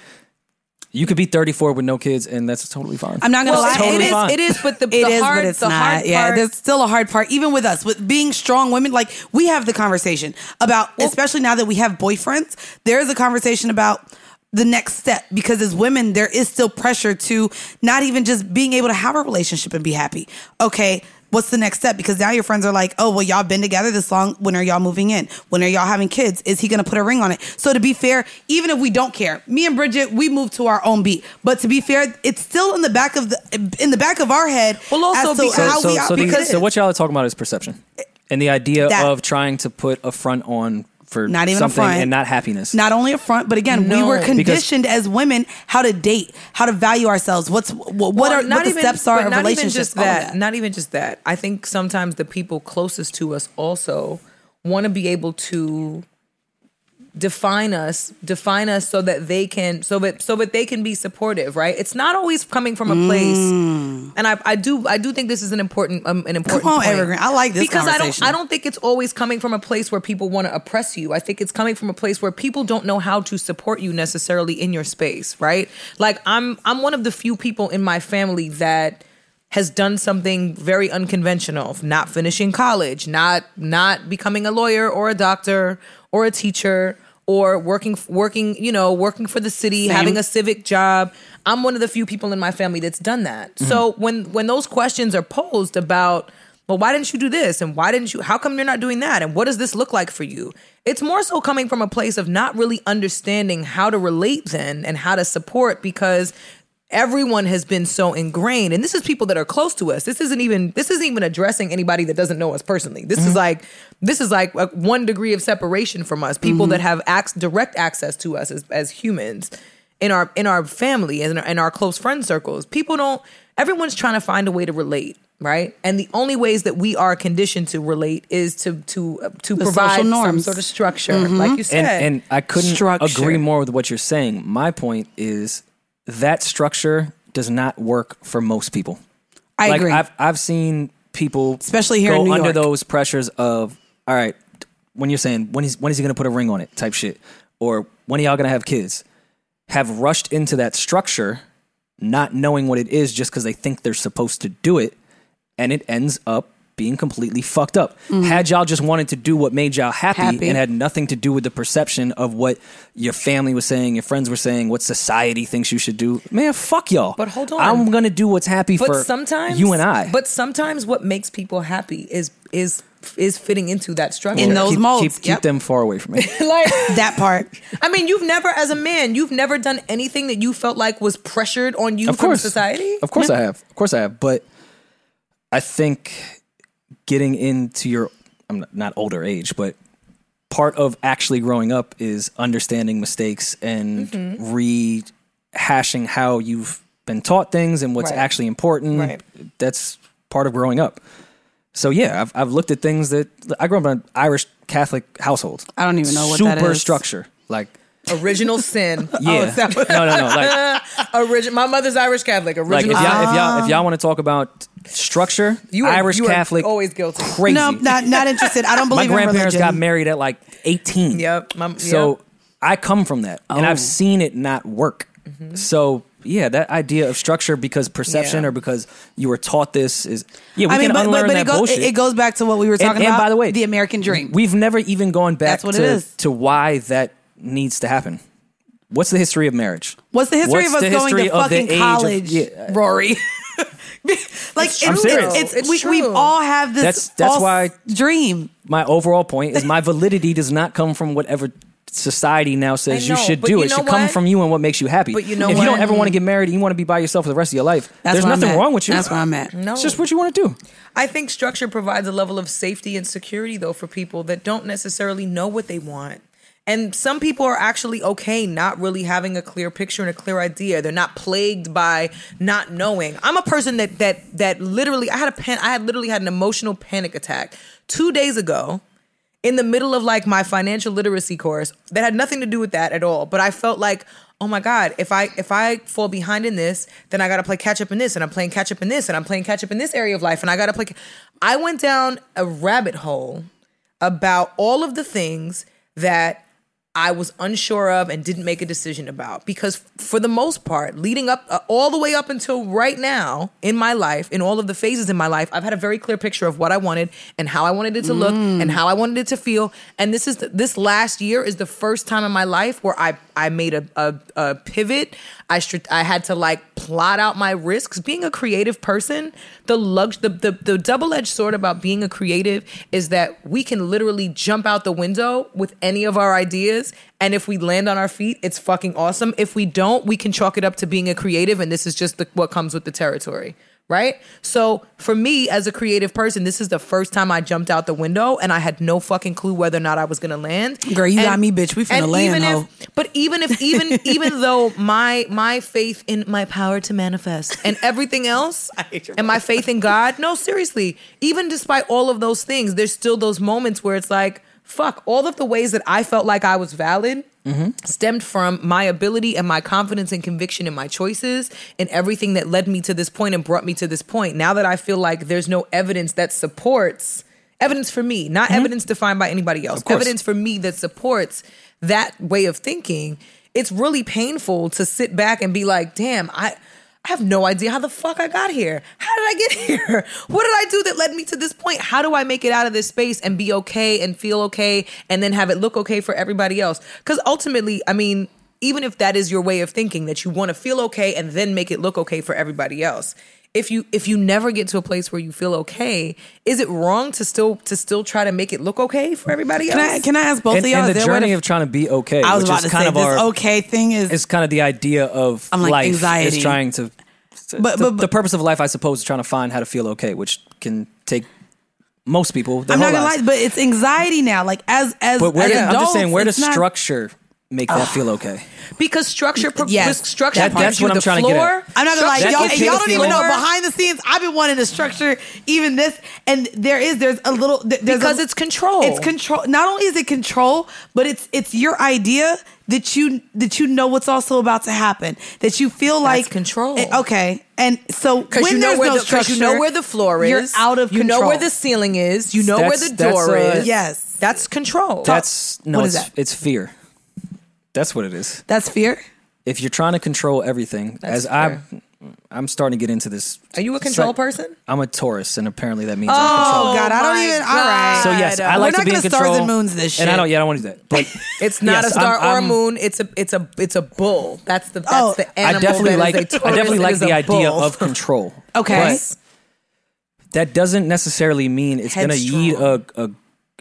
You could be 34 with no kids, and that's totally fine.
i'm not going to
Well,
lie
it-
totally
it is.
fine.
It is. But the,
It
the
is,
hard,
but it's
the
not.
Hard
yeah,
part,
there's still a hard part, even with us, with being strong women. Like we have the conversation about, especially now that we have boyfriends, there is a conversation about the next step because as women, there is still pressure to not even just being able to have a relationship and be happy. Okay. What's the next step? Because now your friends are like, oh, well, y'all been together this long. When are y'all moving in? When are y'all having kids? Is he going to put a ring on it? So, to be fair, even if we don't care, me and Bridget, we move to our own beat. But to be fair, it's still in the back of the in the back of our head
Well, also
as to
because-
how
so,
we
so, so, the-
because
so what y'all are talking about is perception and the idea
That-
of trying to put a front on for
Not even a
something
front.
and not happiness.
not only a front, but again, we
No.
were
Because-
conditioned as women how to date, how to value ourselves. What's what, what
Well,
are what the steps
but
are of
not even
relationships?
Just
all of
that,
that.
not even just that. I think sometimes the people closest to us also want to be able to define us, define us, so that they can, so that so that they can be supportive. Right? It's not always coming from a place. Mm-hmm. And I, I do, I do think this is an important, um, an important.
on,
point.
Evergreen. I like this
because I don't,
conversation.
I don't think it's always coming from a place where people want to oppress you. I think it's coming from a place where people don't know how to support you necessarily in your space, right? Like I'm I'm one of the few people in my family that has done something very unconventional, not finishing college, not not becoming a lawyer or a doctor or a teacher or working working, you know, working for the city, having a civic job. I'm one of the few people in my family that's done that. So when when those questions are posed about well, why didn't you do this? And why didn't you? How come you're not doing that? And what does this look like for you? It's more so coming from a place of not really understanding how to relate then and how to support because everyone has been so ingrained. And this is people that are close to us. This isn't even this isn't even addressing anybody that doesn't know us personally. This
Mm-hmm.
is like this is like uh, one degree of separation from us. People that
Mm-hmm.
have ac- direct access to us as, as humans in our in our family and in our, in our close friend circles. People don't. Everyone's trying to find a way to relate, right? And the only ways that we are conditioned to relate is to to uh, to provide
social
some
norms. Mm-hmm.
sort of structure, like you said.
and, and I couldn't
Structure.
agree more with what you're saying. My point is that structure does not work for most people.
I
like
agree.
I've I've seen people,
Especially here
go
in New
under
York.
those pressures of all right. When you're saying when is when is he going to put a ring on it type shit, or when are y'all going to have kids, have rushed into that structure, not knowing what it is, just because they think they're supposed to do it, and it ends up being completely fucked up. Had y'all just wanted to do what made y'all happy,
Mm-hmm. Happy.
and had nothing to do with the perception of what your family was saying, your friends were saying, what society thinks you should do, man, fuck y'all.
But hold on.
I'm gonna do what's happy
but
for
sometimes
you and I.
But sometimes what makes people happy is is is fitting into that structure.
In those
keep,
molds,
keep, keep
yep.
them far away from me.
like
that part.
I mean, you've never, as a man, you've never done anything that you felt like was pressured on you
of
from
course,
society.
Of course, I have. Of course, I have. But I think getting into your, I'm not- not older age, but part of actually growing up is understanding mistakes and
Mm-hmm.
rehashing how you've been taught things and what's
Right.
actually important.
Right.
That's part of growing up. So yeah, I've I've looked at things that I grew up in an Irish Catholic household.
I don't even know what
super
that is.
structure like.
Original sin.
Yeah.
Oh, is that-
no, no, no. Like,
Origi- my mother's Irish Catholic. Original.
like if y'all, if y'all, if y'all want to talk about structure,
You are-
Irish
you are
Catholic,
always guilty.
crazy.
No, not not interested. I don't
My
believe in
grandparents
religion.
got married at like 18.
Yep, my-
so
yep.
I come from that and
Oh.
I've seen it not work. So yeah, that idea of structure because perception
Mm-hmm. Yeah.
or because you were taught this is yeah, we
I mean,
can
but,
unlearn
but, but
that
it, goes,
bullshit.
it, it goes back to what we were
And-
talking
and
about.
by the way,
the American dream.
We've never even gone back
That's what
to,
it is.
to why that needs to happen. What's the history of marriage?
What's the history
What's
of us
the
going
history
to
of the
fucking
age of-
college,
yeah.
Rory? like it's, it's,
serious.
it's,
It's
we, we
true.
all have this
That's- that's
false
why-
dream.
my overall point is my validity does not come from whatever society now says
I know,
you should
but
do.
you
it
know
should come
what?
from you and what makes you happy.
But you know
if you don't
what?
ever want to get married and you want to be by yourself for the rest of your life,
That's
there's
where I'm
nothing
at.
wrong with you.
That's where I'm at.
No.
It's just what you want to do.
I think structure provides a level of safety and security, though, for people that don't necessarily know what they want. And some people are actually okay not really having a clear picture and a clear idea. They're not plagued by not knowing. I'm a person that that that literally I had a pan I had literally had an emotional panic attack two days ago in the middle of like my financial literacy course that had nothing to do with that at all but i felt like oh my god if i if i fall behind in this then i gotta play catch up in this and i'm playing catch up in this and i'm playing catch up in this area of life and i gotta play i went down a rabbit hole about all of the things that I was unsure of and didn't make a decision about because for the most part leading up uh, all the way up until right now in my life in all of the phases in my life I've had a very clear picture of what I wanted and how I wanted it to look and how I wanted it to feel and this is the, this last year is the first time in my life where I I made a a, a pivot I str- I had to like plot out my risks being a creative person the lug the the, the double edged sword about being a creative is that we can literally jump out the window with any of our ideas. And if we land on our feet, it's fucking awesome. If we don't, we can chalk it up to being a creative. And this is just the, what comes with the territory. Right. So for me, as a creative person, this is the first time I jumped out the window and I had no fucking clue whether or not I was going to land.
Girl, you
And-
got me, bitch. We finna
and
land,
even if-
hoe.
but even if even even though my my faith in my power to manifest and everything else and my faith in God, no, seriously, even despite all of those things, there's still those moments where it's like, fuck, all of the ways that I felt like I was valid stemmed from my ability and my confidence and conviction in my choices and everything that led me to this point and brought me to this point. Now that I feel like there's no evidence that supports evidence for me, not evidence defined by anybody else,
course.
evidence for me that supports that way of thinking, it's really painful to sit back and be like, damn, I. I have no idea how the fuck I got here. How did I get here? What did I do that led me to this point? How do I make it out of this space and be okay and feel okay and then have it look okay for everybody else? Because ultimately, I mean, even if that is your way of thinking that you want to feel okay and then make it look okay for everybody else if you if you never get to a place where you feel okay is it wrong to still to still try to make it look okay for everybody else
Can I can I ask both
and
of y'all?
and
is
the
there a way
journey
to-
of trying to be okay,
I was
which
about
is
to
kind
say
of
this
our
okay thing is
is kind of the idea of
I'm like,
life
anxiety.
is trying to
But-
but,
but-
the purpose of life, I suppose, is trying to find how to feel okay, which can take most people. Their
I'm
whole
not gonna
lives.
lie, but it's anxiety now. Like as as
but where
as
do- I'm just saying,
adults,
where
it's
does
not-
structure make that feel okay?
because structure pro-
Yes.
structure
That-
gives
that's
you
what
the
I'm trying to
floor
get at.
I'm not gonna lie,
That
y'all,
can
and
take
y'all
a
don't even
feeling.
know behind the scenes. I've been wanting to structure even this, and there is there's a little th- there's
Because
a-
it's control.
It's control. Not only is it control, but it's it's your idea that you that you know what's also about to happen. That you feel like
control.
Eh, Okay, and so
because
when
you know
there's
where
no
the 'cause
structure,
you know where the floor is.
You're out of
You
control.
know where the ceiling is. You know
That's-
where the
that's
door
a-
is.
Yes.
that's control.
That's no,
What
it's,
is that?
it's fear. That's what it is.
that's fear.
If you're trying to control everything, as I'm, I'm starting to get into this.
Are you a control
Sorry.
person?
I'm a Taurus, and apparently that means
Oh
I'm
God, I don't
my
even. All
God.
right.
So yes, I
We're
like
not
to be in
gonna
control.
stars and moons this shit.
And I don't, yeah, I don't want to do that. But
It's not
yes,
a star
I'm-
or a
I'm-
moon. It's a it's a it's a bull. That's the that's
Oh.
the
I
animal.
definitely like.
that is a
I
tortoise.
definitely
It
like
is a
the idea
bull.
of control.
Okay.
But that doesn't necessarily mean it's going to
Headstrong.
yield a, a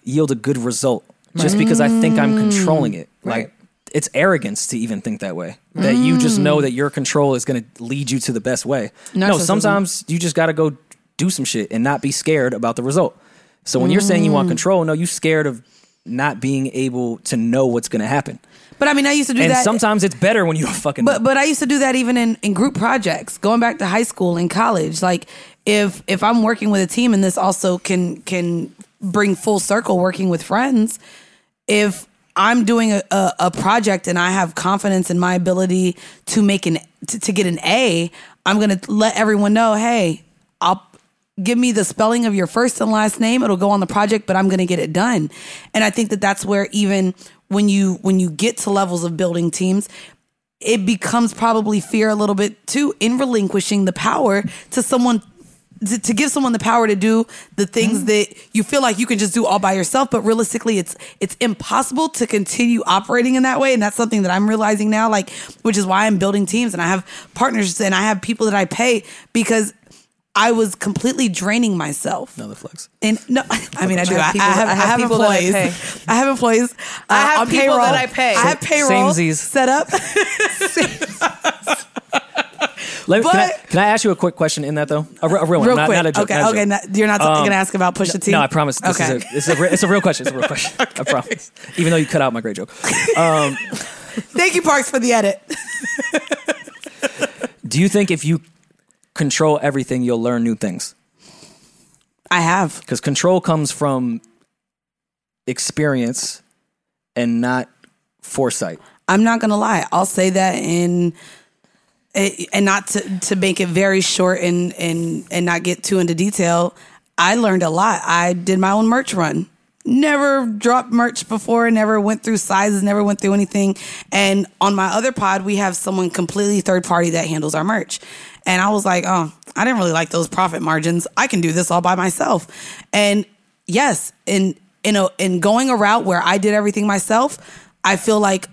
yield a good result just because I think I'm controlling it.
Mm. Right.
Like it's arrogance to even think that way. That you just
Mm.
know that your control is going to lead you to the best way. No,
Narcissism.
sometimes you just got to go
Mm.
do some shit and not be scared about the result. So when you're saying you want control, no, you scared of not being able to know what's going to happen.
But I mean, I used to do
And
that.
sometimes it's better when you don't fucking.
But but I used to do that even in, in group projects, going back to high school and college. Like if if I'm working with a team and this also can can bring full circle working with friends, if I'm doing a, a, a project and I have confidence in my ability to make an to, to get an A, I'm gonna let everyone know, hey, I'll give me the spelling of your first and last name it'll go on the project but i'm going to get it done and i think that that's where even when you when you get to levels of building teams it becomes probably fear a little bit too in relinquishing the power to someone to, to give someone the power to do the things that you feel like you can just do all by yourself but realistically it's it's impossible to continue operating in that way and that's something that i'm realizing now like which is why i'm building teams and i have partners and i have people that i pay because i was completely draining myself
Another flex.
and no i mean i do i,
have people-
I have, I have
people that I
employees
pay.
i have employees uh,
I have
on
people
payroll.
that I pay.
i have payroll
Samesies.
set up
Let, me- can, I,
But-
can I ask you a quick question in that though? A, re- a real one,
Real
not,
quick.
not a joke.
okay,
not a
okay.
joke.
no- you're not
Um,
going to ask about Pusha T.
No, I promise. This
okay.
is a, it's, a re- it's a real question. It's a real question. I promise. Even though you cut out my great joke. Um,
Thank you, Parks, for the edit.
do you think if you control everything, you'll learn new things?
I have.
Because control comes from experience and not foresight.
I'm not going to lie. I'll say that in. eh, And not to, to make it very short and, and, and not get too into detail, I learned a lot. I did my own merch run. Never dropped merch before, never went through sizes, never went through anything. And on my other pod, we have someone completely third party that handles our merch. And I was like, oh, I didn't really like those profit margins. I can do this all by myself. And yes, in in a in going a route where I did everything myself, I feel like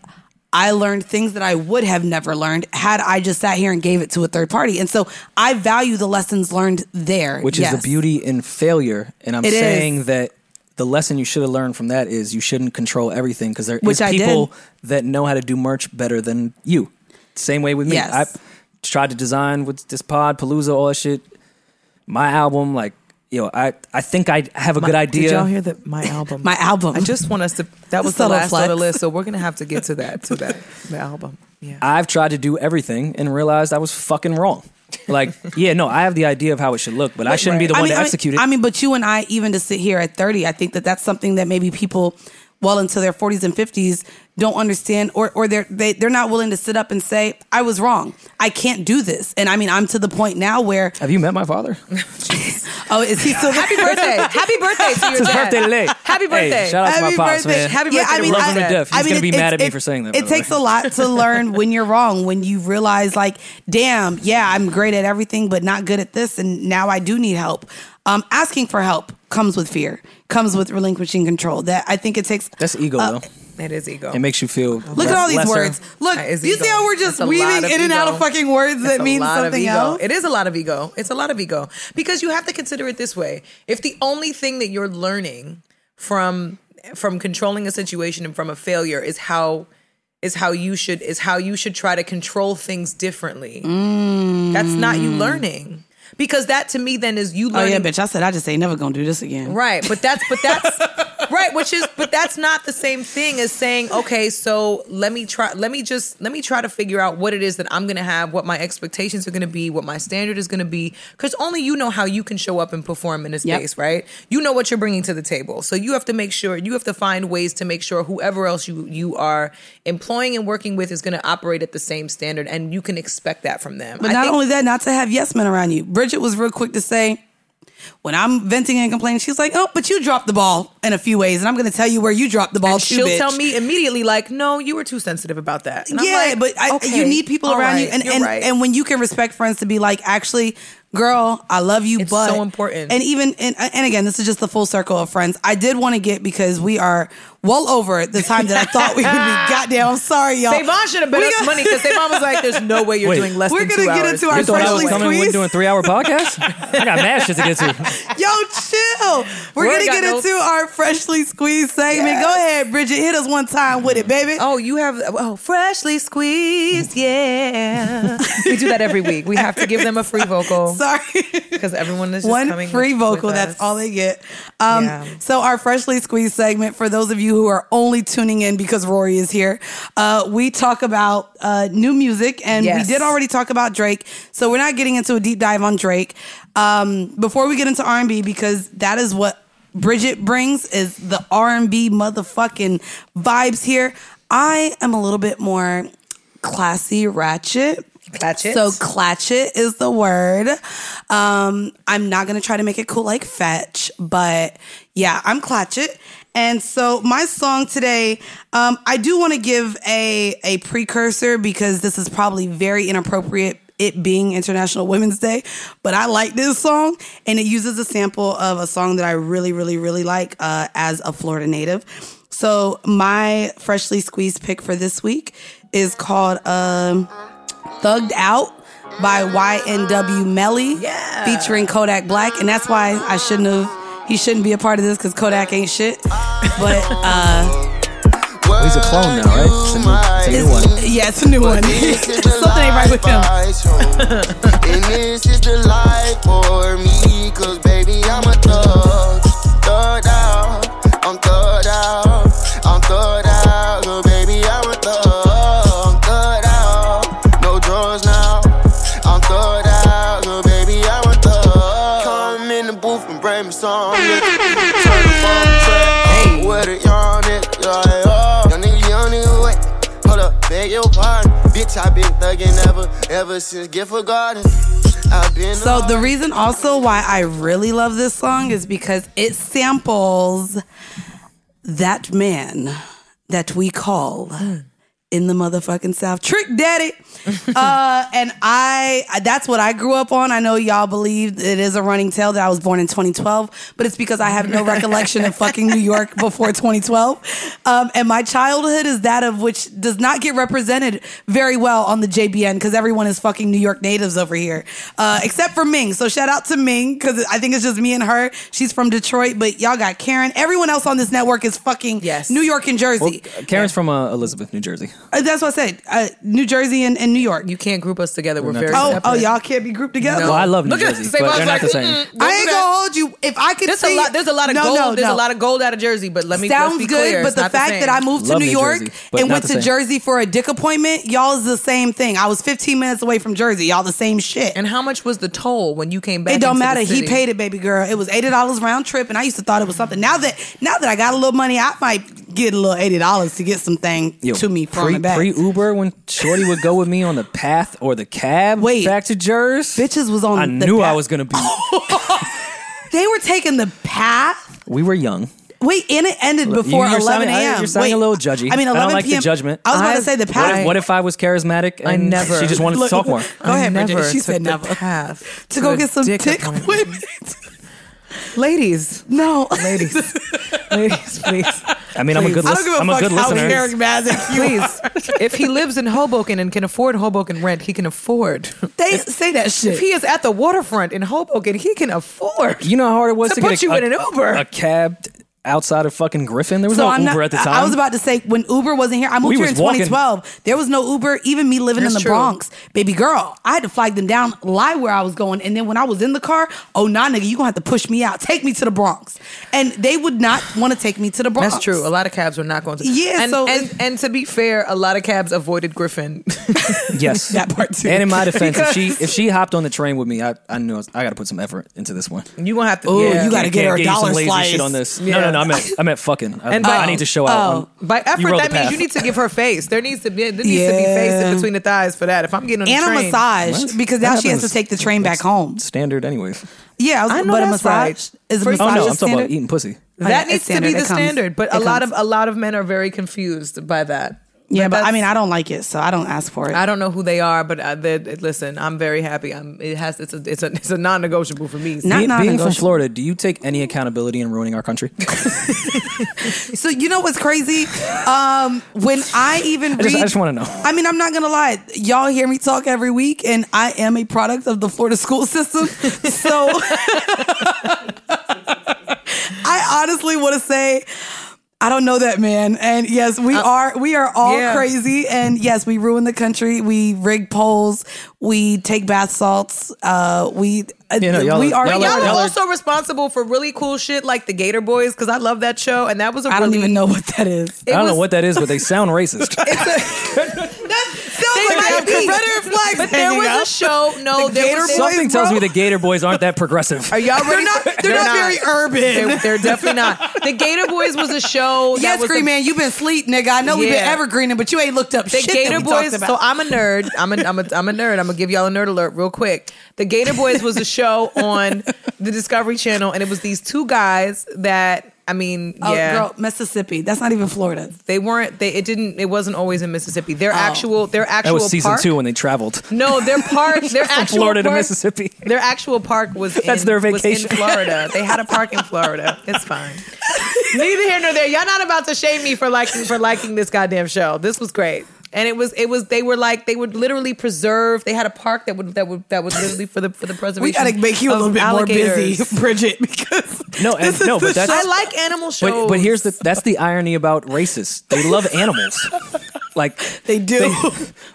I learned things that I would have never learned had I just sat here and gave it to a third party. And so I value the lessons learned there.
which is
yes.
the beauty in failure. And I'm
It
saying
is.
that the lesson you should have learned from that is you shouldn't control everything because there is
Which I did.
people that know how to do merch better than you. Same way with me.
Yes.
I tried to design with this pod, Palooza, all that shit. My album, like, yo, I, I think I have a good idea.
Did y'all hear that? My album.
My album.
I just want us to. That was the
Subtle
last on the
flex.
list, so we're gonna have to get to that. To that. The album. Yeah.
I've tried to do everything and realized I was fucking wrong. Like, yeah, no, I have the idea of how it should look, but I shouldn't be the one to execute it.
I mean, but you and I, even to sit here at 30, I think that that's something that maybe people well into their 40s and 50s don't understand or, or they're, they, they're not willing to sit up and say, I was wrong. I can't do this. And I mean, I'm to the point now where,
have you met my father?
oh, is he still
Happy birthday! Happy birthday to your
It's his
dad.
birthday today.
Happy birthday!
Hey, shout out to my
Happy
pops,
birthday.
man.
Happy
Yeah,
birthday
I
to
mean,
Love
I-
him to
death. He's
I mean,
gonna be
it's-
mad at me
it-
for saying that, by
It
the
takes
way.
a lot to learn when you're wrong, when you realize, like, damn, yeah, I'm great at everything, but not good at this, and now I do need help. Um, asking for help comes with fear, comes with relinquishing control. That I think it takes.
That's ego,
uh,
though.
It is ego.
It makes you feel.
Look at all these
lesser.
words. Look,
That is
you see
ego.
how we're just
That's a lot
weaving in
of
and out of
ego.
fucking words
It's
that
a
mean
lot of
something
ego.
else.
It is a lot of ego. It's a lot of ego because you have to consider it this way. If the only thing that you're learning from from controlling a situation and from a failure is how is how you should is how you should try to control things differently. That's not you learning. Because that to me then is you
Mm. Oh
learning
yeah, bitch! I said I just ain't never gonna do this again.
Right, but that's but that's right, which is but that's not the same thing as saying, okay, so let me try let me just let me try to figure out what it is that I'm going to have, what my expectations are going to be, what my standard is going to be cuz only you know how you can show up and perform in a
Yep.
space, right? You know what you're bringing to the table. So you have to make sure you have to find ways to make sure whoever else you you are employing and working with is going to operate at the same standard and you can expect that from them.
But
I
not
think-
only that, not to have yes men around you. Bridget was real quick to say, when I'm venting and complaining, she's like, "Oh, but you dropped the ball in a few ways, and I'm going to tell you where you dropped the ball."
and
too,
she'll
bitch."
tell me immediately, like, no, you were too sensitive about that. And I'm
yeah,
like,
but I,
okay,
you need people
all
around you,
right,
and
you're
and,
right.
and when you can respect friends to be like, actually, girl, I love you,
It's
but
so important.
And even and, and again, this is just the full circle of friends. I did want to get because we are well over the time that I thought we would be. Goddamn, I'm sorry, y'all.
Savon should have bet
We
us
got-
money because Savon was like, "There's no way you're
Wait.
doing less
We're
than
gonna
two
get
hours."
into our
You thought I was
freshly
coming and
squeezed.
doing a three hour podcast? I got mad shit to get to.
Yo, chill. know. We're
Word
gonna
got
get
no-
into our freshly squeezed segment. Go ahead, Bridget. Hit us one time with it, baby.
Oh, you have oh, freshly squeezed, yeah. we do that every week. We have to give them a free vocal
Sorry.
because everyone is just
one
coming
free
with-
vocal.
with
That's
us.
all they get. Um,
Yeah.
So our freshly squeezed segment for those of you who are only tuning in because Rory is here, uh, we talk about uh, new music, and
Yes.
we did already talk about Drake. So we're not getting into a deep dive on Drake um, before we get into R and B because that is what Bridget brings is the R and B motherfucking vibes here. I am a little bit more classy ratchet.
Clatchit.
So clatchet is the word. Um, I'm not gonna try to make it cool like fetch, but yeah, I'm clatchet. And so my song today, um, I do want to give a a precursor because this is probably very inappropriate. It being International Women's Day, but I like this song, and it uses a sample of a song that I really, really, really like uh, as a Florida native. So my freshly squeezed pick for this week is called. Um, Thugged Out by YNW Melly featuring Kodak Black. And that's why I shouldn't have, he shouldn't be a part of this because Kodak ain't shit. But uh,
Well, he's a clone now, right? It's a new, it's a new one.
yeah, it's a new one. Something ain't right with him.
and this is the life for me, cause baby, I'm a thug. Thug out, I'm thug out, I'm thug out, oh baby, I'm a thug. I'm thug out, no drugs now. I'm thug out, oh baby, I'm a thug. Come in the booth and bring me some. Yeah. Turn the phone track up with a young nigga, like, oh. Young nigga, young nigga, wait. Hold up, beg your pardon. Bitch, i been thuggin' ever, ever since Get Forgotten. I've been
So the reason also why I really love this song is because it samples that man that we call in the motherfucking South, Trick Daddy. uh, and I, that's what I grew up on. I know y'all believe it is a running tale that I was born in 2012, but it's because I have no recollection of fucking New York before 2012. Um, and my childhood is that of which does not get represented very well on the JBN because everyone is fucking New York natives over here, uh, except for Ming. So shout out to Ming because I think it's just me and her. She's from Detroit, but y'all got Karen. Everyone else on this network is fucking
Yes.
New York and Jersey.
Well, Karen's from uh, Elizabeth, New Jersey.
Uh, That's what I said. Uh, New Jersey and, and New York.
you can't group us together. We're
not
very
oh,
separate.
oh, y'all can't be grouped together.
Well, I love New
Look at
Jersey,
Savon's
but they're not
like,
the same.
mm-mm,
I ain't gonna hold you. If I could
There's
see,
a lot. There's a lot of
no,
gold.
No,
there's
no.
a lot of gold out of Jersey, but let me let's
Sounds
be
good,
clear,
but
it's
the
not
fact
same.
that I moved
Love
to New
New
York
Jersey, but
and
not
went
the
to
same.
Jersey for a dick appointment, y'all is the same thing. I was 15 minutes away from Jersey. Y'all the same shit.
and how much was the toll when you came back?
it don't
into the
matter. He
city?
paid it, baby girl. It was eighty dollars round trip, and I used to thought it was something. Now that now that I got a little money, I might get a little eighty dollars to get something
Yo,
to me from
pre,
the back.
Pre Uber, when Shorty would go with me on the path or the cab
Wait.
back to Jersey,
Bitches was on
I
the
knew I
path.
was gonna be.
They were taking the path.
we were young.
Wait, and it ended before
you're
11
sounding- I-
a.m.
You're sounding
Wait,
a little judgy.
I mean, 11
I don't like
p.m.
the judgment.
I was about to
I've-
say the
What
pattern.
if, what if I was charismatic and
I never-
she just wanted to talk more?
Go ahead,
I
Bridget.
never
She said
took the
never.
path
to go
a
get some
dick
dick
appointment.
appointment.
ladies,
no.
ladies, ladies, please.
I mean, I'm a good.
I
Lis-
don't give a
I'm a
fuck
good
how
listener.
Eric Mazik you
Please, if he lives in Hoboken and can afford Hoboken rent, he can afford.
They say that
If
shit.
he is at the waterfront in Hoboken, he can afford.
You know how hard it was
To
to,
put
get a,
you
a-
in an Uber.
a cab t- outside of fucking Griffin. There was
So
no
I'm
Uber
not,
at the time.
I was about to say when Uber wasn't here. I moved
We
here
was
in
walking.
2012. There was no Uber. Even me living in
That's
the
true.
Bronx, baby girl, I had to flag them down, lie where I was going, and then when I was in the car, oh nah, nigga, you gonna have to push me out, take me to the Bronx, and they would not want to take me to the Bronx.
That's true. A lot of cabs were not going to.
Yeah,
and,
so-
and and to be fair, a lot of cabs avoided Griffin.
yes,
That part too.
And in my defense, if she if she hopped on the train with me, I, I knew I, was, I got to put some effort into this one.
you gonna have to.
Ooh,
yeah.
Oh, you gotta
I
get
can't
her a
you some
dollar
lazy
slice.
shit on this.
Yeah.
No, no, no. I meant I meant fucking. I,
And by-
I need to show out. on-
oh,
By effort,
you rode the
that means you
path.
need to give her face. There needs to be there needs to be
Yeah.
face in between the thighs for that. If I'm getting on
and
the
a
train,
massage
What?
because
That
now she has to
happens.
take the train back home.
standard, anyways.
Yeah, I was,
I know
but a
that's
massage
right.
is a massage
Oh
First-
no, I'm
a
talking
standard?
about eating pussy.
yeah,
that
it's
needs to
standard.
be
It
the
comes.
standard. But
It
a lot of
comes.
a lot of men are very confused by that.
Yeah, but I
that's-
mean, I don't like it, so I don't ask for it.
I don't know who they are, but I, they, listen, I'm very happy. I'm it has it's a it's a it's a non-negotiable for me.
Not
Be- being from
non-negotiable.
Florida, do you take any accountability in ruining our country?
So you know what's crazy? Um, when I even
I
read,
just- I just wanna know.
I mean, I'm not gonna lie. Y'all hear me talk every week, and I am a product of the Florida school system. So want to say, I don't know that man. And yes, we are we are all
Uh, yeah.
crazy. And yes, we ruin the country. We rig polls. We take bath salts. Uh, we
You know, y'all
we
are-
are.
y'all
Y'all
are-
are also responsible for really cool shit like the Gator Boys because I love that show and that was a
I don't
really-
even know what that is.
I don't know
was-
what that is, but they sound racist.
They might be. But there was a show. No,
The
there
Gator
was there-
Something tells me the Gator Boys aren't that progressive.
Are y'all ready?
not- they're not very urban.
They're, they're definitely not. The Gator Boys was a show. that
Yes,
was
Green
a-
Man, you've been sleep, nigga. I know we've been
Yeah.
evergreening, but you ain't looked up
The
shit
Gator
that we talked
Boys.
about.
So I'm a nerd. I'm a, I'm a I'm a nerd. I'm gonna give y'all a nerd alert real quick. The Gator Boys was a show on the Discovery Channel, and it was these two guys that I mean,
oh,
yeah,
girl, Mississippi. That's not even Florida.
they weren't. They it didn't. It wasn't always in Mississippi.
Oh.
Their actual their
that
actual
was season
park-
two when they traveled
No, their park. Their
from
actual
Florida to
park-
Mississippi.
Their actual park was
That's
in,
their
was in
vacation.
Florida. They had a park in Florida. It's fine. Neither here nor there. Y'all not about to shame me for liking for liking this goddamn show. This was great. And it was it was they were like they would literally preserve. They had a park that would that would that was literally for the for the preservation.
We gotta make you a
of
little bit more
alligators.
busy, Bridget, because
No, and-
this is
no,
the
but that's-
I like animal shows.
But, but here's the that's the irony about racists. They love animals. Like
They do.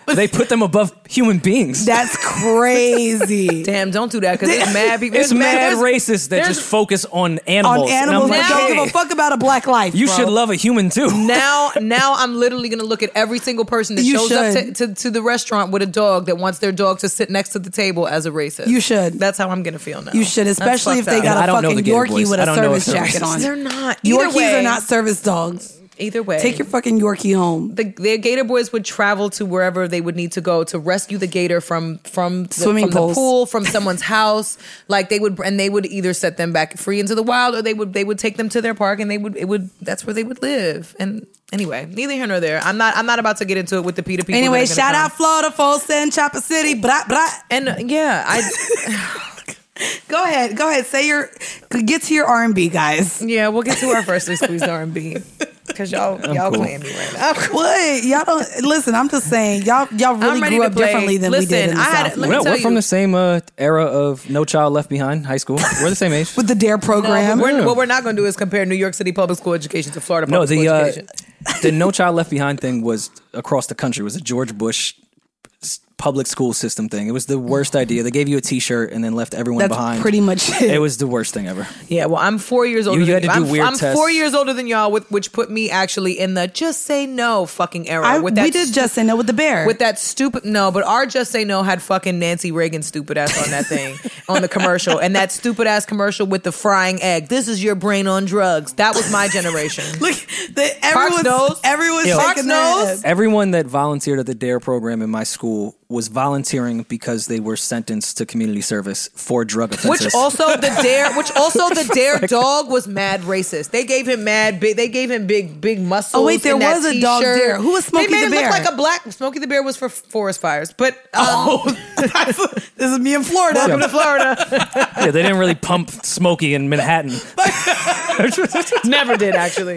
They, they put them above human beings.
That's crazy.
damn. Don't do that because it's mad people.
it's
there's
mad
there's-
racists that
there's-
just focus on
on
animals. And I'm
animals
like,
that don't
hey,
give a fuck about a black life.
You
bro.
should love a human too.
now now I'm literally gonna look at every single person that
You
shows up to,
should.
to, to the restaurant with a dog that wants their dog to sit next to the table as a racist.
You should.
That's how I'm gonna feel now.
You should,
That's
especially if
fucked
they
up.
And I
got a
don't know the
fucking
Gator
Yorkie
Boys.
with
I
a
don't know
service
if they're
jacket
racist.
on.
They're not. Either
Yorkies
way-
are not service dogs.
either way.
Take your fucking Yorkie home.
the, the Gator Boys would travel to wherever they would need to go to rescue the gator from from the,
Swimming
from the
pools.
pool, from someone's house. Like they would, and they would either set them back free into the wild, or they would they would take them to their park, and they would it would that's where they would live. And anyway, neither here nor there. I'm not I'm not about to get into it with the PETA people. that
Anyway,
are gonna
shout
come.
out Florida, Folsom, Chopper City, blah blah.
And uh, yeah, I
Go ahead, go ahead. Say your get to your R and B guys.
yeah, we'll get to our firstly squeezed R and B because y'all y'all playing me right now.
What y'all don't listen? I'm just saying y'all y'all really
I'm ready
grew
to
up
play.
differently than we did
Listen,
in the
I had-
South.
let me
Well,
tell
we're from
you.
the same uh, era of No Child Left Behind high school. We're the same age.
with the Dare program.
No, we're- what we're not going to do is compare New York City public school education to Florida
no,
public
the
school
uh,
education.
the No Child Left Behind thing was across the country. It was a George Bush s- public school system thing. It was the worst idea. They gave you a T-shirt and then left everyone
That's
behind.
pretty much it.
It was the worst thing ever.
Yeah, well, I'm four years older.
you had
than
to do
I'm,
weird
I'm four
tests.
years older than y'all, with which put me actually in the just say no fucking era.
I,
with that
we did
stu-
just say no with the bear.
with that stupid no, but our just say no had fucking Nancy Reagan stupid ass on that thing on the commercial, and that stupid ass commercial with the frying egg. This is your brain on drugs. That was my generation.
Look, the, everyone's
knows.
everyone's
Ew.
Fox
shaking their
knows.
heads.
Everyone that volunteered at the DARE program in my school was volunteering because they were sentenced to community service for drug offenses.
Which also the dare, which also the dare dog was mad racist. They gave him mad big. They gave him big big muscles.
Oh, wait, there
and that
was a dog
t-shirt.
dare. Who was Smokey
They made
the
him
Bear?
look like a black Smokey the Bear was for forest fires, but um,
this is me in Florida.
welcome to Florida.
yeah, they didn't really pump Smokey in Manhattan.
Never did actually.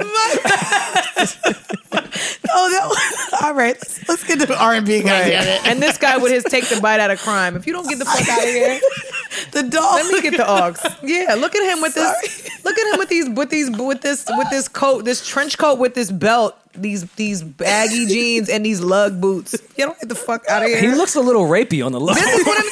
Oh, that was, all right. Let's, let's get to the R and B guy.
And this guy would his take the bite out of crime. If you don't get the fuck out of here,
The dog.
let me get the ox. Yeah, look at him with
Sorry.
this. Look at him with these with these with this with this coat, this trench coat with this belt, these these baggy jeans and these lug boots. You don't get the fuck out of here.
he looks a little rapey on the low.
This is what I'm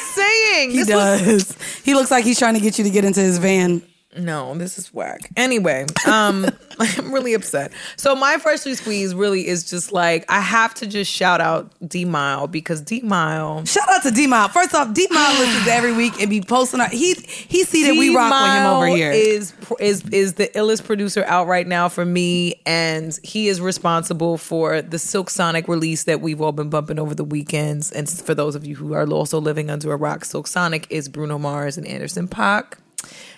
saying.
He
this
does. he looks like he's trying to get you to get into his van.
Was, no, this is whack. Anyway, um, I'm really upset. So my freshly squeeze really is just like I have to just shout out D Mile because D Mile.
Shout out to D Mile. First off, D Mile listens every week and be posting. Our, he he see that we rock with him over
D-Mile
here.
Is is is the illest producer out right now for me, and he is responsible for the Silk Sonic release that we've all been bumping over the weekends. And for those of you who are also living under a rock, Silk Sonic is Bruno Mars and Anderson Paak.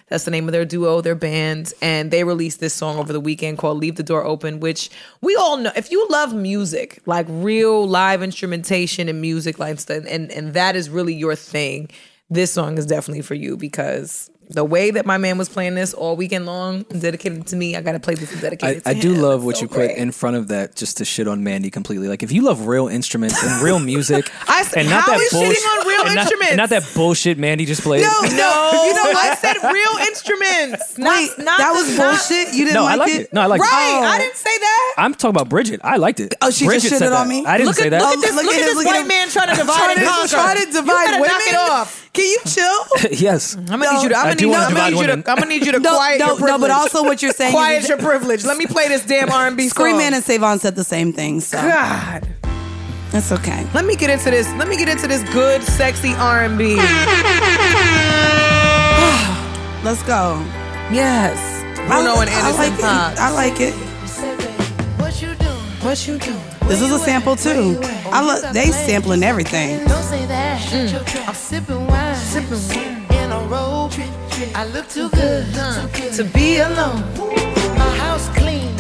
That's the name of their duo, their band, and they released this song over the weekend called "Leave the Door Open," which we all know. If you love music, like real live instrumentation and music, like and and, and that is really your thing, this song is definitely for you because the way that my man was playing this all weekend long, dedicated to me, I got to play this and dedicate
I,
it to
I do
him.
love
It's
what
so
you put
great.
in front of that just to shit on Mandy completely. Like if you love real instruments and real music
I s-
and not
how
that
we shitting
bullshit.
on real real
and not,
instruments.
and not that bullshit Mandy just played.
No,
Oh, No,
you don't
I
like
said real instruments. Not,
Wait,
not
that
the-
was
not-
bullshit. You didn't
No, I
like
liked
it.
it. No, I liked it.
right, I
Oh.
didn't say that.
I'm talking about Bridget. I liked it.
Oh, she just
Bridget
shitted
said
on
that.
me?
I didn't
look
say
at,
that.
Look at this,
Look
look
at him,
at this
look at
white
him.
man trying to divide
Try
and
to,
conquer.
try to divide
you gotta
women.
knock it off.
Can you chill?
yes.
I'm gonna need you to. I'm
I
gonna
do
need,
wanna
I'm
divide
gonna need you
women.
to. I'm gonna need you to
No,
quiet
no,
your
no,
privilege.
but also what you're saying
quiet
is-
your privilege. Let me play this damn R&B
Scream
song.
Man and Savon said the same thing, so
God.
it's okay.
Let me get into this. Let me get into this good, sexy R&B.
Let's go.
Yes. Bruno
I,
and
I
Anderson
like it.
Paak.
I like it.
What you doing?
What you doing?
This is a sample too. I love. They sampling everything.
Don't say that. I'm sipping wine. In a robe. I look too good to be alone. My house clean.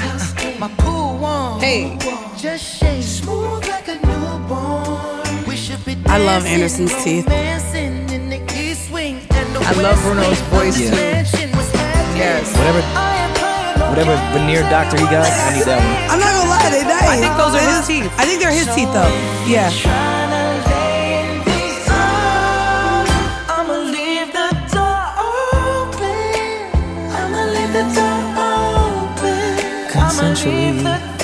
My pool warm.
Hey.
Just shake smooth like a newborn. We should be
I love
dancing,
Anderson's teeth.
romancing in the east wing and the
I love
west
Bruno's
wing.
voice,
This
too.
mansion was happy.
Yes.
Whatever,
I am proud of
whatever veneer doctor he got, I need that
I'm
one.
not gonna lie, they nice.
I think those
They
are his
just-
teeth.
I think they're his teeth though. Yeah.
Consensually.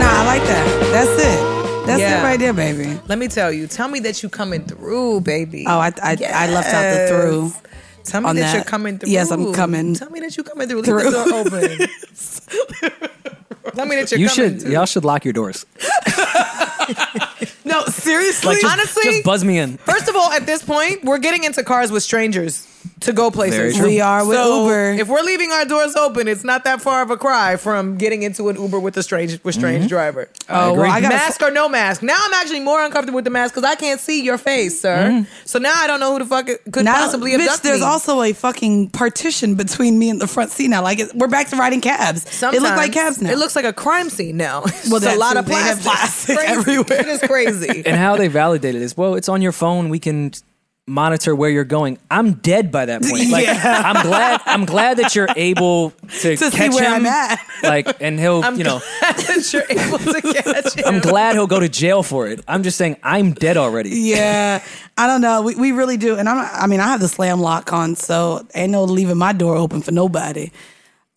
Nah, I like that. That's it. That's
Yeah.
it right there, baby.
Let me tell you. Tell me that you coming through, baby.
Oh, I I, I left out the
Yes.
through.
Tell me
on
that,
that.
you're coming through.
Yes, I'm coming
Tell me that you're coming through.
through.
Leave the door open. Tell me that you're
You
coming.
should,
through.
y'all should lock your doors.
No, seriously.
Like, just,
Honestly,
just buzz me in.
first of all, at this point, we're getting into cars with strangers to go places.
Very true.
We are with
So,
Uber.
If we're leaving our doors open, it's not that far of a cry from getting into an Uber with a strange with strange
Mm-hmm.
driver.
Oh, well, I got
mask or no mask. Now I'm actually more uncomfortable with the mask because I can't see your face, sir.
Mm-hmm.
So now I don't know who the fuck it- could
Now,
possibly
bitch,
abduct
there's
me.
also a fucking partition between me and the front seat now. Like, it, we're back to riding cabs. it looks like cabs now.
It looks like a crime scene now.
Well,
Well,
that
a lot
too.
of
They have
plastic,
plastic
Crazy.
everywhere.
It is crazy.
And how they validated is well, it's on your phone. We can monitor where you're going. I'm dead by that point. Like, I'm glad. I'm glad that you're able
To
to,
see
catch
where
him.
I'm at.
Like, and he'll, you know,
that you're able to catch it.
I'm glad he'll go to jail for it. I'm just saying, I'm dead already.
yeah, I don't know. We, we really do. And I'm, I mean, I have the slam lock on, so ain't no leaving my door open for nobody.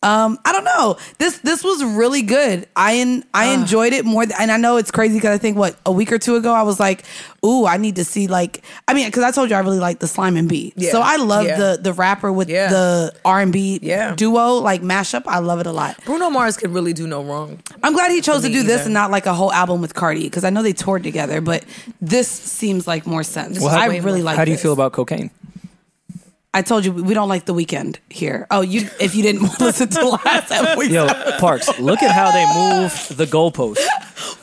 Um, I don't know. This this was really good. I en- I
Uh.
enjoyed it more. Th- and I know it's crazy because I think what a week or two ago I was like, "Ooh, I need to see like." I mean, because I told you I really like the slime and beat.
Yeah.
So I love
Yeah.
the the rapper with
Yeah.
the R and B
Yeah.
duo like mashup. I love it a lot.
Bruno Mars could really do no wrong.
I'm glad he chose to
me
do this
either.
and not like a whole album with Cardi because I know they toured together, but this seems like more sense.
Well, how-
I really like.
How do you
this.
feel about cocaine?
I told you we don't like the weekend here. Oh, you if you didn't listen to last episode,
Yo, Parks, look at how they moved the goalpost.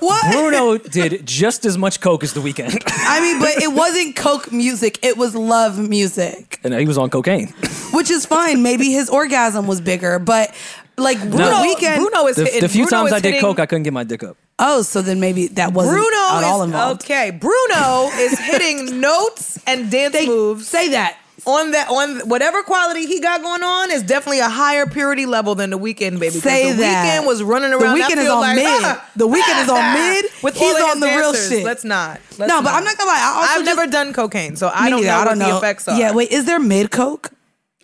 what?
Bruno did just as much coke as the weekend,
I mean, but it wasn't coke music; it was love music,
and he was on cocaine.
which is fine. Maybe his orgasm was bigger, but like Bruno
No.
weekend.
Bruno is
The,
hitting.
the few
Bruno
times
is
I did
hitting-
coke, I couldn't get my dick up.
oh, so then maybe that wasn't
Bruno
at
is
all involved.
okay. Bruno is hitting notes and dance
They
moves
say that.
on that on whatever quality he got going on is definitely a higher purity level than the weekend, baby. 'Cause
Say
the
that.
weekend was running around.
The
I
weekend is
feel
on
like,
mid.
ah,
the weekend is on mid.
with all
He's
of his
on the
dancers.
real shit.
Let's not. Let's
no, but I'm not gonna lie. I also
I've
just-
never done cocaine, so I
Me
don't
neither.
know what the effects are.
Yeah, wait, is there mid coke?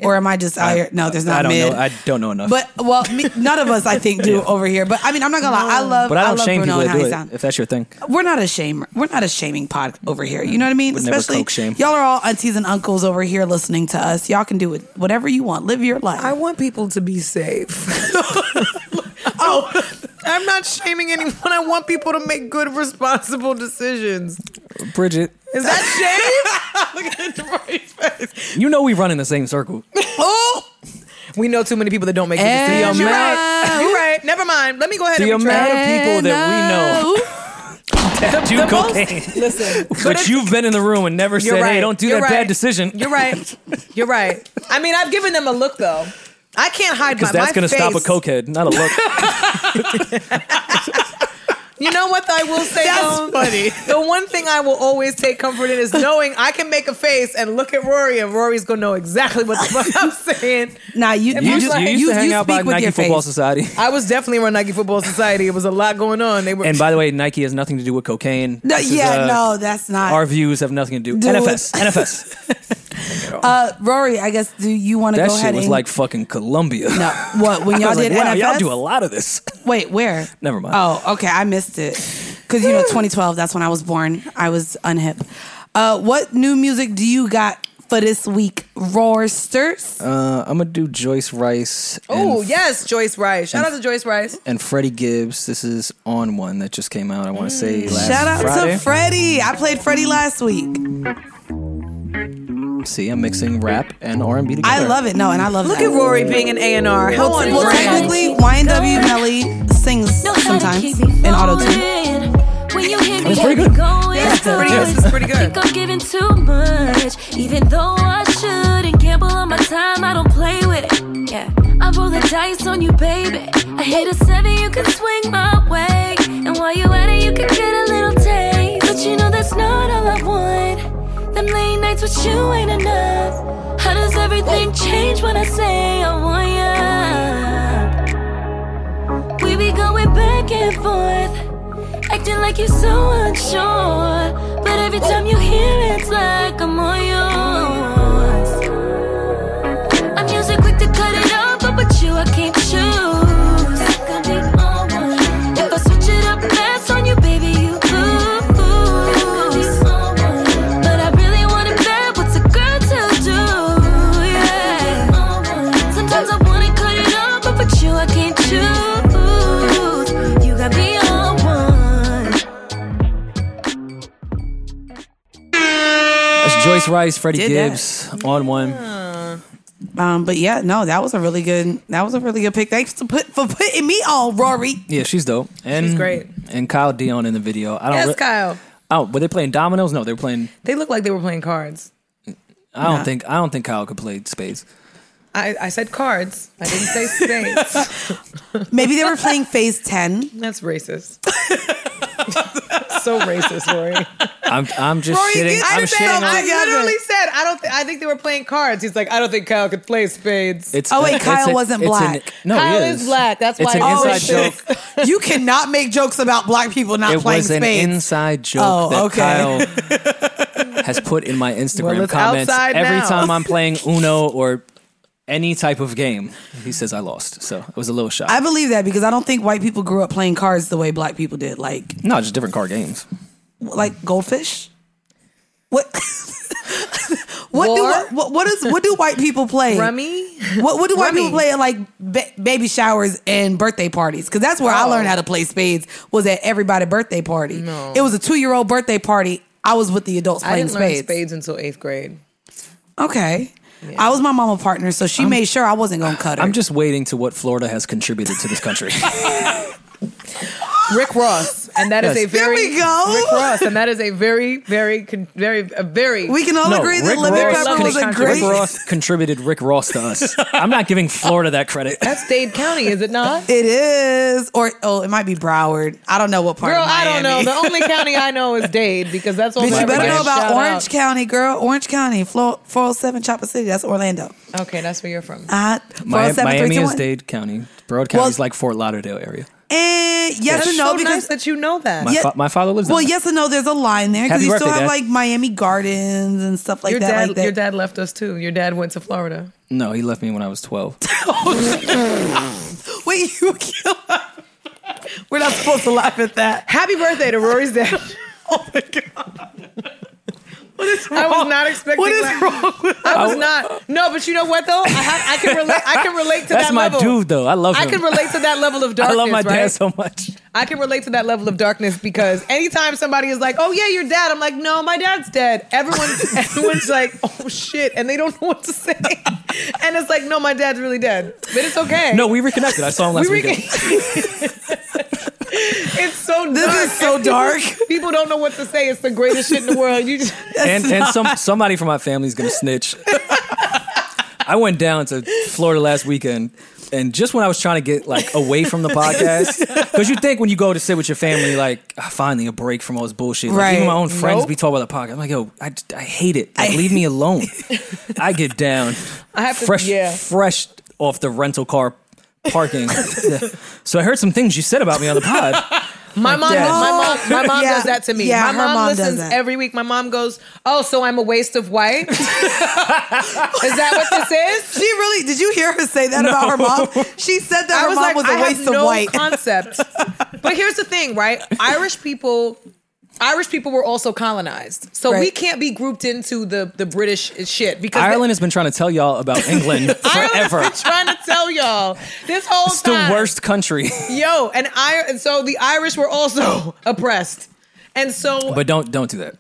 Or am I just out here? No, there's not
I don't
mid.
know. I don't know enough.
But well, me, none of us I think do over here. But I mean, I'm not gonna lie. I love.
But I don't
love
shame
Bruno
people
and how he
that
sound.
do it if that's your thing.
We're not a shame. We're not a shaming pod over here. You know what I mean?
Would never
Especially
coke shame.
y'all are all aunties and uncles over here listening to us. Y'all can do it whatever you want. Live your life.
I want people to be safe. oh, I'm not shaming anyone. I want people to make good, responsible decisions.
Bridget,
Is that shame? Look at Detroit's face.
you know we run in the same circle.
Oh, we know too many people that don't make good
And
decisions. You're
I'm
right.
out.
You're right. Never mind. Let me go ahead
The
and retract.
amount of people that we know that do
the most-
cocaine,
Listen,
but you've been in the room and never said,
You're
"Hey,
right.
don't do
You're
that bad
right.
decision."
You're right. You're right. I mean, I've given them a look though. I can't hide my
Because that's
my
gonna stop a
face-
cokehead, not a look.
You know what I will say
That's
though?
funny.
The one thing I will always take comfort in is knowing I can make a face and look at Rory and Rory's gonna know exactly what the fuck I'm saying.
Nah, you
It
you,
was
You just
like-
you used
you,
to hang
you
out by
speak with
Nike
your
Football
face.
Society.
I was definitely around Nike Football Society. It was a lot going on. They were
And by the way, Nike has nothing to do with cocaine.
No,
This is,
yeah,
uh,
no, that's not.
Our views have nothing to do.
Do
NFS,
it.
NFS.
uh, Rory, I guess do you want to
That
go ahead
shit was
and
like fucking Columbia.
no, what when y'all
I was
did
like, wow,
NFS?
y'all do a lot of this.
Wait, where?
Never mind.
Oh, okay, I missed it because you know 2012. That's when I was born. I was unhip. Uh, what new music do you got for this week, Roarsters?
Uh, I'm gonna do Joyce Rice.
Oh
and-
yes, Joyce Rice. Shout out to Joyce Rice.
And Freddie Gibbs. This is on one that just came out. I want to say
Mm.
last
Shout out
Friday.
to Freddie. I played Freddie last week.
See, I'm mixing rap and R&B together.
I love it. No, and I love
Look
that.
at Rory being an A and R. How on
Well,
brand.
technically, YNW Melly sings sometimes in auto tune.
It's pretty good.
It's pretty good. It's pretty good.
I'm giving too much, even though I shouldn't gamble on my time. I don't play with it. Yeah, I roll the dice on you, baby. I hit a seven, you can swing my way, and while you at it, you can get a little taste. But you know that's not all I want. Them late nights with you ain't enough. How does everything change when I say I want ya? We be going back and forth. Acting like you're so unsure. But every time you hear it, it's like I'm on yours. I'm usually quick to cut it off, but with you, I can't choose. If I switch it up fast on you, baby, you lose. But I really want it bad. What's a girl to do? Yeah. Sometimes I wanna cut it off, but with you, I can't choose. You got me on one.
That's Joyce Rice, Freddie
Did that.
Gibbs on one.
Um, but yeah, no, that was a really good. That was a really good pick. Thanks to put for putting me on, Rory.
Yeah, she's dope. And, she's
great.
And Kyle Dion in the video. I don't.
Yes,
re-
Kyle.
Oh, were they playing dominoes? No, they were playing.
They look like they were playing cards.
I don't think. I don't think Kyle could play spades.
I, I said cards. I didn't say states.
Maybe they were playing Phase Ten.
That's racist. so racist, Rory.
I'm. I'm just
Rory,
shitting.
get
I'm
yourself
shitting
together.
on.
I literally said I don't. Th- I think they were playing cards. He's like, I don't think Kyle could play spades.
It's,
Oh, wait,
it's
Kyle
a-
wasn't
it's an-
black.
no,
Kyle
he
is black. That's
it's
why
an
he's
inside
racist.
joke.
you cannot make jokes about black people not
It
playing
was an
spades.
inside joke
Oh,
that
okay.
Kyle has put in my Instagram
Well, it's
comments
outside
every
now.
time I'm playing Uno or any type of game. He says I lost, so it was a little shock.
I believe that because I don't think white people grew up playing cards the way black people did, like
no, just different card games.
like goldfish. What? what do
War?
what, what what is what do white people play?
Rummy?
What what do white
Rummy.
people play at like ba- baby showers and birthday parties? Because that's where I
Oh.
learned how to play spades. Was at everybody birthday party. It was a two year old birthday party. I was with the adults
I
playing
didn't learn
spades.
spades until eighth grade.
Okay. I was my mama partner, so she made sure I wasn't gonna cut her.
I'm just waiting to what Florida has contributed to this country.
Rick Ross, and that is
Yes.
a very
There we go.
Rick Ross, and that is a very, very, con- very, a very.
we can all
No,
agree that
Rick
lemon
Ross
pepper was a
contri-
great.
Rick Ross contributed Rick Ross to us. I'm not giving Florida that credit.
that's Dade County, is it not?
It is, or oh, it might be Broward. I don't know what part.
Girl,
of
I don't know.
Miami.
The only county I know is Dade because that's all.
Bitch,
my
you better know
friends
about
shout
Orange
out.
County, girl. Orange County, Flo- 407 Chopper City. That's Orlando.
Okay, that's where you're from.
Uh,
Mi-
407
Miami is Dade County. Broward County is
Well-
like Fort Lauderdale area.
And yes
That's
and no
so Oh, nice
because
that you know that.
My,
Yeah.
fa- my father lives.
well,
down there.
yes and no. There's a line there because
Happy
you still
birthday,
have
Dad.
like Miami Gardens and stuff like
your
that.
dad,
like that.
your dad left us too. Your dad went to Florida.
No, he left me when I was 12.
Wait, you killed. We're not supposed to laugh at that.
Happy birthday to Rory's dad.
Oh my god. What is wrong?
I was not expecting.
What is
that.
wrong with
I was not. No, but you know what though? I, have, I can relate. I can relate to
That's
that
my
level.
dude, though. I love
I
him.
can relate to that level of
I
darkness.
love my
right?
dad so much.
I can relate to that level of darkness because anytime somebody is like, "Oh yeah, your dad," I'm like, "No, my dad's dead." Everyone's everyone's like, "Oh shit," and they don't know what to say, and it's like, "No, my dad's really dead," but it's okay.
No, we reconnected. I saw him last
We
weekend.
it's so
This
dark.
is so
And people-
dark.
People don't know what to say. It's the greatest shit in the world. You just,
and and some somebody from my family's gonna snitch. I went down to Florida last weekend, and just when I was trying to get like away from the podcast, because you think when you go to sit with your family, like ah, finally a break from all this bullshit. Like,
Right.
Even my own friends
Nope.
be talking about the podcast. I'm like, yo, I, I hate it. Like, leave me alone. I get down.
I have to-
fresh,
yeah.
fresh off the rental car parking. so I heard some things you said about me on the pod.
My mom,
that.
my mom, my mom
Yeah.
does that to me.
Yeah,
my
her
mom,
mom does
listens
that.
every week. My mom goes, "Oh, so I'm a waste of white." is that what this is?
She really did you hear her say that about her mom? She said that her mom was a
I
waste
have
of
no
white.
concept. but here's the thing, right? Irish people, Irish people were also colonized, so we
Right.
can't be grouped into the the British shit because they-
Ireland has been trying to tell y'all about England forever.
I've been trying to tell y'all this whole
It's the
time.
worst country.
Yo, and I and so the Irish were also oppressed, and so
but don't don't do that.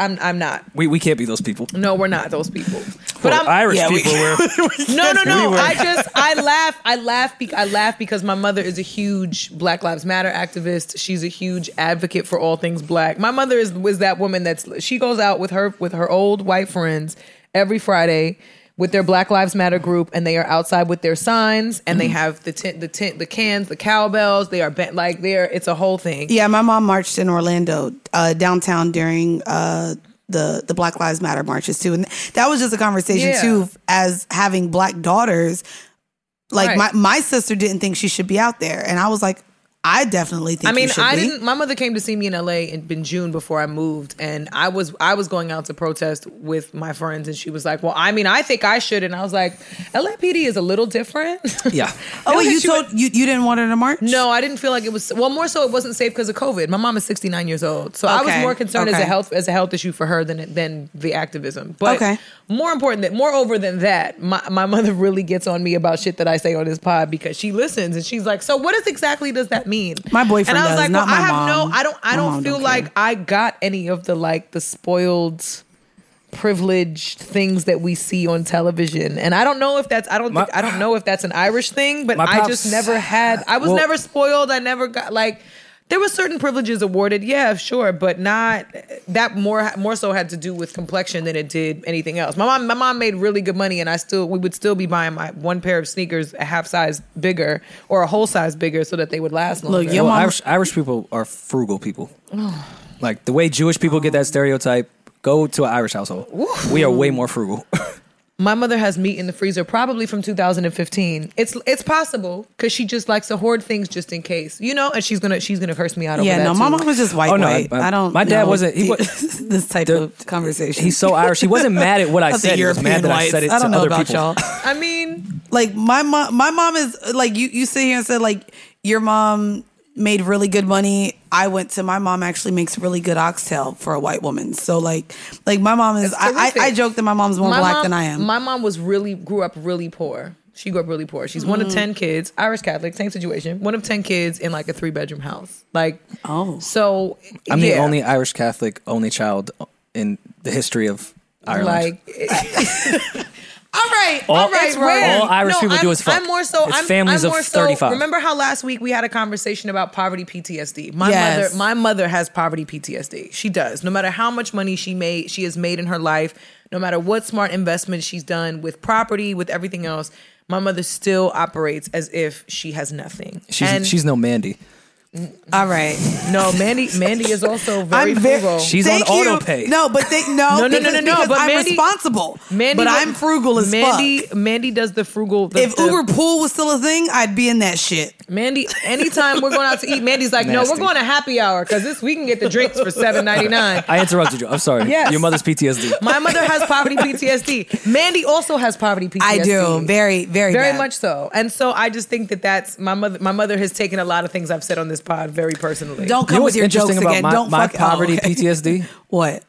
I'm I'm not.
We we can't be those people.
No, we're not those people.
But
But I'm
Irish
yeah, we-
people were
No, no, no.
We were-
I just I laugh. I laugh. Be- I laugh because my mother is a huge Black Lives Matter activist. She's a huge advocate for all things black. My mother is was that woman that's she goes out with her with her old white friends every Friday with their Black Lives Matter group, and they are outside with their signs, and they have the tent, the tent, the cans, the cowbells. They are bent like they're. It's a whole thing.
Yeah, my mom marched in Orlando uh, downtown during uh, the the Black Lives Matter marches too, and that was just a conversation
Yeah.
too. As having black daughters, like
Right.
my my sister didn't think she should be out there, and I was like, I definitely think.
I
you
mean,
should
I
be.
didn't. My mother came to see me in LA in, in June before I moved, and I was I was going out to protest with my friends, and she was like, "Well, I mean, I think I should," and I was like, "LAPD is a little different."
yeah.
Oh, wait,
that
you
she
told you you didn't want her to march?
no, I didn't feel like it was. Well, more so, it wasn't safe because of COVID. My mom is sixty nine years old, so I was
Okay,
more concerned as a
okay.
health as a health issue for her than than the activism. But
Okay.
more important that moreover than that, my my mother really gets on me about shit that I say on this pod because she listens and she's like, "So what is exactly does that mean?"
My boyfriend
and I was
does,
like,
not
well,
my
I have
mom.
no, I don't, I
My
don't
mom
feel
don't care.
like I got any of the like the spoiled." privileged things that we see on television and i don't know if that's i don't
My-
think, i don't know if that's an irish thing but
My
i
pops-
just never had i was
Well-
never spoiled i never got like there were certain privileges awarded yeah sure but not that more more so had to do with complexion than it did anything else my mom my mom made really good money and i still we would still be buying my one pair of sneakers a half size bigger or a whole size bigger so that they would last longer
your
well,
mom-
Irish Irish people are frugal people. like the way Jewish people get that stereotype. Go to an Irish household. We are way more frugal.
My mother has meat in the freezer, probably from 2015. It's it's possible because she just likes to hoard things just in case, you know. And she's gonna she's gonna curse me out over
Yeah,
that.
no,
too.
my mom was just white.
Oh, no,
white.
I-
I, don't.
my dad
know
wasn't- he
the-
wa-
this type
The-
of conversation.
He's so Irish. He wasn't mad at what I
Of the
said. He was
European
mad that I
whites.
said it
I don't
to
know
other
about
people.
y'all.
I mean,
like my mom my mom is like you you sit here and said like your mom made really good money i went to my mom actually makes really good oxtail for a white woman so like like my mom is I, I
terrific.
i joke that my mom's more
my
black
mom,
than i am
My mom was really grew up really poor. She grew up really poor. She's
Mm-hmm.
one of ten kids, Irish Catholic, same situation. One of ten kids in like a three bedroom house. Like
oh
so,
I'm
yeah,
the only Irish Catholic only child in the history of Ireland.
like.
all right
All-
all right
It's
Ryan.
weird.
All Irish
No,
people
I'm,
do is fuck.
I'm more so.
It's
I'm,
families
I'm
of
more so-
35.
remember how last week we had a conversation about poverty PTSD? My
Yes.
mother, my mother has poverty PTSD. She does. No matter how much money she made, she has made in her life, no matter what smart investment she's done with property, with everything else, my mother still operates as if she has nothing.
she's
And-
she's no Mandy.
all right
no Mandy. Mandy is also very
I'm very-
frugal.
She's on
Thank you.
auto pay.
No, but they,
No,
no,
no, no,
because-
no, no,
Because
but
I'm
Mandy-
responsible, but
does-
I'm frugal as
Mandy,
fuck.
Mandy does the frugal. The,
if
the-
Uber Pool was still a thing, I'd be in that shit.
Mandy, anytime we're going out to eat, Mandy's like, no,
Nasty.
we're going to happy hour because this we can get the drinks for seven ninety nine.
I interrupted you. I'm sorry.
Yes.
Your mother's PTSD.
My mother has poverty PTSD. Mandy also has poverty PTSD.
I do very, very,
Very
bad.
much so, and so I just think that that's my mother. My mother has taken a lot of things I've said on this pod very personally.
Don't
you know
come with
what's
your
interesting
jokes
about
again.
my,
Don't
my
fuck oh,
poverty
okay.
PTSD?
What?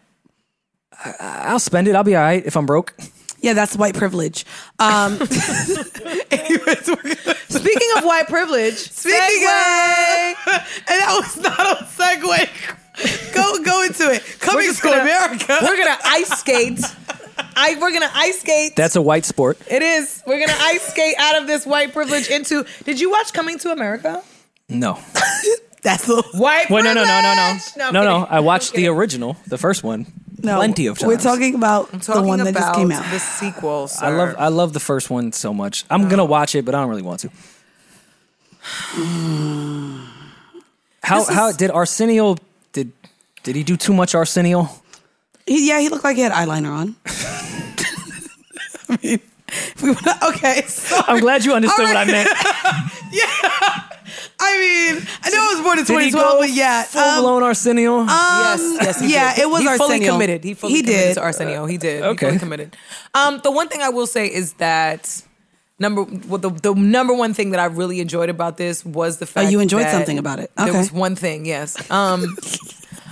I'll spend it. I'll be all right if I'm broke.
Yeah, that's white privilege. Um,
Speaking of white privilege,
Speaking
segue.
of, and that was not a segue. Go go into it.
We're
Coming
just
to
gonna-
America.
we're gonna ice skate. I, we're gonna ice skate.
That's a white sport.
it is. We're gonna ice skate out of this white privilege into. Did you watch Coming to America?
No.
That's the
White
Well, no, no, no, no,
privilege!
no.
I'm
No, no.
kidding.
I watched
I'm kidding.
the original, the first one.
No,
plenty of times.
We're talking about the one that just came out.
the sequel. Sir.
I love I love the first one so much. I'm gonna watch it, but I don't really want to. how how did Arsenio did did he do too much Arsenio?
He, yeah, he looked like he had eyeliner on. I mean, if we wanna, okay. So,
I'm glad you understood what I meant.
I mean, I know it was more than
Did he
2012,
go
but yeah,
full
um,
blown Arsenio?
um, yeah, it was
he fully
Arsenio.
committed. He fully committed
did.
to Arsenio. He did.
okay.
He fully committed. Um, the one thing I will say is that number well, the, the number one thing that I really enjoyed about this was the fact
Oh, you enjoyed
that
something about it.
There
Okay.
was one thing, yes. Um,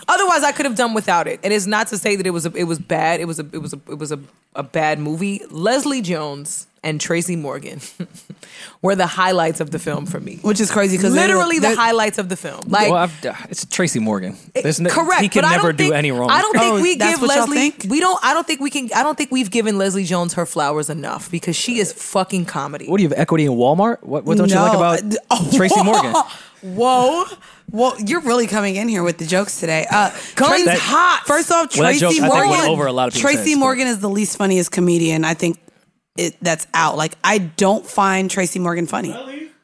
otherwise I could have done without it. And it's not to say that it was a, it was bad. It was a it was a it was a, a bad movie. Leslie Jones and Tracy Morgan were the highlights of the film for me.
which is crazy because
Literally the highlights of the film. Like
well, I've, uh, it's Tracy Morgan. There's no,
correct.
He can
but I
never
don't
do
think-
any wrong.
I don't think
Oh,
we
that's
give
what y'all
Leslie.
think?
We don't. I don't think we can. I don't think we've given Leslie Jones her flowers enough because she is fucking comedy.
What do you have equity in Walmart? What, what don't you
No.
like about
Oh,
Tracy Morgan?
Whoa. Well, you're really coming in here with the jokes today. Uh,
Guns
Tracy-
hot.
First off,
Well, that
Tracy
joke, I think,
Morgan.
went over a lot of people's
Tracy
heads, but-
Morgan is the least funniest comedian I think it, that's out. Like I don't find Tracy Morgan funny.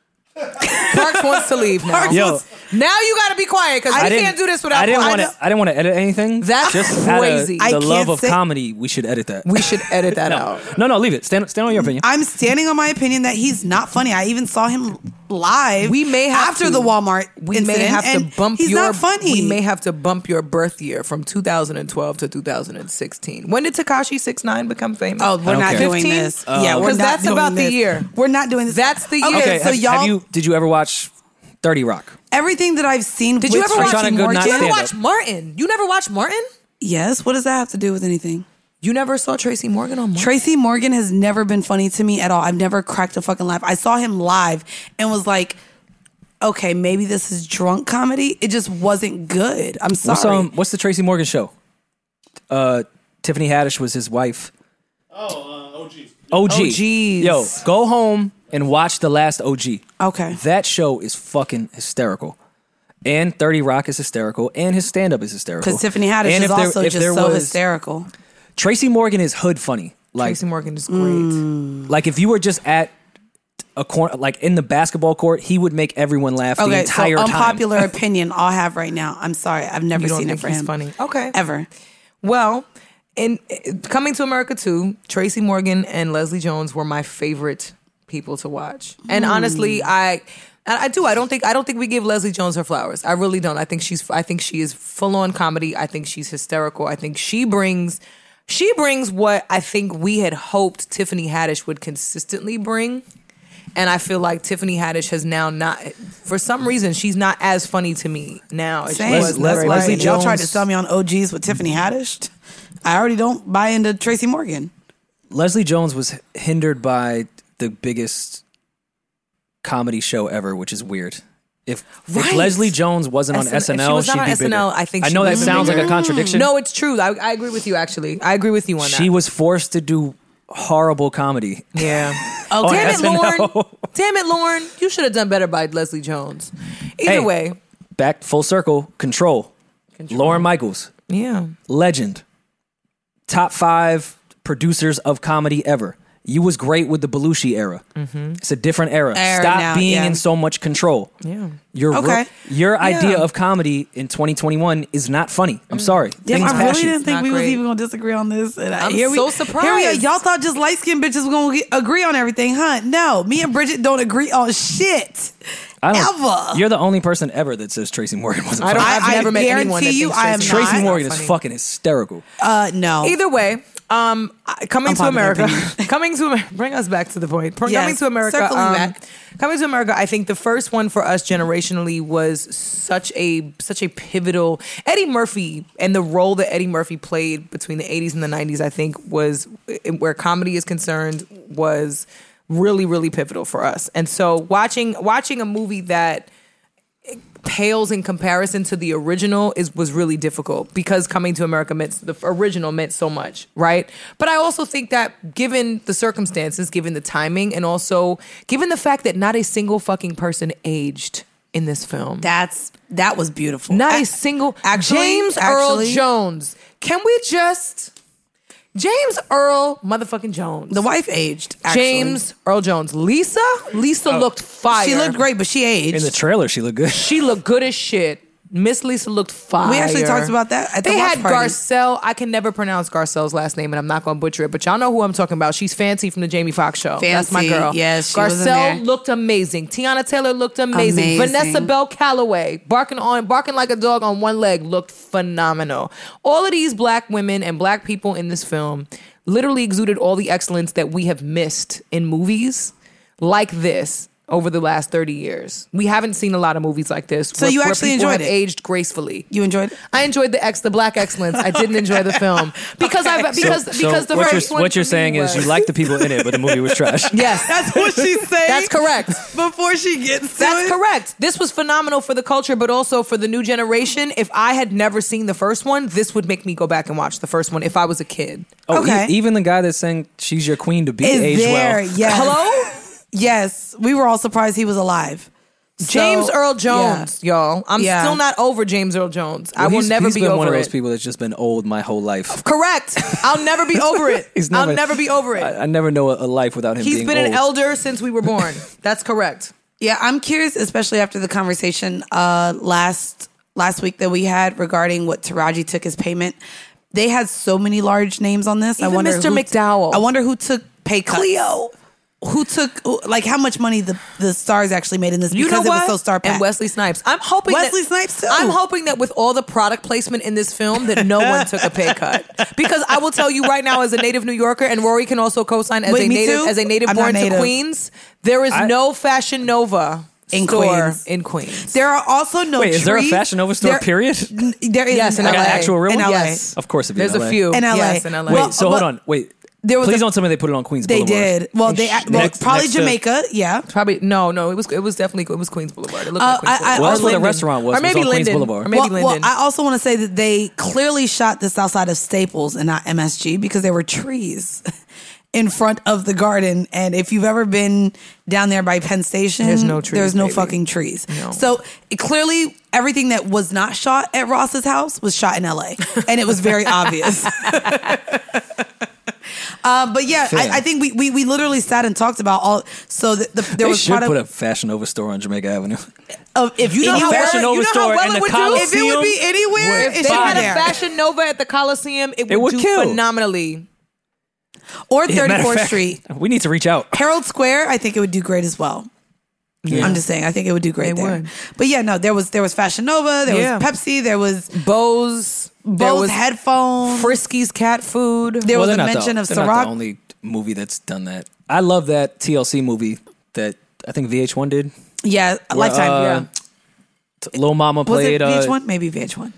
Parks wants to leave now.
Parks
Yo.
now you got to be quiet because
I
we
didn't-
can't do this without.
I didn't
Parks.
want to. I didn't want to edit anything.
That's
just out of
crazy.
The
I
love
can't
of
say-
comedy. We should edit that.
We Mm, should edit that out.
no, no, leave it. Stand, stand on your opinion.
I'm standing on my opinion that he's not funny. I even saw him live.
We may have
after
to-
the Walmart.
We
incident,
may have
and
to bump
He's
your.
not funny.
We may have to bump your birth year from 2012 to 2016. When did Takashi 69 become famous?
Oh, we're
don't
not
care. Uh,
doing
15?
this. yeah, we're
Oh. Because
not
that's
doing
about the
this.
year.
We're not doing this.
That's the year.
Okay,
have,
so
have
y'all,
you? Did you ever watch Thirty Rock?
everything that I've seen.
Did
with
you ever watch
Tracy
Shoshana Goodnight
Morgan-
you ever
stand-up.
watch Martin? You never watched Martin?
Yes. What does that have to do with anything?
You never saw Tracy Morgan on Martin?
Tracy Morgan has never been funny to me at all. I've never cracked a fucking laugh. I saw him live and was like, okay, maybe this is drunk comedy. It just wasn't good. I'm sorry.
What's um? What's the Tracy Morgan show? Uh, Tiffany Haddish was his wife. Oh, uh, OG. OG.
OGs.
Yo, go home and watch the last OG.
okay.
That show is fucking hysterical. And 30 Rock is hysterical, and his stand up is hysterical.
Because Tiffany Haddish is
And if there-
also
if
just
there
so
was-
hysterical.
Tracy Morgan is hood funny. Like,
Tracy Morgan is great.
mm,
like if you were just at a corner, like in the basketball court, he would make everyone laugh the
Okay, so
entire time.
unpopular opinion I'll have right now. I'm sorry. I've never
You don't
seen it
think
for
he's
him.
funny? Okay.
Ever.
Well, in uh, Coming to America 2, Tracy Morgan and Leslie Jones were my favorite people to watch.
Mm.
And honestly, I and I do. I don't think I don't think we give Leslie Jones her flowers. I really don't. I think she's I think she is full on comedy. I think she's hysterical. I think she brings she brings what I think we had hoped Tiffany Haddish would consistently bring. And I feel like Tiffany Haddish has now not, for some reason, she's not as funny to me now. As she
Same.
was in the
Les-
very
Leslie
beginning.
Y'all tried to
Jones-
sell me on OGs with Tiffany Haddish. I already don't buy into Tracy Morgan.
Leslie Jones was hindered by the biggest comedy show ever, which is weird. If,
Right.
if Leslie Jones wasn't on
SN- if she
SNL,
was not
she'd
on
be
SNL,
bigger.
I think
I
she
know that
would've been
sounds like a
bigger.
contradiction.
No, it's true. I, I agree with you. Actually, I agree with you on
she
that.
was forced to do horrible comedy.
yeah. Oh,
Okay.
Damn it,
SNL.
Lauren! Damn it, Lauren! You should have done better by Leslie Jones. Either
Hey.
way,
Back full circle, control. Lauren Michaels,
yeah.
legend, top five producers of comedy ever. You was great with the Belushi era. It's a different era.
Era
Stop
now,
being
yeah.
in so much control.
Yeah.
Your
Okay.
ro- your idea
Yeah.
of comedy in 2021 is not funny. I'm sorry. Things
I
pass
really
you.
didn't think
Not
we was
great.
even gonna disagree on this. And I-
I'm
here we,
so
Here we are.
surprised.
Y'all thought just light skinned bitches gonna ge- agree on everything, huh? No, me and Bridget don't agree on shit.
I
ever.
You're the only person ever that says Tracy Morgan wasn't
I don't.
funny.
I've
I
never met anyone that
guarantee you
thinks
I am
Tracy
not.
Tracy Morgan is
funny.
fucking hysterical.
Uh, no.
Either way, um, I- coming to
Unpopular
America,
opinion.
coming to Amer- bring us back to the point. Pro-
Yes,
Coming to America,
circling
um,
back.
coming to America. I think the first one for us generationally was such a such a pivotal. Eddie Murphy and the role that Eddie Murphy played between the '80s and the '90s, I think, was where comedy is concerned was really really pivotal for us. And so watching watching a movie that pales in comparison to the original is was really difficult because coming to America meant the original meant so much, right? But I also think that given the circumstances, given the timing, and also given the fact that not a single fucking person aged in this film.
That's that was beautiful.
Not
I-
a single
actually-
James Earl
actually-
Jones. Can we just James Earl motherfucking Jones?
the wife aged. Actually. Oh.
James Earl Jones. Lisa? Lisa looked fire.
She looked great, but she aged.
In the trailer, she looked good.
She looked good as shit. Miss Lisa looked fire.
We actually talked about that at the
they
watch
had
party.
Garcelle. I can never pronounce Garcelle's last name, and I'm not going to butcher it. But y'all know who I'm talking about. She's Fancy from the Jamie Foxx show. That's my
Fancy,
girl.
yes, she
Garcelle
was in there.
looked amazing. Tiana Taylor looked amazing.
Amazing.
Vanessa Bell Calloway barking on barking like a dog on one leg looked phenomenal. All of these black women and black people in this film literally exuded all the excellence that we have missed in movies like this over the last 30 years. We haven't seen a lot of movies like this. So
you actually
people
enjoyed
have
it?
aged gracefully.
you enjoyed it.
I enjoyed the ex the black excellence. I didn't enjoy the film because I because because the
what
first
you're,
one
what you're
for me
saying is
was-
you like the people in it, but the movie was trash.
yes
That's what she's saying.
that's correct
Before she gets to
that's
it.
correct this was phenomenal for the culture but also for the new generation if I had never seen the first one this would make me go back and watch the first one if I was a kid
Oh, e-
Okay.
even the guy that sang "She's Your Queen" to be
Is
aged
there?
well.
Yes.
hello
Yes, we were all surprised he was alive.
James
So-
Earl
yeah.
Jones y'all I'm
Yeah.
still not over James Earl Jones I
Well,
will
he's-
never
he's
be
been
over
one of those
it
people that's just been old my whole life.
correct I'll never be over it
He's
I'll never be over it
I, I never know a, a life without him.
he's
being
been
old.
an elder since we were born that's correct
Yeah, I'm curious, especially after the conversation uh, last last week that we had regarding what Taraji took as payment. They had so many large names on this. I
Even
wonder
Mr.
who-
McDowell.
I wonder who took pay cuts.
Cleo.
Who took who- like how much money the the stars actually made in this
You
because
know what?
it was so star
and
packed.
Wesley Snipes. I'm hoping
Wesley
that,
Snipes, too.
I'm hoping that with all the product placement in this film, that no one took a pay cut. Because I will tell you right now, as a native New Yorker, and Rory can also co-sign as
Wait,
a
me
native
too?
as a native
I'm not
born to
native.
Queens. There is
I-
no Fashion Nova
In
store
Queens.
in Queens.
there are also no.
Wait, is there a
trees.
Fashion Nova store,
There-
period?
N- There is
Yes, in
Like an
LA.
actual real
in
one?
LA.
Yes.
Of course, it'd be
There's
in
a
LA.
few
In LA.
Yes, in LA.
Wait,
Well,
so
but-
hold on. Wait,
There was
please
a-
don't tell me they put it on Queens.
They
Boulevard.
did well. They well,
Next-
probably
next to-
Jamaica. yeah,
Probably no, no. It was it was definitely it was Queens Boulevard. It looked
Uh,
like Queens
I- I
Boulevard.
Well, that's
Or
where the
Linden.
restaurant was.
Or
it
maybe
was on Queens
Linden.
Boulevard.
Or maybe
well, well,
Linden.
I also want to say that they clearly shot this outside of Staples and not MSG because there were trees in front of the garden. And if you've ever been down there by Penn Station,
There's no trees,
There's no
baby.
fucking trees.
No.
So it, clearly, everything that was not shot at Ross's house was shot in LA, and it was very obvious. Uh, but yeah,
Fair.
I, I think we, we we literally sat and talked about all. So the, the, there
They
was
should
part
put
of,
a Fashion Nova store on Jamaica Avenue.
of if you know
A
how
Fashion
well-
Nova
you know how
store
well
and
it
the
would do if it
Coliseum
would be anywhere.
would
it should
if they
be
fire.
had
there.
a Fashion Nova at the Coliseum, it would,
would
do
kill.
phenomenally.
or
Yeah, matter of
34th
fact,
Street.
We need to reach out.
Herald Square, I think it would do great as well. I'm just saying, I think it would do great
They
there.
would.
But yeah, no, there was there was Fashion Nova, there
Yeah.
was Pepsi, there was
Bose, there
Bose
was
headphones.
Frisky's cat food.
there was
well, they're
a
not the-
mention of
they're not
Ciroc.
the only movie that's done that. I love that TLC movie that I think VH1 did.
yeah,
where,
Lifetime.
uh,
yeah.
t- Lil Mama
Was
played.
it
uh,
VH1? Maybe VH1.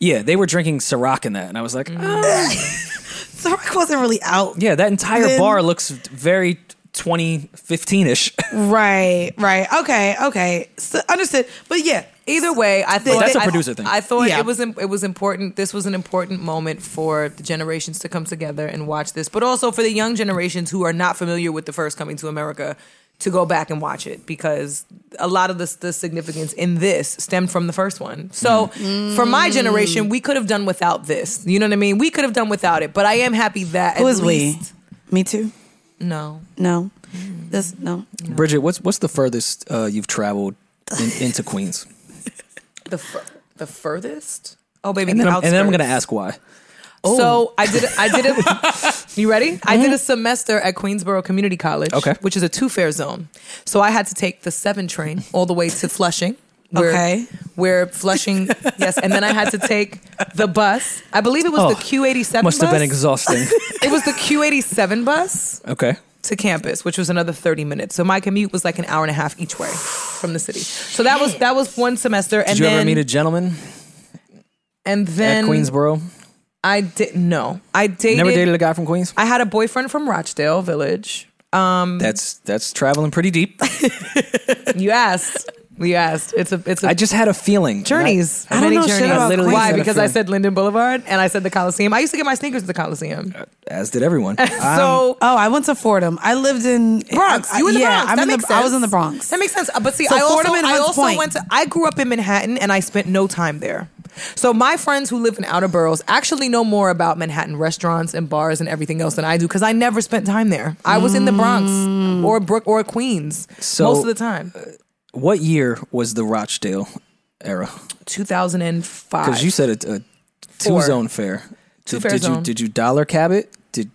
yeah, they were drinking Ciroc in that, and I was like, "Ah."
Ciroc wasn't really out.
yeah, that entire
Then-
bar looks very 2015 ish.
Right, right. Okay, okay. So, understood. But yeah,
Either way, I thought
that's a
I-
producer thing.
I thought
Yeah.
it was im- it was important. This was an important moment for the generations to come together and watch this, but also for the young generations who are not familiar with the first coming to America to go back and watch it because a lot of the, the significance in this stemmed from the first one. So
Mm.
for my generation, we could have done without this. You know what I mean? We could have done without it, but I am happy that
who
at
is we?
least-
Me too.
No,
No. This no.
Bridget, what's what's the furthest uh, you've traveled in, into Queens?
the fur- the furthest. Oh baby,
And then,
the
I'm, and then I'm gonna
outskirts.
ask oh. why.
So I did. I did. A, you ready? I did a semester at Queensboro Community College,
Okay.
which is a two fare zone. So I had to take the seven train all the way to Flushing. Where,
Okay.
Where Flushing, yes, and then I had to take the bus. I believe it was the Q eighty seven.
Oh, Must have been exhausting.
It was the Q eighty seven bus
okay.
to campus, which was another 30 minutes. So my commute was like an hour and a half each way from the city. So that was that was one semester and
Did you
then
ever meet a gentleman
and then
at Queensboro?
I did no. I dated
Never dated a guy from Queens?
I had a boyfriend from Rochdale Village.
That's that's traveling pretty deep.
You asked. You asked. It's a. It's a.
I just had a feeling.
Journeys.
I, I don't
Many
know
journeys.
shit about Queens.
Why?
had a
Because I
feeling.
said Linden Boulevard and I said the Coliseum. I used to get my sneakers at the Coliseum.
as did everyone. Um, I'm-
so
Oh, I went to Fordham. I lived in
Bronx.
I-
you in the
yeah,
Bronx.
I'm
that
in
makes
the,
sense.
I was in the Bronx.
That makes sense. Uh, But see,
So
I also,
Fordham and
I
Hunts
also
Point.
went to. I grew up in Manhattan, and I spent no time there. So my friends who live in outer boroughs actually know more about Manhattan restaurants and bars and everything else than I do because I never spent time there. I was in the Bronx
Mm.
or Brook or Queens
So-
most of the time.
uh,
what year was the Rochdale era?
2005.
Because you said a, a two
Four.
zone fair. Did,
Two-fare
did you
zone.
did you dollar cab it? Did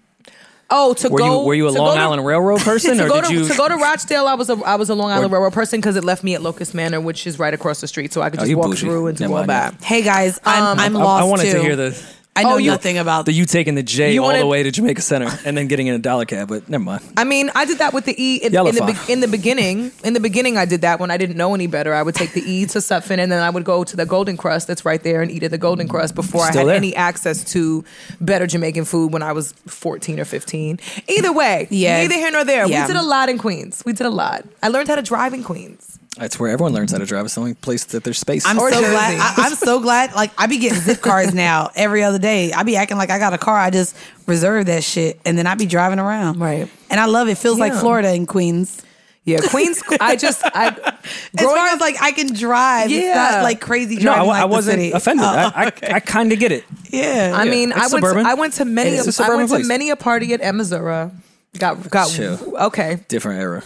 Oh, to
were
go.
you were you a
to go
Long
to-
Island Railroad person
to
or
go
did
to,
you
to go to Rochdale, I was a I was a Long Island
Or-
Railroad person because it left me at Locust Manor, which is right across the street, so I could
Oh,
just
you
walk
bougie.
through and do
Never
all
mind.
that.
Hey guys, I'm, I'm
I-
lost
I wanted
too.
to hear the
I know
Oh, you-
nothing about
the you taking the J
You
all
wanted-
the way to Jamaica Center and then getting in a dollar cab, but never mind.
I mean, I did that with the E in,
Yellow
in the
file.
be- in the beginning. In the beginning, I did that when I didn't know any better. I would take the E to Sutphin, and then I would go to the Golden Crust that's right there and eat at the Golden Crust before I
Still
had
there.
any access to better Jamaican food when I was fourteen or fifteen. Either way,
Yeah.
neither here nor there.
Yeah.
We did a lot in Queens. We did a lot. I learned how to drive in Queens.
That's where everyone learns how to drive. It's the only place that there's space.
I'm
Or
so
Jersey.
glad. I, I'm so glad. Like I be getting zip cars now every other day. I be acting like I got a car. I just reserve that shit, and then I be driving around.
Right.
And I love it. Feels like
Yeah.
Florida and Queens.
Yeah, Queens. I just I
As
growing
far
up-
as like I can drive. It's
Yeah.
not like crazy
no, I,
driving.
wa-
like the
I wasn't
city.
offended.
Oh,
I, I, I kind of get it.
yeah.
I mean,
it's
I went, to,
suburban.
I went to many.
It is a
of- I
suburban
went
place.
to many a party at Emizura. Got got
Chill.
okay.
Different era.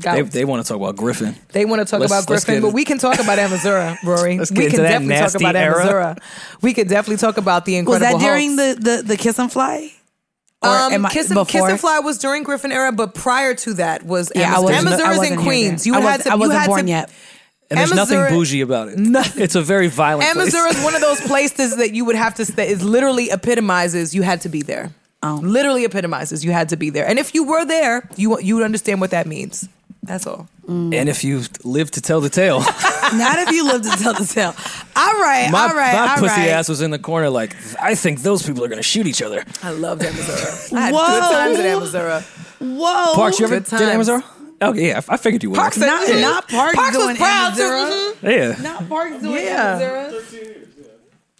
Got
They,
it.
they want to talk about Griffin.
They want to talk
Let's-
about
let's
Griffin,
get
but
it.
we can talk about Amazura, Rory.
Let's
we
get
can
into that
definitely talk
nasty
about
era.
Amazura. We can definitely talk about the
was
Incredible
that during
Hulks.
the the the kiss and fly? Or
um,
am I-
Kiss, and, Kiss
before?
and Fly was during Griffin era, but prior to that was
Yeah, I
Amazura.
wasn't. I
Amazura's
wasn't
in
here then.
Queens. You
I
had
wasn't-
to.
I wasn't
you had
born
to,
yet.
And there's nothing
Amazura-
bougie about it.
Nothing.
It's a very violent place.
Amazura is one of those places that you would have to stay. It literally epitomizes you had to be there.
Oh.
Literally epitomizes you had to be there. And if you were there, you you would understand what that means. That's all.
And if you live to tell the tale,
Not if you lived to tell the tale. All right,
my,
all right,
my
all
pussy
right.
ass was in the corner like, I think those people are going to shoot each other.
Oh,
I loved Amazura. I had
Whoa.
good times at Amazura.
Whoa,
Parks, you ever
good
did
times.
Amazora? Oh, yeah, I- I figured you would.
Parks,
not
yeah.
not Parks,
Parks was
doing
proud to-
Amazura.
mhm.
yeah.
Not Parks Mm-hmm. doing
Yeah.
Amazura.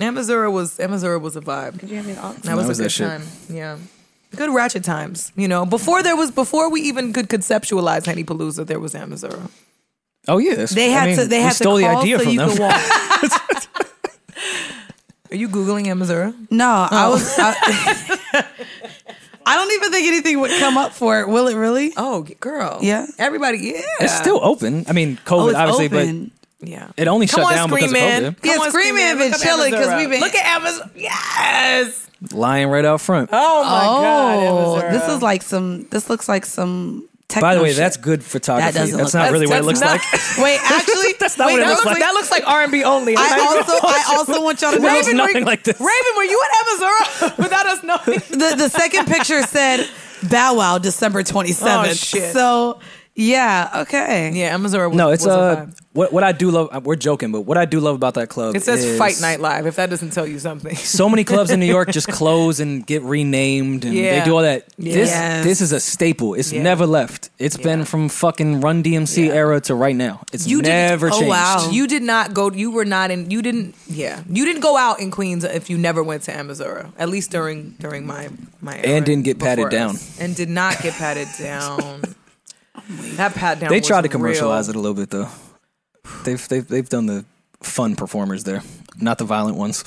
Amazura was Amazura was a vibe.
You have me all-
That was,
was
a
that
good
shit.
time. Yeah. Good ratchet times, you know. Before there was, before we even could conceptualize Henny Palooza, there was Amazura.
Oh, yeah. that's-
They
I
had
mean,
to. They
we
had
stole
to
the
call
idea
so
from
you
them.
could walk.
Are you googling Amazura?
No, I
Oh.
was. I, I don't even think anything would come up for it. Will it really?
Oh, girl.
Yeah.
Everybody. Yeah.
It's still open. I
Oh,
mean, COVID, obviously, but
Yeah.
It only shut down because of
man.
COVID.
Come
Yeah,
on,
Scream
Scream
Man
Man.
been
Look up
chilling 'cause
Amazora.
we've been-
Look at Amazon. Yes.
lying right out front.
Oh my
Oh,
God. Amazora.
this is like some. This looks like some. Techno
By the way,
shit.
that's good photography.
doesn't look
that's not
good.
really what it looks
That's
like.
not-
Wait, actually,
That's not
wait,
what it
that
looks
looks
like.
that looks like R and B only.
I
Like-
also, I also want y'all to
That
know
looks nothing
were-
like this.
Raven, were you at Amazora without us knowing?
the, the second picture said Bow Wow December 27th.
Oh, shit.
So, yeah, okay.
Yeah, Amazora. Was,
No, it's
was
uh,
vibe.
what what I do love. We're joking, but what I do love about that club
It says
is
Fight Night Live. If that doesn't tell you something,
So many clubs in New York just close and get renamed, and
Yeah.
they do all that.
Yes.
This this is a staple. It's
Yeah.
never left. It's been from fucking Run DMC era to right now. It's never
oh,
changed.
wow.
You did not go. You were not in. You didn't. Yeah, you didn't go out in Queens if you never went to Amazora. At least during during my my era
And didn't get patted
before
down.
us. And did not get patted down. that pat down.
They
was
tried to
real.
commercialize it a little bit though. They've they've they've done the fun performers there, not the violent ones.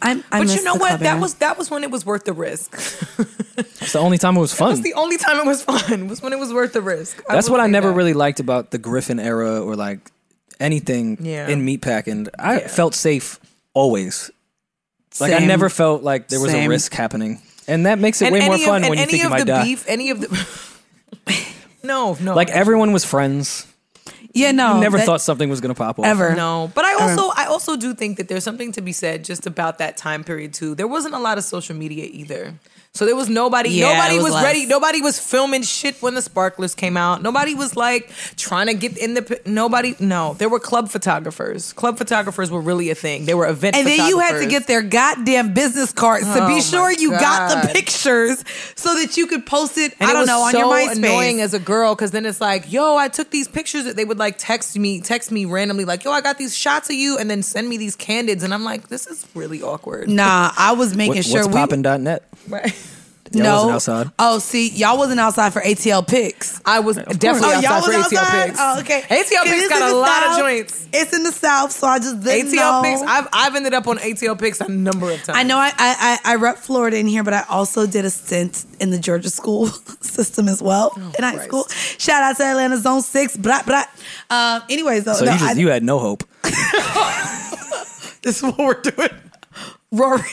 I'm, I
But
miss
you know
the
what?
club
That
era.
was that was when it was worth the risk.
It's the only time it was fun.
That's the only time it was fun. Was when it was worth the risk.
That's
will
what I
say
never
that.
really liked about the Griffin era or like anything
Yeah.
in meatpacking. I
Yeah.
felt safe always. Like I
Same.
never felt like there was
Same.
a risk happening, and that makes it way more
any
fun
of,
when
and
you
any
think you
of
might
the
die.
beef, any of the. no, no.
Like everyone was friends.
Yeah, no.
Oh,
I never
that-
thought something was gonna pop off.
Ever.
No, but I also I also do think that there's something to be said just about that time period too. There wasn't a lot of social media either. So there was nobody.
Yeah,
nobody
it was
was,
less.
ready. Nobody was filming shit when the sparklers came out. Nobody was like trying to get in the. pi- Nobody. No, there were club photographers. Club photographers were really a thing. They were event.
And then you had to
photographers.
get their goddamn business cards to
Oh my
be sure you got the
God.
pictures so that you could post it.
And
I
it
don't
was
know on
so
your MySpace.
Annoying as a girl, because then it's like, yo, I took these pictures. That they would like text me, text me randomly, like, yo, I got these shots of you, and then send me these candids, and I'm like, this is really awkward.
nah, I was making
What,
sure
what's
we
poppin.net?
Right.
Y'all
no.
wasn't outside.
Oh, see, y'all wasn't outside for ATL pics.
I was definitely
oh, y'all
outside for
was
ATL
outside.
pics.
Oh, okay.
ATL
Because
pics
it's in
got a
the
lot of
South.
joints.
It's in the south, so I just didn't
ATL
know.
pics. I've I've ended up on ATL pics a number of times.
I know I, I I I rep Florida in here, but I also did a stint in the Georgia school system as well in high
Oh, Christ.
school. Shout out to Atlanta Zone Six. Blah blah. Um. Anyways, though,
So
no,
you just
I-
you had no hope.
this is what we're doing, Rory.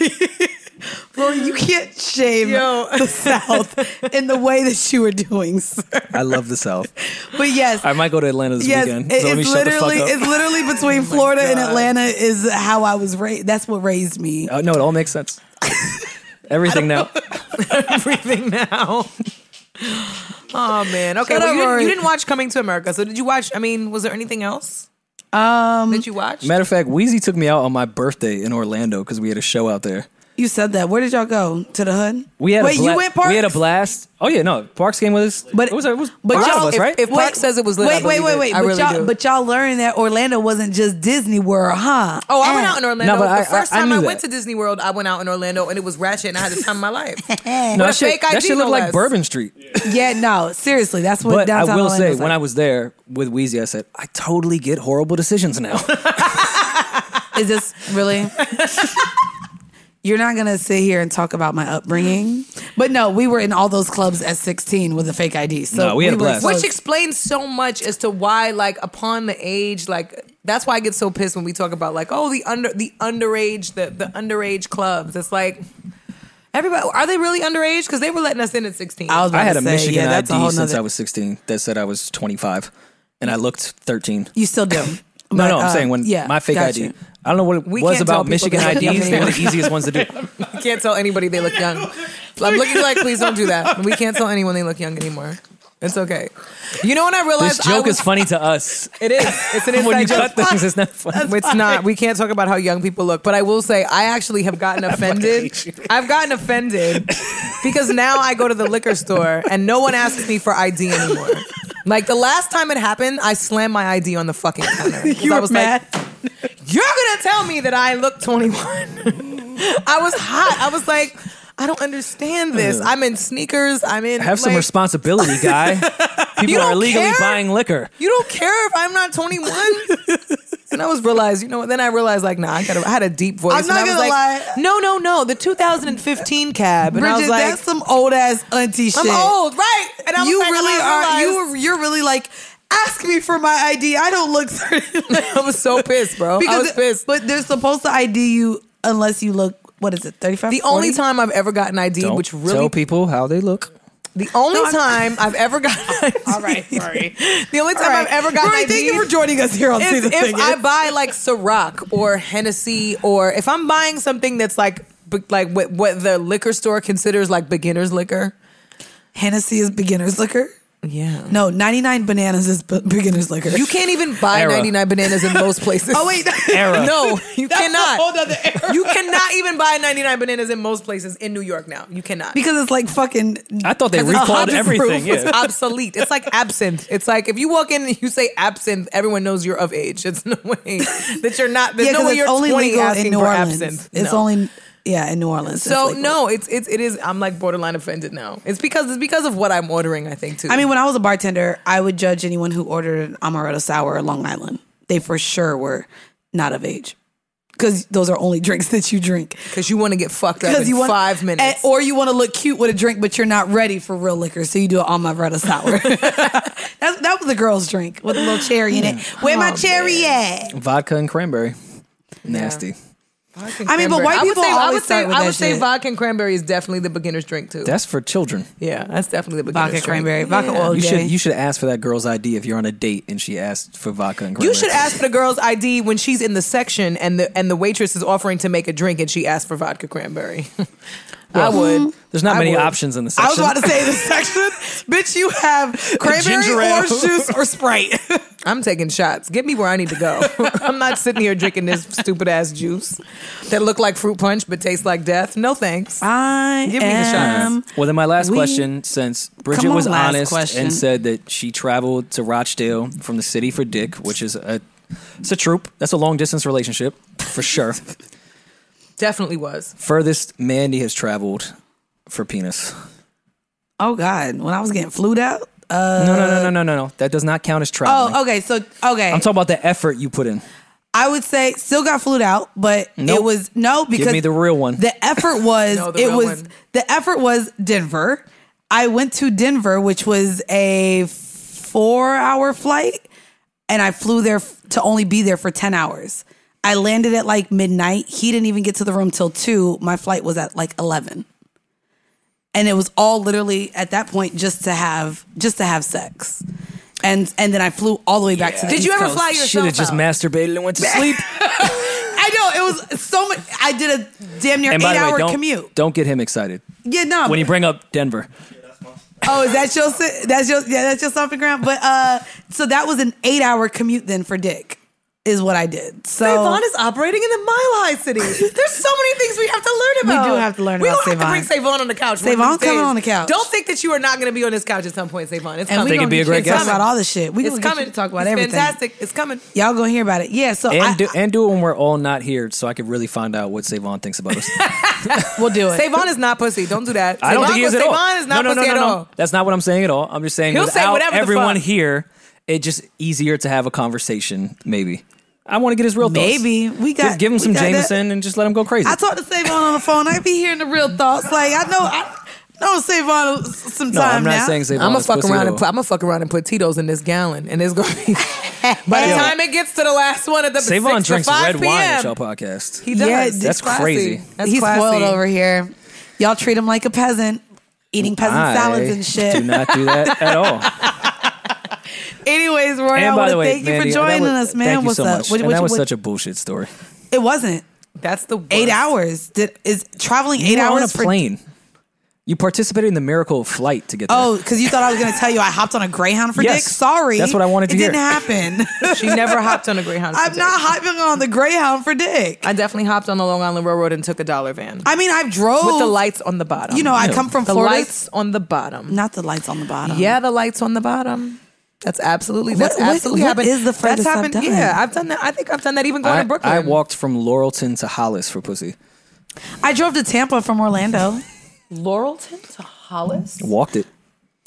Rory, you can't shame
Yo.
the South in the way that you were doing, sir.
I love the South.
But yes,
I might go to Atlanta this
yes,
weekend.
it-
so let me
it's
shut the fuck
literally
up. Oh
it's literally between Florida and Atlanta is how I was raised. That's what raised me.
Uh, no, it all makes sense. Everything now.
everything now. oh man. Okay.
Shut
Well,
up,
you, didn't,
Rory.
you didn't watch Coming to America, so did you watch? I mean, was there anything else
Um,
that you watched?
Matter of fact, Wheezy took me out on my birthday in Orlando because we had a show out there.
you said that. Where did y'all go to the hood?
We had
Wait,
a bla-
you went park.
We had a blast. Oh yeah, no, Parks came with us.
But-
But it was it was
but
a lot
y'all-
of us,
if-
right?
if- Park says it was lit, I
Wait, wait,
believe
wait,
it.
wait.
I
but
really
y'all,
do.
but y'all learned that Orlando wasn't just Disney World, huh?
Oh, I went
Eh.
out in Orlando.
No, but I-
the first
I- I
time I,
knew
went
that.
to Disney World, I went out in Orlando and it was ratchet and I had the time of my life.
no,
with a
that shit,
fake ID
that shit
no
looked
less.
like Bourbon Street.
Yeah, no, seriously, that's what
But I
downtown
will
Orlando's
say,
like.
when I was there with Wheezy, I said, I totally get horrible decisions now.
Is this really? You're not gonna sit here and talk about my upbringing, but no, we were in all those clubs at 16 with a fake ID. So
No, we had a
were
blast.
exposed.
Which explains so much as to why, like, upon the age, like, that's why I get so pissed when we talk about like, oh, the under the underage the the underage clubs. It's like everybody are they really underage? Because they were letting us in at sixteen.
I was about
I had
to
a
say,
Michigan
yeah, that's a
ID
whole
since
nother-
I was 16 that said I was 25, and I looked 13.
You still do.
No,
But,
no, I'm
uh,
saying when
yeah,
my fake
gotcha.
ID. I don't know what it
We
was
can't tell
about
people
Michigan
that.
IDs. They're the easiest ones to do.
You can't tell anybody they look young. I'm looking like, please don't do that. We can't tell anyone they look young anymore. It's okay. You know when I
This
realized I
joke
was-
is funny to us.
It is. It's an inside
when you cut
joke.
things, it's not funny.
It's not. We can't talk about how young people look, but I will say I actually have gotten offended. I've gotten offended because now I go to the liquor store and no one asks me for ID anymore. Like the last time it happened, I slammed my ID on the fucking counter. 'Cause
You
I
were
was
mad.
like, "You're gonna tell me that I look 21?" I was hot. I was like, "I don't understand this. I'm in sneakers. I'm in
Have some
like,
responsibility, guy. People are
don't
illegally
care?
buying liquor.
you don't care if I'm not 21. and I was realized, you know what? Then I realized, like, nah, I, gotta, I had a deep voice.
I'm not
and I was
gonna
like,
lie.
No, no, no. The 2015 cab. And I was
Bridget,
like,
that's some old ass auntie shit.
I'm old, right? And I was
you
like, and
really
I
are. You
realized-
were- you're really like. Ask me for my ID. I don't look certain.
I was so pissed, bro. I was pissed.
But they're supposed to ID you unless you look. What is it? Thirty five.
the only time I've ever gotten ID,
Don't
which
tell
really,
people how they look.
the only
No, I'm-
time I've ever gotten,
All right, sorry.
the only time I've ever gotten
Rory,
ID,
thank you for joining us here on See
is
the
if
Thing.
I
Is.
buy like Ciroc or Hennessy or if I'm buying something that's like be- like what, what the liquor store considers like beginner's liquor.
Hennessy is beginner's liquor.
Yeah.
No, ninety nine bananas is b- beginner's liquor.
You can't even buy
Era.
99 bananas in most places.
Oh wait,
Era.
No, you
That's a
cannot.
whole nother era.
You cannot even buy 99 bananas in most places in New York now. You cannot.
because it's like fucking.
I thought they
Because it's
recalled
Hodges
everything.
proof.
Yeah.
it's obsolete. It's like absinthe. It's like if you walk in and you say absinthe, everyone knows you're of age. It's no way that you're not. There's
Yeah,
no
because
way
it's
you're
only
20
legal
asking
in New
for
Orleans.
absinthe.
It's
No.
only yeah in New Orleans. it's
So
legal.
no, it's it's it is. I'm like borderline offended now. It's because it's because of what I'm ordering. I think too.
I mean, when I was a bartender, I would judge anyone who ordered an amaretto sour or Long Island. They for sure were not of age because those are only drinks that you drink.
because you want to get fucked up
Because
in
you want
five minutes.
and- or you want to look cute with a drink, but you're not ready for real liquor, so you do an amaretto sour. That's, that was a girl's drink with a little cherry in it. Where my cherry at?
Vodka and cranberry. Nasty.
oh, I mean, but white
I would
people
say, I
always
would say,
start with
I
that
would say
shit.
vodka and cranberry is definitely the beginner's drink too.
That's for children.
yeah, that's definitely the beginner's
Vodka
drink.
cranberry, vodka
Yeah.
oil.
You
Jay.
should you should ask for that girl's ID if you're on a date and she asked for vodka and cranberry.
You should ask for the girl's ID when she's in the section and the and the waitress is offering to make a drink and she asks for vodka cranberry. I would.
There's not
I
many
would.
options in the
I
section.
was about to say the section, bitch. You have cranberry,
Ginger ale.
orange juice, or Sprite.
I'm taking shots. Get me where I need to go. I'm not sitting here drinking this stupid ass juice that look like fruit punch but tastes like death. No thanks.
I
Give me the shots.
am-
Well, then my last
We-
question, since Bridget
on,
was
last
honest
question.
and said that she traveled to Rochdale from the city for Dick, which is a it's a troop. That's a long distance relationship for sure.
Definitely was.
Furthest Mandy has traveled for penis.
Oh God, when I was getting flued out. Uh,
No, no, no, no, no, no, no. That does not count as traveling.
oh, okay. So okay,
I'm talking about the effort you put in.
I would say still got flued out, but it
Nope.
was no because
me the real one.
The effort was
No, the
it
real
was
one.
the effort was Denver. I went to Denver, which was a four-hour flight, and I flew there f- to only be there for ten hours. I landed at like midnight. He didn't even get to the room till two. My flight was at like eleven, and it was all literally at that point just to have just to have sex, and and then I flew all the way back to. the
Did you
East
ever
Coast.
fly
Should have
yourself
just
out?
masturbated and went to sleep.
I know it was so much. I did a damn near
and by
eight
the way,
hour
don't
commute.
don't get him excited
Yeah, no.
when you bring up Denver.
oh, is that your si- that's your yeah that's your stomping ground? But uh, so that was an eight hour commute then for Dick, is what I did. So
Savon is operating in the Mile High City. There's so many things we have to learn
We
about.
do have to learn
we
about
gonna
Savon.
have to bring Savon on the couch. one of
Savon
these
coming
days.
on the couch.
Don't think that you are not going to be on this couch at some point, Savon. It's
and
coming.
we
think it'd
gonna
be a
get you
great
to talk
guest.
about all this shit. We
it's
gonna get you
coming.
to talk about
it's
everything.
fantastic. It's coming.
Y'all gonna hear about it. Yeah. So
And
I,
do, and do it when we're all not here, so I could really find out what Savon thinks about us.
we'll do it.
Savon is not pussy. Don't do that.
I don't
Savon
think he is
was-
at all.
Savon is not
no, no,
pussy
no,
at
no,
all.
no. That's not what I'm saying at all. I'm just saying
He'll say
without
whatever the
everyone
fuck.
here, it just easier to have a conversation. Maybe I want to get his real thoughts.
Maybe. We got-
just give him
we
some
got that.
Jameson and just let him go crazy.
I talked to Savon on the phone. I be hearing the real thoughts. Like I know I know Savon s- some
no,
time
I'm not
now.
saying Savon.
I'm gonna
is
fuck
pussy
around
at
and
all.
put, I'm gonna fuck around and put Tito's in this gallon, and it's gonna be. By the time it gets to the last one at the
Savon
six to
drinks
5
red
p.m.,
wine at y'all podcast.
He does.
Yeah,
It's
that's
classy.
crazy.
That's
He's
classy.
spoiled over here. Y'all treat him like a peasant, eating peasant
I
salads and shit.
Do not do that at all.
Anyways, Roy, I
and by
want
the
to
way,
thank you
Mandy,
for
that
joining
was-
us, man.
Thank you
What's
so
up?
much.
What-
and
what-
that was
what-
such a bullshit story.
It wasn't
That's the worst.
eight hours. Did is traveling eight
you were
hours
on a
for-
plane. You participated in the miracle of flight to get there.
Oh, because you thought I was going to tell you I hopped on a Greyhound for
Yes.
Dick. Sorry,
That's what I wanted to
It
hear.
didn't happen.
She never hopped on a Greyhound.
I'm
for
not
dick.
hopping on the Greyhound for Dick.
I definitely hopped on the Long Island Railroad and took a dollar van
I mean, I've drove
with the lights on the bottom.
You know, I come from
the
Florida.
lights on the bottom.
Not the lights on the bottom.
Yeah, the lights on the bottom. That's absolutely. That's
What- what-
absolutely
what
happened.
is the furthest
That's
I've
happened.
done?
Yeah, I've done that. I think I've done that even going
I,
to Brooklyn.
I walked from Laurelton to Hollis for pussy.
I drove to Tampa from Orlando.
Laurelton to Hollis.
Walked it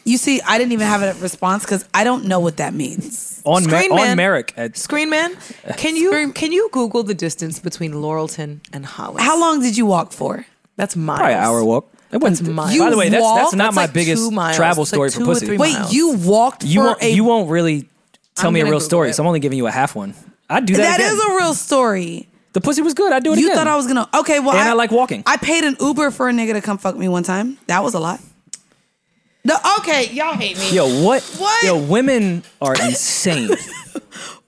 You see, I didn't even have a response because I don't know what that means.
on Mer-
Screen
on
Man.
Merrick at
Screen man, can you can you Google the distance between Laurelton and Hollis?
How long did you walk for?
That's miles.
Probably an hour walk. It wasn't.
That's miles.
By the way, that's, that's
Walk?
not
That's
my
like
biggest
two miles.
travel
It's like
story
two
for
or
pussy.
three
Wait,
Miles.
you walked
you
for
won't.
a
you won't really tell
I'm
me a
gonna
real
Google
story.
it.
So I'm only giving you a half one. I'd do that.
That
again.
is a real story.
the pussy was good. I'd do it
You
again.
thought I was gonna okay. Well,
And I like walking.
I paid an Uber for a nigga to come fuck me one time. That was a lot. No, okay, y'all hate me.
Yo, what?
What?
Yo, women are insane.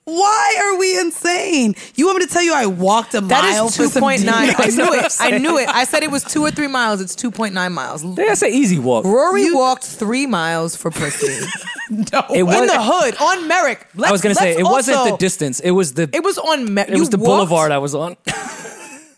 Why are we insane? You want me to tell you I walked a
That
mile
is
for
two
some
point nine.
dick?
I knew it. I knew it. I said it was two or three miles. It's two point nine miles.
that's an easy walk.
Rory walked three miles for pussy
It
in
was.
the hood on Merrick. Let's,
I was gonna say
let's
it wasn't
also-
the distance. It was the.
It was on Merrick.
It was the boulevard I was on.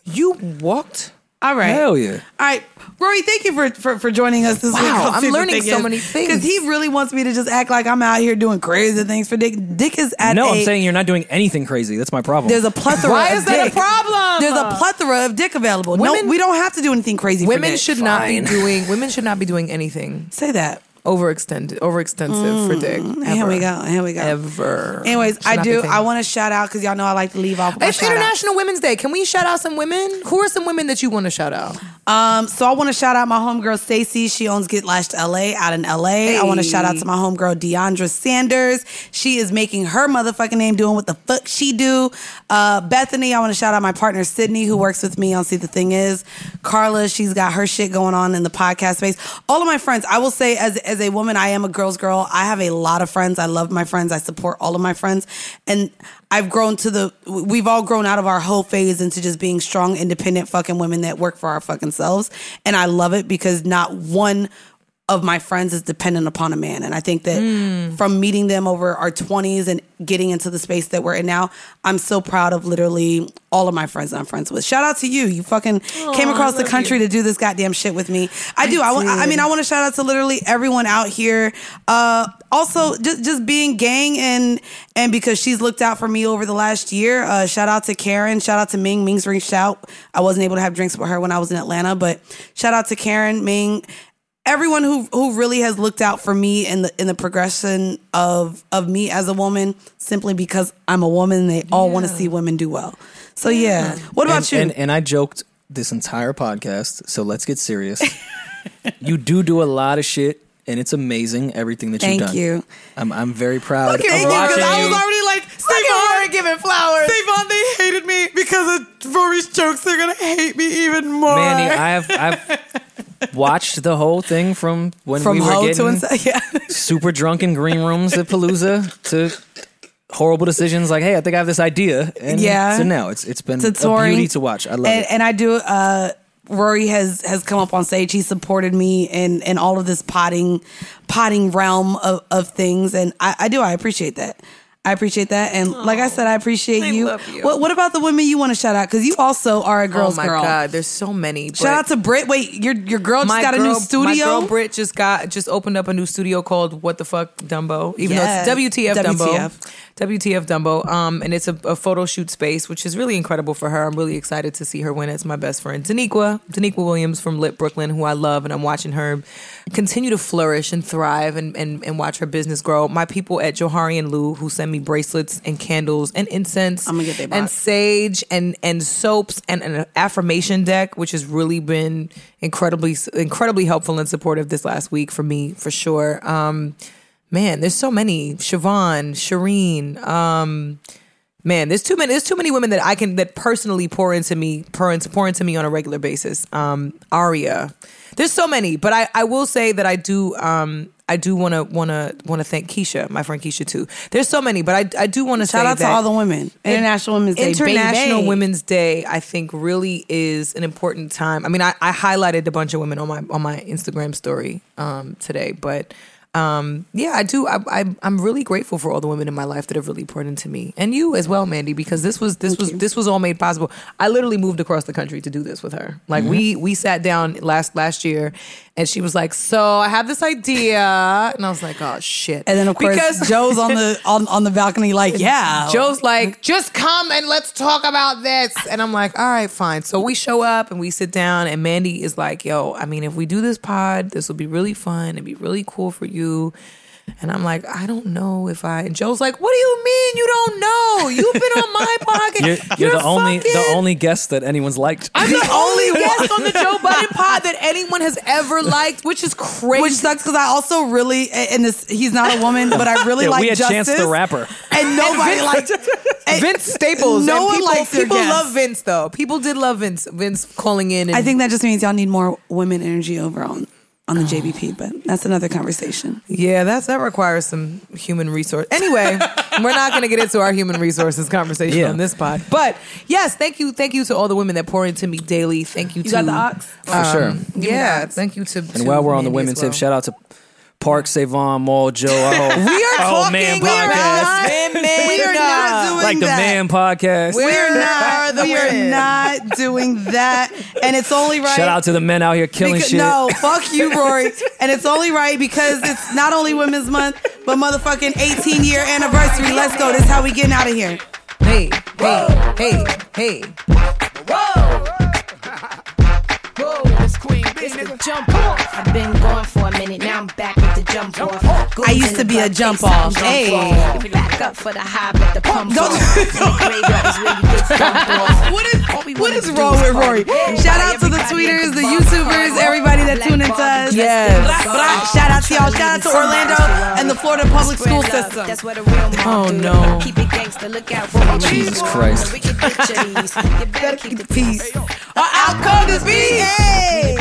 You walked.
All right.
Hell yeah.
All right, Rory, thank you for for, for joining us this week.
Wow, I'm learning so many things.
because he really wants me to just act like I'm out here doing crazy things for Dick. Dick is at
No,
i
I'm saying you're not doing anything crazy. That's my problem.
there's a plethora.
Why
of
is that a
dick.
problem?
There's a plethora of dick available.
Women-
no, we don't have to do anything crazy. for
Women
dick.
should not be doing. Women should not be doing anything
say that.
overextended, overextensive for dick.
Mm, Here
ever.
we go. Here we go.
Ever.
Anyways,
Should
I
not be
do.
thinking.
I want to shout out because y'all know I like to leave off. with my
It's
shout-outs.
International Women's Day. Can we shout out some women? Who are some women that you want to shout out?
Um, so I want to shout out my homegirl Stacy. She owns Get Lashed LA out in LA. I want to shout out to my homegirl Deandra Sanders. She is making her motherfucking name doing what the fuck she do. Uh, Bethany, I want to shout out my partner Sydney who works with me on See the Thing Is. Carla, she's got her shit going on in the podcast space. All of my friends, I will say as as a woman, I am a girl's girl. I have a lot of friends. I love my friends. I support all of my friends. And I've grown to the, we've all grown out of our whole phase into just being strong, independent fucking women that work for our fucking selves. And I love it because not one of my friends is dependent upon a man. And I think that from meeting them over our 20s and getting into the space that we're in now, I'm so proud of literally all of my friends that I'm friends with. Shout out to you. You fucking came across the country to do this goddamn shit with me. I do. I, wa- I mean, I want to shout out to literally everyone out here. Uh, also, just just being gang and and because she's looked out for me over the last year. Uh, shout out to Karen. Shout out to Ming. Ming's reached out. I wasn't able to have drinks with her when I was in Atlanta, but shout out to Karen, Ming, everyone who who really has looked out for me in the in the progression of of me as a woman simply because I'm a woman they all want to see women do well. So yeah. What about
and,
you?
And, and I joked this entire podcast, so let's get serious. you do do a lot of shit, and it's amazing everything that
Thank
you've done.
you.
I'm, I'm very proud
Look at
of
you, 'cause
watching
I was
you.
already like, Savon, giving flowers. Savon, they hated me because of Rory's jokes. They're gonna hate me even more.
Manny, I've I've watched the whole thing from when
From
we were
hoe
getting
to inside. Yeah.
super drunk in green rooms at Palooza to horrible decisions like, hey, I think I have this idea. And
Yeah.
So now it's it's been
to
a
touring.
beauty to watch. I love
and,
it.
And I do. Uh, Rory has has come up on stage. He supported me in in all of this potting potting realm of, of things, and I, I do. I appreciate that. I appreciate that, and like I said, I appreciate you. What What about the women you want to shout out? Because you also are a girl's
oh my
girl.
god, there's so many. but-
Shout out to Britt. Wait, your your girl just got a new studio.
My girl Brit just got just opened up a new studio called What the Fuck Dumbo. Even
Yes.
though it's WTF,
WTF.
Dumbo. WTF Dumbo. Um, and it's a, a photo shoot space, which is really incredible for her. I'm really excited to see her win. It's my best friend, Daniqua, Daniqua Williams from Lit Brooklyn, who I love, and I'm watching her continue to flourish and thrive and, and, and watch her business grow. My people at Johari and Lou, who send me bracelets and candles and incense
I'ma get they
and
box.
sage and and soaps and an affirmation deck, which has really been incredibly incredibly helpful and supportive this last week for me for sure. Um, man, there's so many Siobhan, Shireen. Um, man, there's too many. There's too many women that I can that personally pour into me, pour into pour into me on a regular basis. Um, Aria. There's so many, but I, I will say that I do um I do want to want to want to thank Keisha, my friend Keisha too. There's so many, but I I do want to
shout out to all the women. International Women's Day.
International
baby.
Women's Day, I think, really is an important time. I mean, I, I highlighted a bunch of women on my on my Instagram story um, today, but um, yeah, I do. I, I, I'm really grateful for all the women in my life that have really poured into me, and you as well, Mandy, because this was this was this was all made possible. I literally moved across the country to do this with her. Like we
Mm-hmm.
we sat down last last year, and she was like, "So I have this idea," and I was like, "Oh shit!"
And then of course
Because-
Joe's on the on, on the balcony like yeah
Oh.
Joe's like, just come and let's talk about this. And I'm like, all right, fine. So we show up and we sit down, and Mandy is like, yo, I mean, if we do this pod, this will be really fun. It'd be really cool for you. And I'm like, I don't know if I. And Joe's like, what do you mean you don't know? You've been on my podcast.
You're, you're the only the
fucking-
only guest that anyone's liked.
I'm the only guest on the Joe Biden pod that anyone has ever liked, which is crazy.
Which sucks because I also really and this he's not a woman, but I really
Yeah,
like
we had
Justice.
Chance the Rapper.
and nobody liked and-
Vince Staples.
No
and
one
people,
likes their
people
guest.
love Vince though. People did love Vince. Vince calling in. And
I think that just means y'all need more women energy over on on the JBP, but that's another conversation.
Yeah, that's that requires some human resource. Anyway, we're not going to get into our human resources conversation
Yeah.
on this pod. But yes, thank you, thank you to all the women that pour into me daily. Thank you. to, um,
got the ox?
For sure.
Yeah, thank you to.
And while we're on the women tip, shout out to Park, Savon, Maul, Joe, Oh. our whole,
We are
our whole
talking
man podcast.
about women.
Oh, We are not doing
Like the
that.
man podcast.
We are
are
not.
the
we are
women.
not doing that, and it's only right.
Shout out to the men out here killing
Because-
shit.
No, fuck you, Rory. And it's only right because it's not only Women's Month, but motherfucking 18 year anniversary. Let's go. This is how we getting out of here.
Hey, hey, hey, hey.
I've been gone for a minute, now I'm back with the jump off. Goons
I used
in the
to be a
butt,
jump
face down,
off.
jump
Hey.
off. You back up for the high, but the pump
Don't-
off. Grade up is where you get jumped off.
What is
All we
what
wanna
is
do
wrong with Rory?
party.
Shout out to
Everybody
the
at
tweeters, the
bar,
YouTubers,
bar,
everybody that
black
tune into
bar,
us.
Yes.
Blah, blah. Shout out to y'all. Shout out to Orlando and the Florida public school
Spread love,
system.
That's what a real mom
Oh,
do.
no.
Keep it gangster. Look out for
Jesus Christ.
Wicked bitch of these. You better keep the peace.
Peace.
or Alconda's beach. Hey.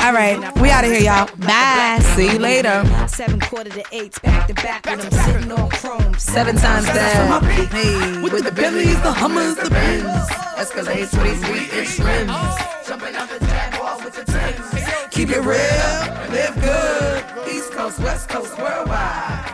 All right, we out of here, y'all. Bye. See you later.
Seven quarter to eight, back to back, when I'm sitting on chrome.
Seven times that. Hey,
With the Bentleys, the Hummers, the
Benz, Escalades, sweet, sweet, and Shrims.
Jumping out the Jaguar with the Timbs.
Keep it real, live good. East Coast, West Coast, worldwide.